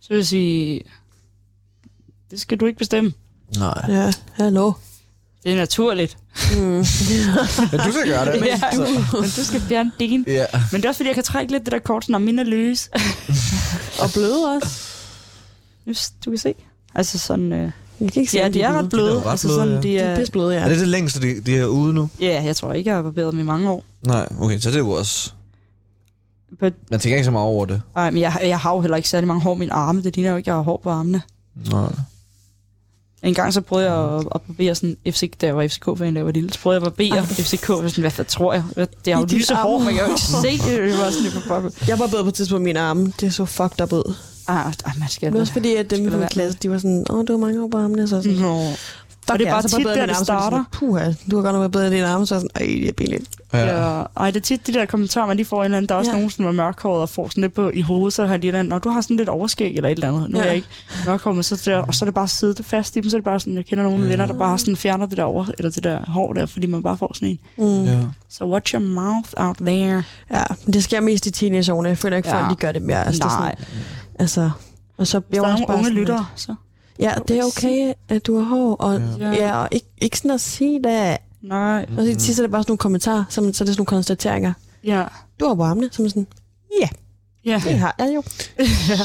Så vil jeg sige, det skal du ikke bestemme.
Nej.
Ja, hallo.
Det er naturligt.
Mm.
Men du skal gøre det.
Men, [LAUGHS] ja. men du skal fjerne din.
Ja.
Men det er også fordi, jeg kan trække lidt det der kort, når mine er løs.
Og bløde også.
Hvis du kan se. Altså sådan, øh,
Jeg kan ikke se,
ja,
om
de er ret bløde.
ret
altså
bløde,
sådan,
ja.
de
De er
er,
pisbløde, ja.
Er det det længste, de, de er ude nu?
ja, jeg tror ikke, jeg har barberet dem i mange år.
Nej, okay, så det er jo også...
But,
Man tænker ikke så meget over det.
ej, men jeg, jeg har jo heller ikke særlig mange hår i mine arme. Det ligner jo ikke, jeg har hår på armene.
Nej.
En gang så prøvede jeg at, at barbere sådan FCK, da jeg var FCK-fan, da jeg var lille. Så prøvede jeg at barbere FCK, og sådan, hvad for tror jeg? Hvad- Det er jo
I dit
lyse hår,
arm.
men jeg kan jo ikke se det. Det var sådan, det var bare...
Jeg var blevet på et tidspunkt mine arme. Det så fucked up ud.
Ah, ej, man skal...
Men også fordi, at dem
Skal
i
der
min
være-
klasse, de var sådan, åh, du har mange år på armene. Så sådan,
Nå.
Der
Og det er bare tit der, det starter.
Puha, du har godt nok været bedre i dine arme, så er jeg sådan, ej, det er pinligt.
Ja.
Ja. Ej, det er tit de der kommentarer, man lige får en eller anden. Der er også
Ja.
ja. nogen, som er mørkhåret og får sådan lidt på i hovedet, så har de den, når du har sådan lidt overskæg eller et eller andet. Nu er
Ja.
jeg ikke mørkhåret, men så, det der, og så er det bare siddet fast i dem, så er det bare sådan, jeg kender nogle ja. venner, der bare sådan fjerner det der, over, eller det der hår der, fordi man bare får sådan en.
ja.
So watch your mouth out there.
Ja, men det sker mest i teenageårene. Jeg føler ikke,
Ja.
folk de gør det mere. Altså, det er
Nej.
Sådan, altså, og så
Hvis
bliver
der er
også
nogle
bare
unge
sådan
lyttere, så
lidt- Ja, det er okay, at du har hår, og, ja.
Ja.
Ja, og ikke, ikke sådan at sige det.
nej.
Og
Mm.
så tit så er det bare sådan nogle kommentarer, så, så er det sådan nogle konstateringer.
Ja.
Du har varme, som sådan, ja,
Ja,
det har jeg jo.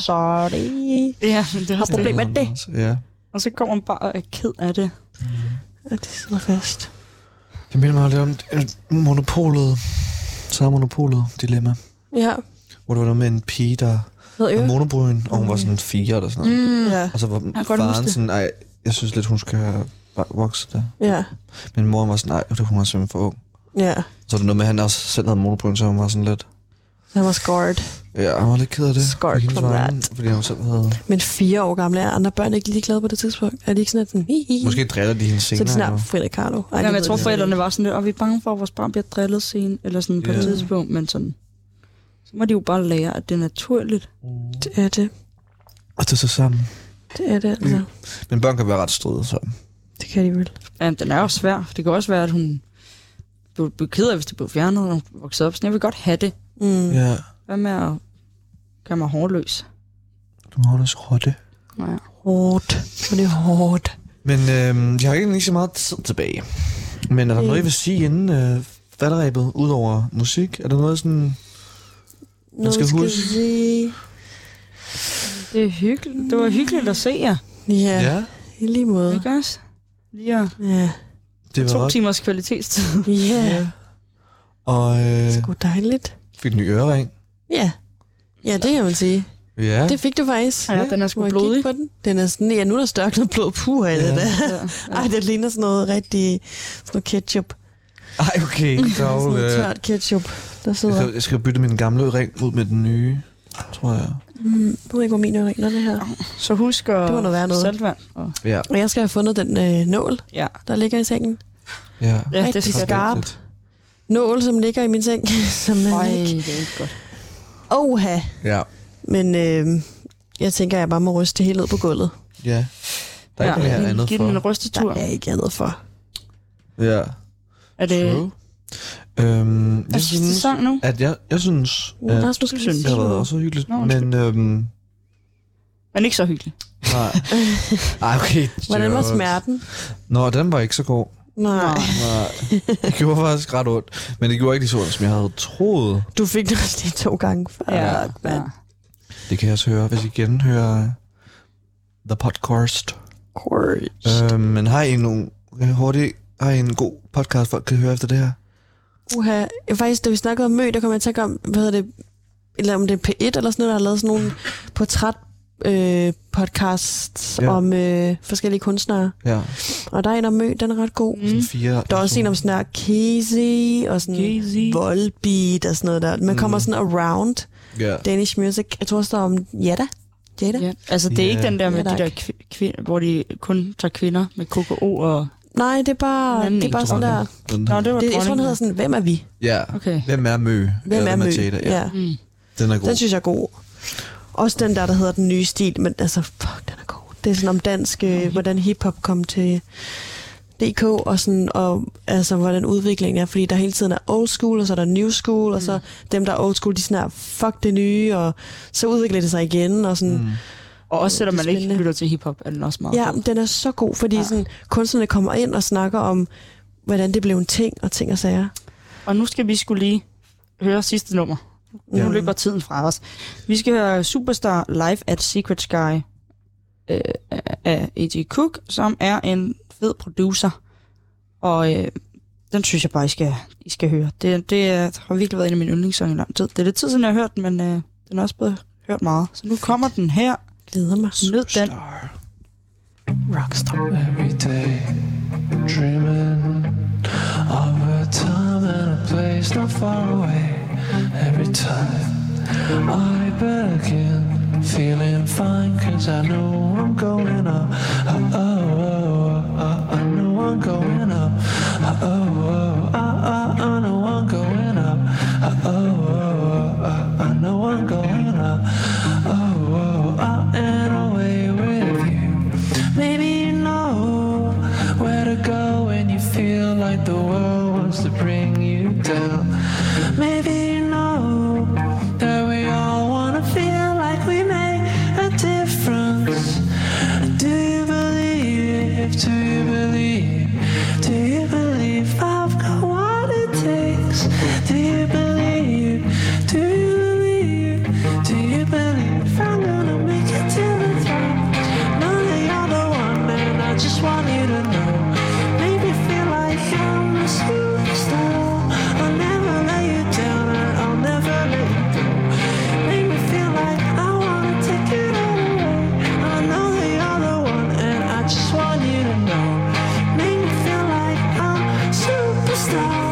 Sorry.
ja men det er
Har
også det.
problemer med det?
Ja.
Og så kommer man bare og er ked af det.
Og det sidder fast.
Det minder mig lidt om øh, monopolet. Så er monopolet dilemma.
Ja,
Hvor det var noget med en pige, der
ved
var
jeg.
monobryn, og hun var sådan fire eller sådan noget.
Mm.
Ja,
Og så var
kan godt huske
faren
det.
sådan, ej, jeg synes lidt, hun skal vo- vokse der.
ja,
Men moren var sådan, nej, hun var simpelthen for ung.
ja.
Så var det noget med, at han også selv havde monobryn, så hun var sådan lidt...
Han var scored.
Ja, han var lidt ked af det.
Scarred
på hendes
from
vegne, Fordi han selv havde...
Mm.
Men fire år gamle er andre børn ikke ligeglade på det tidspunkt. Er de ikke sådan, at den, hi, hi.
Måske driller de hende senere.
så er de
jo.
snart Frida Kahlo. Ej,
Ja,
det
men
ved
jeg tror,
slet
forældrene
ikke.
var sådan lidt, og vi er bange for, at vores barn bliver drillet sen, eller sådan på
Ja.
et tidspunkt, men sådan, så må de jo bare lære, at det er naturligt.
Det er det.
Og det er så sammen.
Det er det, altså.
Mm. Men børn kan være ret stride, så.
Det kan de vel.
Ja, den er jo svær, for det kan også være, at hun blev, blev ked af, hvis det blev fjernet, når hun voksede op. Sådan, jeg vil godt have det.
Mm.
Ja,
Hvad med at gøre mig hårløs?
du har også rotte.
Ja.
Hårdt. For det er hårdt.
Men øh, jeg har ikke lige så meget tid tilbage. Men er
Mm.
der noget, I vil sige inden øh, faldrebet, ud over musik? Er der noget sådan...
Nå,
skal
vi
huske.
sige-
Det, er hyggeligt. det var hyggeligt at se jer,
Ja, ja. i lige måde.
ikke også? Lige at-
Ja.
det var
to
godt.
timers kvalitetstid.
Ja,
Og
det er
øh,
sgu dejligt.
fik en ny ørering.
Ja. Ja, det kan man sige.
Ja,
Det fik du faktisk.
Ja, den er sgu
Må jeg
blodig.
kigge på den? Den er sådan, ja, nu er der størknet blod. Puh, er det
Ja.
der.
Ja.
Ej, det ligner sådan noget rigtig sådan noget ketchup.
Ej,
[LAUGHS]
okay. Dog,
Sådan noget
øh,
tørt ketchup, der
jeg,
sidder.
skal, jeg skal bytte min gamle ring ud med den nye, tror jeg.
Mm, nu ved jeg ikke, hvor min ørin er det her.
Så husk at
Det må der være noget.
saltvand. Og,
Ja,
Og jeg skal have fundet den øh, nål,
ja.
der ligger i sengen.
ja.
ja, det
Rigtig
skal
skarp. Nål, som ligger i min seng, [LAUGHS] som
det.
er
Ej,
væk.
det er ikke godt.
Oha.
Ja,
Men øh, jeg tænker, at jeg bare må ryste det hele ud på gulvet.
ja. Der er ikke ja, mere andet
Giv den en
for.
Der
rystetur.
er ikke andet for.
Ja.
Er
Øh.
det,
True. Øhm, jeg,
Altså,
er det
synes,
sang nu?
at jeg, jeg synes,
Ja,
at
der er sådan
synes
nogle
det har været
specielle-
også hyggeligt,
Nå,
men øhm,
Men ikke så hyggeligt.
nej. Ej, okay.
Hvordan var
jokes.
smerten?
Nå, den var ikke så god.
Nej.
Nej. Det gjorde faktisk ret ondt, men det gjorde ikke lige så ondt, som jeg havde troet.
Du fik det også lige to gange før.
Ja, ja.
mand.
Det kan jeg også høre, hvis I genhører øh, The Podcast.
Courage.
Øh, men har I nogen øh, hurtigt, har I en god podcast, folk kan høre efter det her?
Uha. Jeg, faktisk, da vi snakkede om Mø, der kom jeg i tanke om, hvad hedder det, eller om det er P1 eller sådan noget, der har lavet sådan nogle portræt øh, podcasts
Ja.
ja. om øh, forskellige kunstnere.
Ja,
Og der er en om Mø, den er ret god.
Mm.
sådan fire.
Mm. Der er også en om sådan der Casey og sådan
Casey.
Volbeat og sådan noget der. Man
Mm.
kommer sådan around
Ja.
Danish music. Jeg tror også, der er om Jada. Jada?
Ja. Altså, det er
Ja.
ikke den der med
Ja,
de
tak.
der kvi- kvinder, hvor de kun tager kvinder med KKO og...
Nej, det er bare,
En anden
det er bare
en,
sådan
tror
der.
jeg. Den,
Nå, det var
Det, jeg tror, den
dronningen.
hedder sådan, hvem er vi?
Ja.
Okay.
Hvem er Mø?
Hvem
Eller
er Mø?
Jada? Ja.
Ja.
Mm.
Den er god.
Den synes jeg er god. Også den der, der hedder Den Nye Stil, men altså, fuck, den er god. Det er sådan om dansk, øh, hvordan hiphop kom til DK, og, sådan, og altså, hvordan udviklingen er, fordi der hele tiden er old school, og så er der new school, mm. og så dem, der er old school, de sådan er, fuck det nye, og så udvikler det sig igen, og sådan, mm.
Og også selvom
Det er
man ikke
spændende.
lytter til hiphop, er den også meget
ja,
fed.
men den er så god, fordi ja. sådan, kunstnerne kommer ind og snakker om, hvordan det blev en ting, og ting og sager.
Og nu skal vi skulle lige høre sidste nummer. Nu
Ja.
løber tiden fra os. Vi skal høre Superstar Live at Secret Sky øh, af E.G. Cook, som er en fed producer. Og øh, den synes jeg bare, I skal, I skal høre. Det, det er, har virkelig været en af mine yndlingssange i lang tid. Det er lidt tid siden, jeg har hørt den, men øh, den er også blevet hørt meget. Så nu kommer den her.
Glæder mig.
Nyd den.
Rockstar.
every day, dreaming of a time and a place not far away. Every time I bet again,
Uh,
feeling fine, cause I know I'm going up. Oh, oh, oh, oh, oh, I know
one going up. Uh oh, oh, uh, uh, I know I'm going up. Uh oh, oh, uh, I know I'm going up. Oh, oh, uh, and away with you. Maybe you know where to go when you feel like the world wants to bring you down. Maybe you know that we all wanna feel like we make a difference. Do you believe? Do you believe? Do you believe I've got what it takes? Do you believe? Do you believe? Do you believe I'm gonna make it to the top? No, the other one, man. I just want you to know. Make me feel like I'm a superstar. I'll never let you down, and I'll never let you go. Make me feel like I wanna take it all away. I know the other one, and I just want you to know. Make me feel like I'm a superstar.